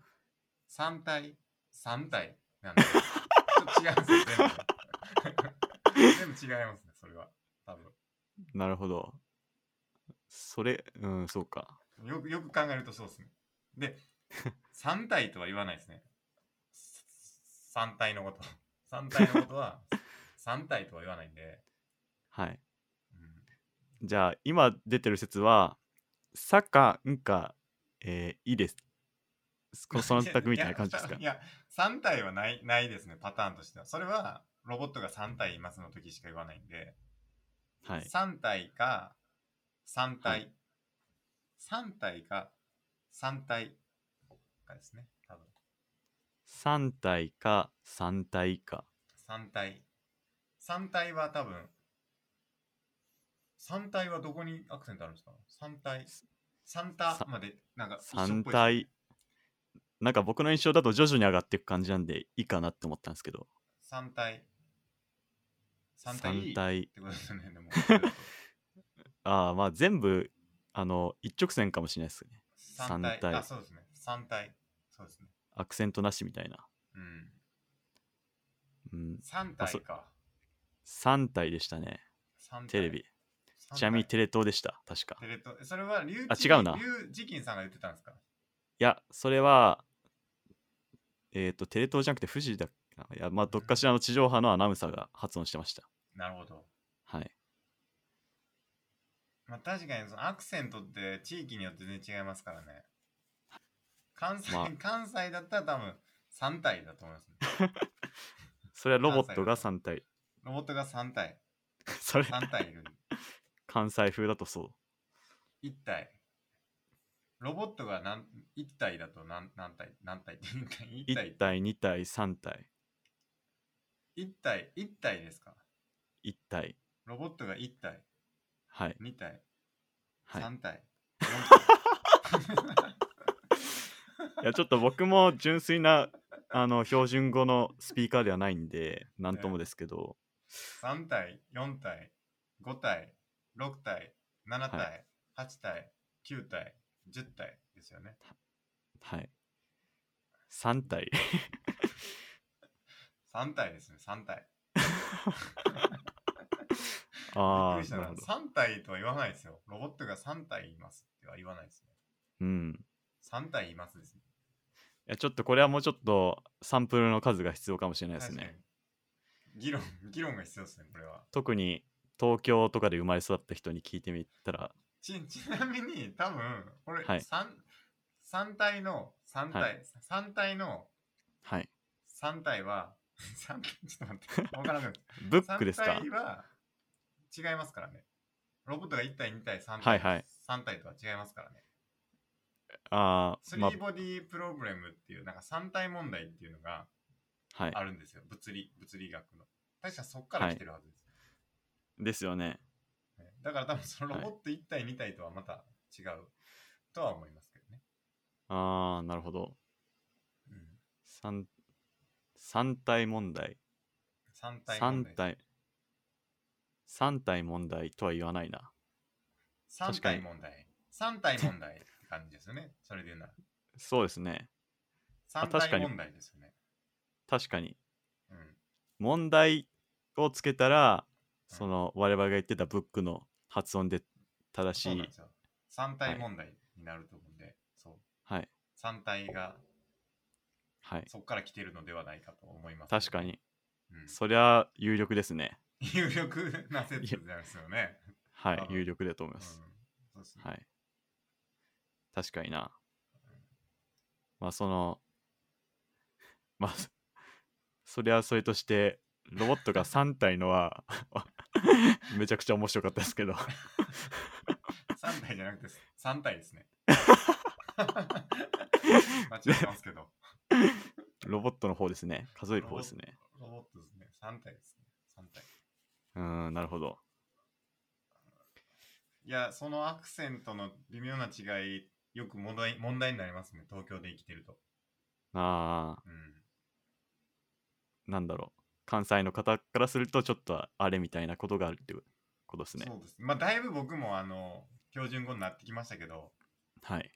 Speaker 1: 3体3体なんでちょっと違うんですよ全部全部違いますねそれは多分
Speaker 2: なるほど。それ、うん、そうか。
Speaker 1: よくよく考えるとそうですね。で、3体とは言わないですね。3体のこと。3体のことは3体とは言わないんで。
Speaker 2: はい。
Speaker 1: うん
Speaker 2: じゃあ、今出てる説は、さか、んか、えー、いいです。こその択みたいな感じですか
Speaker 1: いや、いや3体はないないですね、パターンとしては。それはロボットが3体いますの時しか言わないんで、
Speaker 2: はい。
Speaker 1: 3体か3体、
Speaker 2: はい
Speaker 1: 3体か3体かですね、多分。
Speaker 2: 3体か3体か。
Speaker 1: 三体三体は多分三体はどこにアクセントあるんですか三体三
Speaker 2: さ
Speaker 1: 体までなんか一緒っ
Speaker 2: 3
Speaker 1: ぽいですね
Speaker 2: 体。なんか僕の印象だと徐々に上がっていく感じなんでいいかなって思ったんですけど。
Speaker 1: 三体三体
Speaker 2: 3
Speaker 1: いいっ
Speaker 2: 体。
Speaker 1: てことですよねでも
Speaker 2: ああ、まあ全部、あの、一直線かもしれないですね。
Speaker 1: 三体
Speaker 2: 三体
Speaker 1: あそうですね三体そうですね
Speaker 2: アクセントなしみたいな。
Speaker 1: うん
Speaker 2: うん。
Speaker 1: 三
Speaker 2: あそ
Speaker 1: 体か
Speaker 2: 3体でしたね。
Speaker 1: 三体
Speaker 2: テレビ。
Speaker 1: 三体
Speaker 2: ちなみにテレ東でした。確か。
Speaker 1: テレ東それはリュウ
Speaker 2: あ
Speaker 1: ジ
Speaker 2: 違うな
Speaker 1: リュウジキンさんが言ってたんですか
Speaker 2: いや、それは、えっ、と、テレ東じゃなくて富士だっけないや、まあ、どっかしらの地上波のアナウンサーが発音してました。
Speaker 1: なるほど
Speaker 2: はい。
Speaker 1: まあ、確かにそのアクセントって地域によって全然違いますからね。関西、
Speaker 2: まあ
Speaker 1: 関西だったら多分3体だと思います、ね。
Speaker 2: それはロボットが3体。
Speaker 1: ロボットが3体、
Speaker 2: *laughs* それ、
Speaker 1: 3体いる。
Speaker 2: 関西風だとそう。
Speaker 1: 1体。ロボットが何1体だと何何体何体って1
Speaker 2: 1
Speaker 1: 体
Speaker 2: 体、2体、3体、
Speaker 1: 1体1体ですか
Speaker 2: 1体。
Speaker 1: ロボットが1体、
Speaker 2: はい。
Speaker 1: 2体、
Speaker 2: はい、
Speaker 1: 3体。
Speaker 2: *laughs* いや、ちょっと僕も純粋な、あの、標準語のスピーカーではないんで、なんともですけど、
Speaker 1: 3体、4体、5体、6体、7体、
Speaker 2: は
Speaker 1: 8体、9体、10体ですよね。
Speaker 2: はい。3体。
Speaker 1: *laughs* 3体ですね、3体。びっ
Speaker 2: あ
Speaker 1: くりした
Speaker 2: あ、なる
Speaker 1: な
Speaker 2: ほど。
Speaker 1: 3体とは言わないですよ。ロボットが3体いますっては言わないですね。
Speaker 2: うん。
Speaker 1: 3体いますですね。
Speaker 2: いや、ちょっとこれはもうちょっとサンプルの数が必要かもしれないです
Speaker 1: 確かに
Speaker 2: ね。。
Speaker 1: 議論、 *laughs* 議論が必要ですね、これは。
Speaker 2: 特に東京とかで生まれ育った人に聞いてみたら、
Speaker 1: ち、ちなみに、多分、これ、
Speaker 2: はい
Speaker 1: 三三体の、三体、
Speaker 2: は
Speaker 1: 三体の、
Speaker 2: はい。
Speaker 1: 三体は、 *laughs* 三体、ちょっと待って、わからなくなっ
Speaker 2: ブ
Speaker 1: た
Speaker 2: ックですか
Speaker 1: 三体は、違いますからね。ロボットが1体、2体、3体、
Speaker 2: はいはい
Speaker 1: 3体とは違いますからね。
Speaker 2: ああ、
Speaker 1: スリ
Speaker 2: ま
Speaker 1: ーボディープログラムっていう、なんか3体問題っていうのが、
Speaker 2: あ、はい。
Speaker 1: あるんですよ、物理物理学の確かそっから来てるはずです、
Speaker 2: ですよ
Speaker 1: ね
Speaker 2: ね。
Speaker 1: だから多分その
Speaker 2: は
Speaker 1: ロ
Speaker 2: い
Speaker 1: ボット1体2体とはまた違うとは思いますけどね、
Speaker 2: ああ、なるほど。
Speaker 1: うん、
Speaker 2: 三三体問題。
Speaker 1: 3体問
Speaker 2: 三
Speaker 1: 題
Speaker 2: 体。三体問題とは言わないな。
Speaker 1: 三
Speaker 2: 確かに
Speaker 1: 体問題3体問題って感じですよねそれで言うなら
Speaker 2: そうですね。
Speaker 1: 3
Speaker 2: 確か
Speaker 1: 体
Speaker 2: に
Speaker 1: 問題ですよね
Speaker 2: 確かに。
Speaker 1: うん
Speaker 2: 問題をつけたら、その我々が言ってたブックの発音で正
Speaker 1: そう
Speaker 2: し
Speaker 1: なん
Speaker 2: い
Speaker 1: で。すよ3体問題になると思うんで、そう
Speaker 2: はい。
Speaker 1: 3体が
Speaker 2: はい。
Speaker 1: そっから来てるのではないかと思います、
Speaker 2: 確かに。
Speaker 1: うん、
Speaker 2: そりゃ有力ですね。
Speaker 1: 有力な説ですよね、
Speaker 2: は
Speaker 1: 多
Speaker 2: い、
Speaker 1: 分
Speaker 2: 有力だと思いうま
Speaker 1: ん、
Speaker 2: す。
Speaker 1: そうですね、
Speaker 2: はい。確かにな。まあ、その、 *laughs* まあ、そそりゃそれとして、ロボ
Speaker 1: *laughs*
Speaker 2: ットが3体のは、 *laughs* めちゃくちゃ面白かったですけ
Speaker 1: *laughs*
Speaker 2: ど、
Speaker 1: 3体じゃなくて3体ですね。
Speaker 2: *laughs*
Speaker 1: 間違ってますけど。
Speaker 2: ロボットの方ですね。数える方ですね。
Speaker 1: ロボットですね。 3体ですね。3体。
Speaker 2: うーん、なるほど。
Speaker 1: いや、そのアクセントの微妙な違い、よく問題問題になりますね、東京で生きてると。
Speaker 2: あ
Speaker 1: うん。
Speaker 2: ー、なんだろう。関西の方からすると、ちょっとあれみたいなことがあるっていうことですね。
Speaker 1: そうですね。まあ、だいぶ僕も、あの、標準語になってきましたけど、
Speaker 2: はい。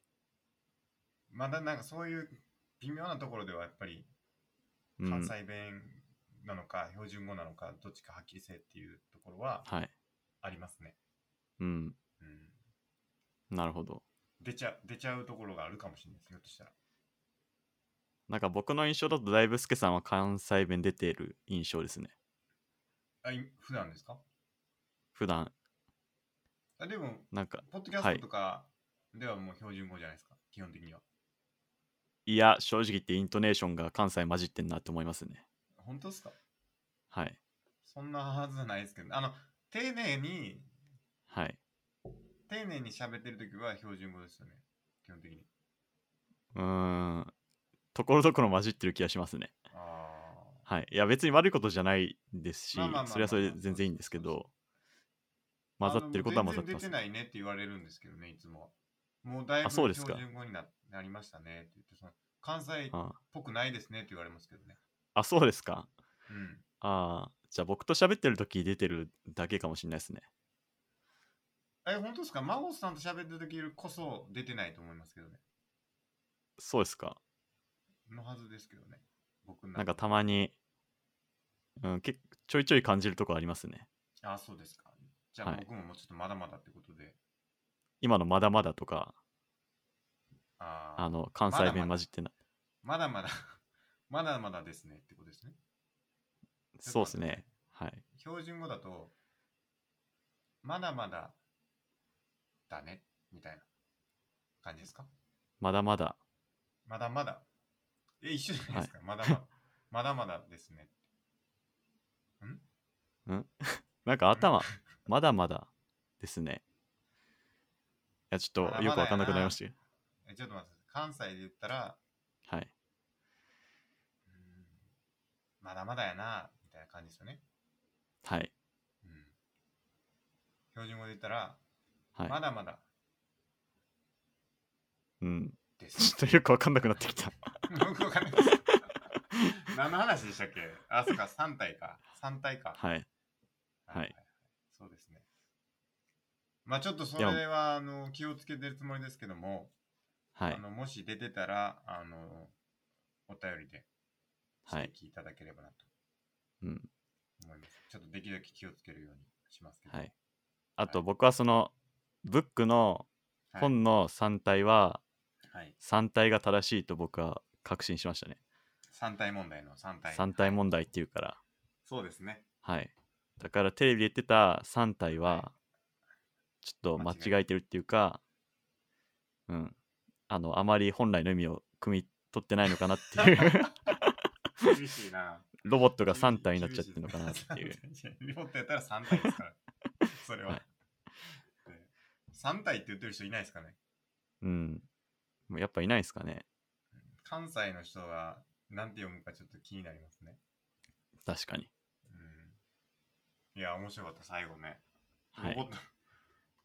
Speaker 1: まだなんかそういう微妙なところでは、やっぱり
Speaker 2: う
Speaker 1: 関
Speaker 2: ん、
Speaker 1: 西弁なのか、標準語なのか、どっちかはっきりせえっていうところは
Speaker 2: はい。
Speaker 1: ありますね。
Speaker 2: うん、
Speaker 1: うん。
Speaker 2: なるほど。
Speaker 1: 出ちゃ出ちゃうところがあるかもしれないです、ひょっとしたら。
Speaker 2: なんか僕の印象だと、だいぶすけさんは関西弁出ている印象ですね。
Speaker 1: あ、い普段ですか
Speaker 2: 普段
Speaker 1: あでも、
Speaker 2: なんか、
Speaker 1: ポッドキャストとかではもう標準語じゃないですか、基本的には。
Speaker 2: いや、正直言ってイントネーションが関西混じってんなって思いますね。
Speaker 1: 本当ですか
Speaker 2: はい。
Speaker 1: そんなはずないですけど、あの、丁寧に、
Speaker 2: はい。
Speaker 1: 丁寧に喋ってるときは標準語ですよね、基本的に。
Speaker 2: うーん。ところどころ混じってる気がしますね。
Speaker 1: あ
Speaker 2: はい。いや、別に悪いことじゃないですし
Speaker 1: まあまあまあ、まあ
Speaker 2: それはそれで全然いいんですけど、混ざってることは混ざって
Speaker 1: ま。
Speaker 2: ますす
Speaker 1: 全然出て。ないねって言われるんですけどね、いつもは。もうだいぶ
Speaker 2: あそ
Speaker 1: 標
Speaker 2: うですか
Speaker 1: 準語にななりましたねって言って、その関西っ
Speaker 2: あ
Speaker 1: ぽくないですねって言われますけどね。
Speaker 2: あ、そうですか。
Speaker 1: うん。
Speaker 2: ああ、じゃあ僕と喋ってる時出てるだけかもしれないですね。
Speaker 1: え、本当ですか孫さんと喋ってるときこそ出てないと思いますけどね。
Speaker 2: そうですか。
Speaker 1: のはずですけどね。僕の
Speaker 2: なん
Speaker 1: 中
Speaker 2: か
Speaker 1: で
Speaker 2: たまに、うん、けちょいちょい感じるとこありますね。
Speaker 1: あ、そうですか。じゃあ
Speaker 2: はい
Speaker 1: 僕ももうちょっとまだまだってことで。
Speaker 2: 今のまだまだとか、
Speaker 1: あー
Speaker 2: あの、関
Speaker 1: まだ
Speaker 2: 西
Speaker 1: まだ
Speaker 2: 弁混じってない。
Speaker 1: まだ *laughs* まだ、まだまだですねってことですね。
Speaker 2: そうですね。はい。
Speaker 1: 標準語だと、まだまだだねみたいな感じですか
Speaker 2: まだまだ。
Speaker 1: まだまだ。え、一緒じゃないですか、まだまだ。まだまだですね。
Speaker 2: なん
Speaker 1: *laughs*
Speaker 2: か頭、まだまだですね。いや、ちょっ
Speaker 1: まだ
Speaker 2: と
Speaker 1: まだやな
Speaker 2: よくわかんなくなりましたけど
Speaker 1: えちょっと待ってください。関西で言ったら、
Speaker 2: はい。
Speaker 1: うーんまだまだやな、みたいな感じですよね。
Speaker 2: はい。
Speaker 1: うん、標準語で言ったら、
Speaker 2: は
Speaker 1: ま
Speaker 2: い。
Speaker 1: だまだ
Speaker 2: うん。 *laughs*
Speaker 1: で
Speaker 2: ち
Speaker 1: す。
Speaker 2: ょっとよくわかんなくなってきた。
Speaker 1: よくわかんないです。何の話でしたっけあ、そっか、3体か。3体か。
Speaker 2: はい。はい
Speaker 1: そうですね。まあちょっとそれはあの気をつけてるつもりですけども、
Speaker 2: はい
Speaker 1: あ。のもし出てたら、あの、お便りで
Speaker 2: はい
Speaker 1: 指摘いただければなと
Speaker 2: うん。
Speaker 1: 思います。ちょっとできるだけ気をつけるようにしますけど。
Speaker 2: はい。あと僕はその、ブックの
Speaker 1: はい。
Speaker 2: 本の3体は、
Speaker 1: はい、
Speaker 2: 3体が正しいと僕は確信しましたね。
Speaker 1: 3体問題の3体。
Speaker 2: 3体問題っていうから。
Speaker 1: そうです
Speaker 2: *laughs*
Speaker 1: ね。
Speaker 2: はい。だからテレビで言ってた3体
Speaker 1: は
Speaker 2: は、ちょっと間違えてるっていうか、うん。あの、あまり本来の意味を汲み取ってないのかなっていう、
Speaker 1: *laughs* 厳しいな。
Speaker 2: ロボットが3体になっちゃってるのかなってい
Speaker 1: 厳
Speaker 2: う。
Speaker 1: しいですね。リボットやったら3体です
Speaker 2: *laughs*
Speaker 1: から。それは。
Speaker 2: は
Speaker 1: 3体って言ってる人いないですかね
Speaker 2: うん。もうやっぱいないですかね。
Speaker 1: 関西の人が何て読むかちょっと気になりますね。
Speaker 2: 確かに。
Speaker 1: うん、いや、面白かった、最後ね。
Speaker 2: は
Speaker 1: ロボ
Speaker 2: い。
Speaker 1: ット、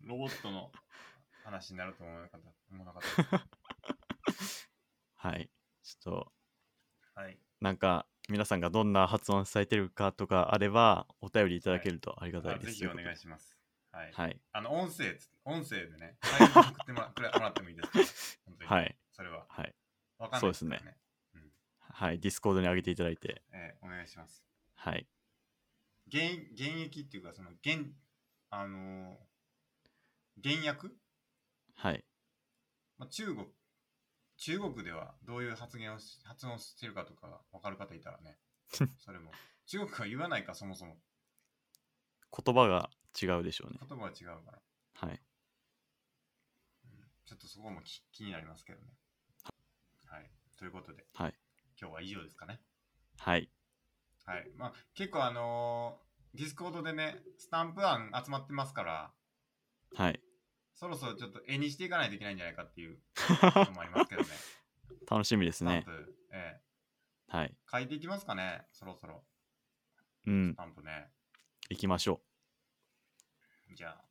Speaker 1: *laughs* ロボットの話になると思わなかった。思わなかったで
Speaker 2: はい。ちょっと、 *laughs*
Speaker 1: す。はい。
Speaker 2: なんか、皆さんがどんな発音されてるかとかあれば、お便りいただけるとありがた
Speaker 1: あ
Speaker 2: いで
Speaker 1: ぜ
Speaker 2: す。
Speaker 1: ひお願い
Speaker 2: というこ
Speaker 1: します。はい。
Speaker 2: とではい。
Speaker 1: あの、音声つ、音声でね、最後に送ってもらくれもらってもいいですか
Speaker 2: *laughs*
Speaker 1: 本当に。
Speaker 2: はい。
Speaker 1: それは。
Speaker 2: はい。
Speaker 1: わかんないですから
Speaker 2: そう
Speaker 1: ね。
Speaker 2: はい。ディスコードに上げていただいて、
Speaker 1: えーお願いします。
Speaker 2: はい。
Speaker 1: 現現役っていうか、その、現、あのー現役、
Speaker 2: はい。
Speaker 1: まあ、中国、中国ではどういう発言をし、発音してるかとかわかる方いたら
Speaker 2: *laughs*
Speaker 1: ね、それも。中国は言わないか、そもそも。
Speaker 2: 言葉が違うでしょうね。
Speaker 1: 言葉は違うから。
Speaker 2: はい。
Speaker 1: ちょっとそこもき気になりますけどね。はい。ということで、
Speaker 2: はい。
Speaker 1: 今日は以上ですかね。
Speaker 2: はい。
Speaker 1: はい。まあ、結構あのーディスコードでね、スタンプ案集まってますから、
Speaker 2: はい。
Speaker 1: そろそろちょっと絵にしていかないといけないんじゃないかっていうのもありますけどね。
Speaker 2: *laughs* 楽しみです
Speaker 1: スタン
Speaker 2: ね
Speaker 1: プ、。ええ
Speaker 2: はい。
Speaker 1: 書いていきますかね、そろそろ。
Speaker 2: うん
Speaker 1: ス。タンプね。
Speaker 2: 行きましょ
Speaker 1: じゃあ、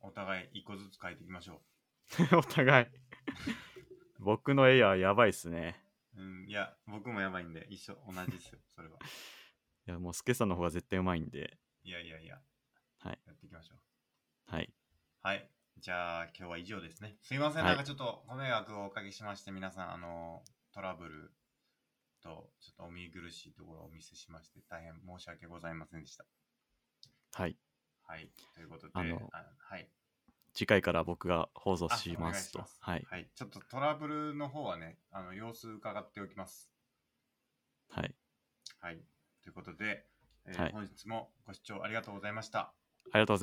Speaker 1: お互い一個ずつ書いていきましょ
Speaker 2: う。 *laughs* お互い。僕のエアやばいっすね。
Speaker 1: う。うん、いや、僕もやばいんで、一緒、同じですよ、それは。
Speaker 2: いや、もうスケさんの方が絶対うまいんで。
Speaker 1: いやいやいや。
Speaker 2: はい。
Speaker 1: やっていきましょう。
Speaker 2: はい。
Speaker 1: はい。じゃあ、今日は以上ですね。すいません、
Speaker 2: は
Speaker 1: な
Speaker 2: い
Speaker 1: んかちょっとご迷惑をおかけしまして、皆さん、あの、トラブルと、ちょっとお見苦しいところをお見せしまして、大変申し訳ございませんでした。
Speaker 2: はい。
Speaker 1: はい。ということで、
Speaker 2: あの
Speaker 1: はい。
Speaker 2: 次回から僕が放送
Speaker 1: あ
Speaker 2: しますと
Speaker 1: お願いし。
Speaker 2: はい。
Speaker 1: はい。ちょっとトラブルの方はね、あの、様子伺っておきます。
Speaker 2: はい。
Speaker 1: はい。ということで、えー
Speaker 2: はい
Speaker 1: 本日もご視聴ありがとうございました。
Speaker 2: ありがとうございます。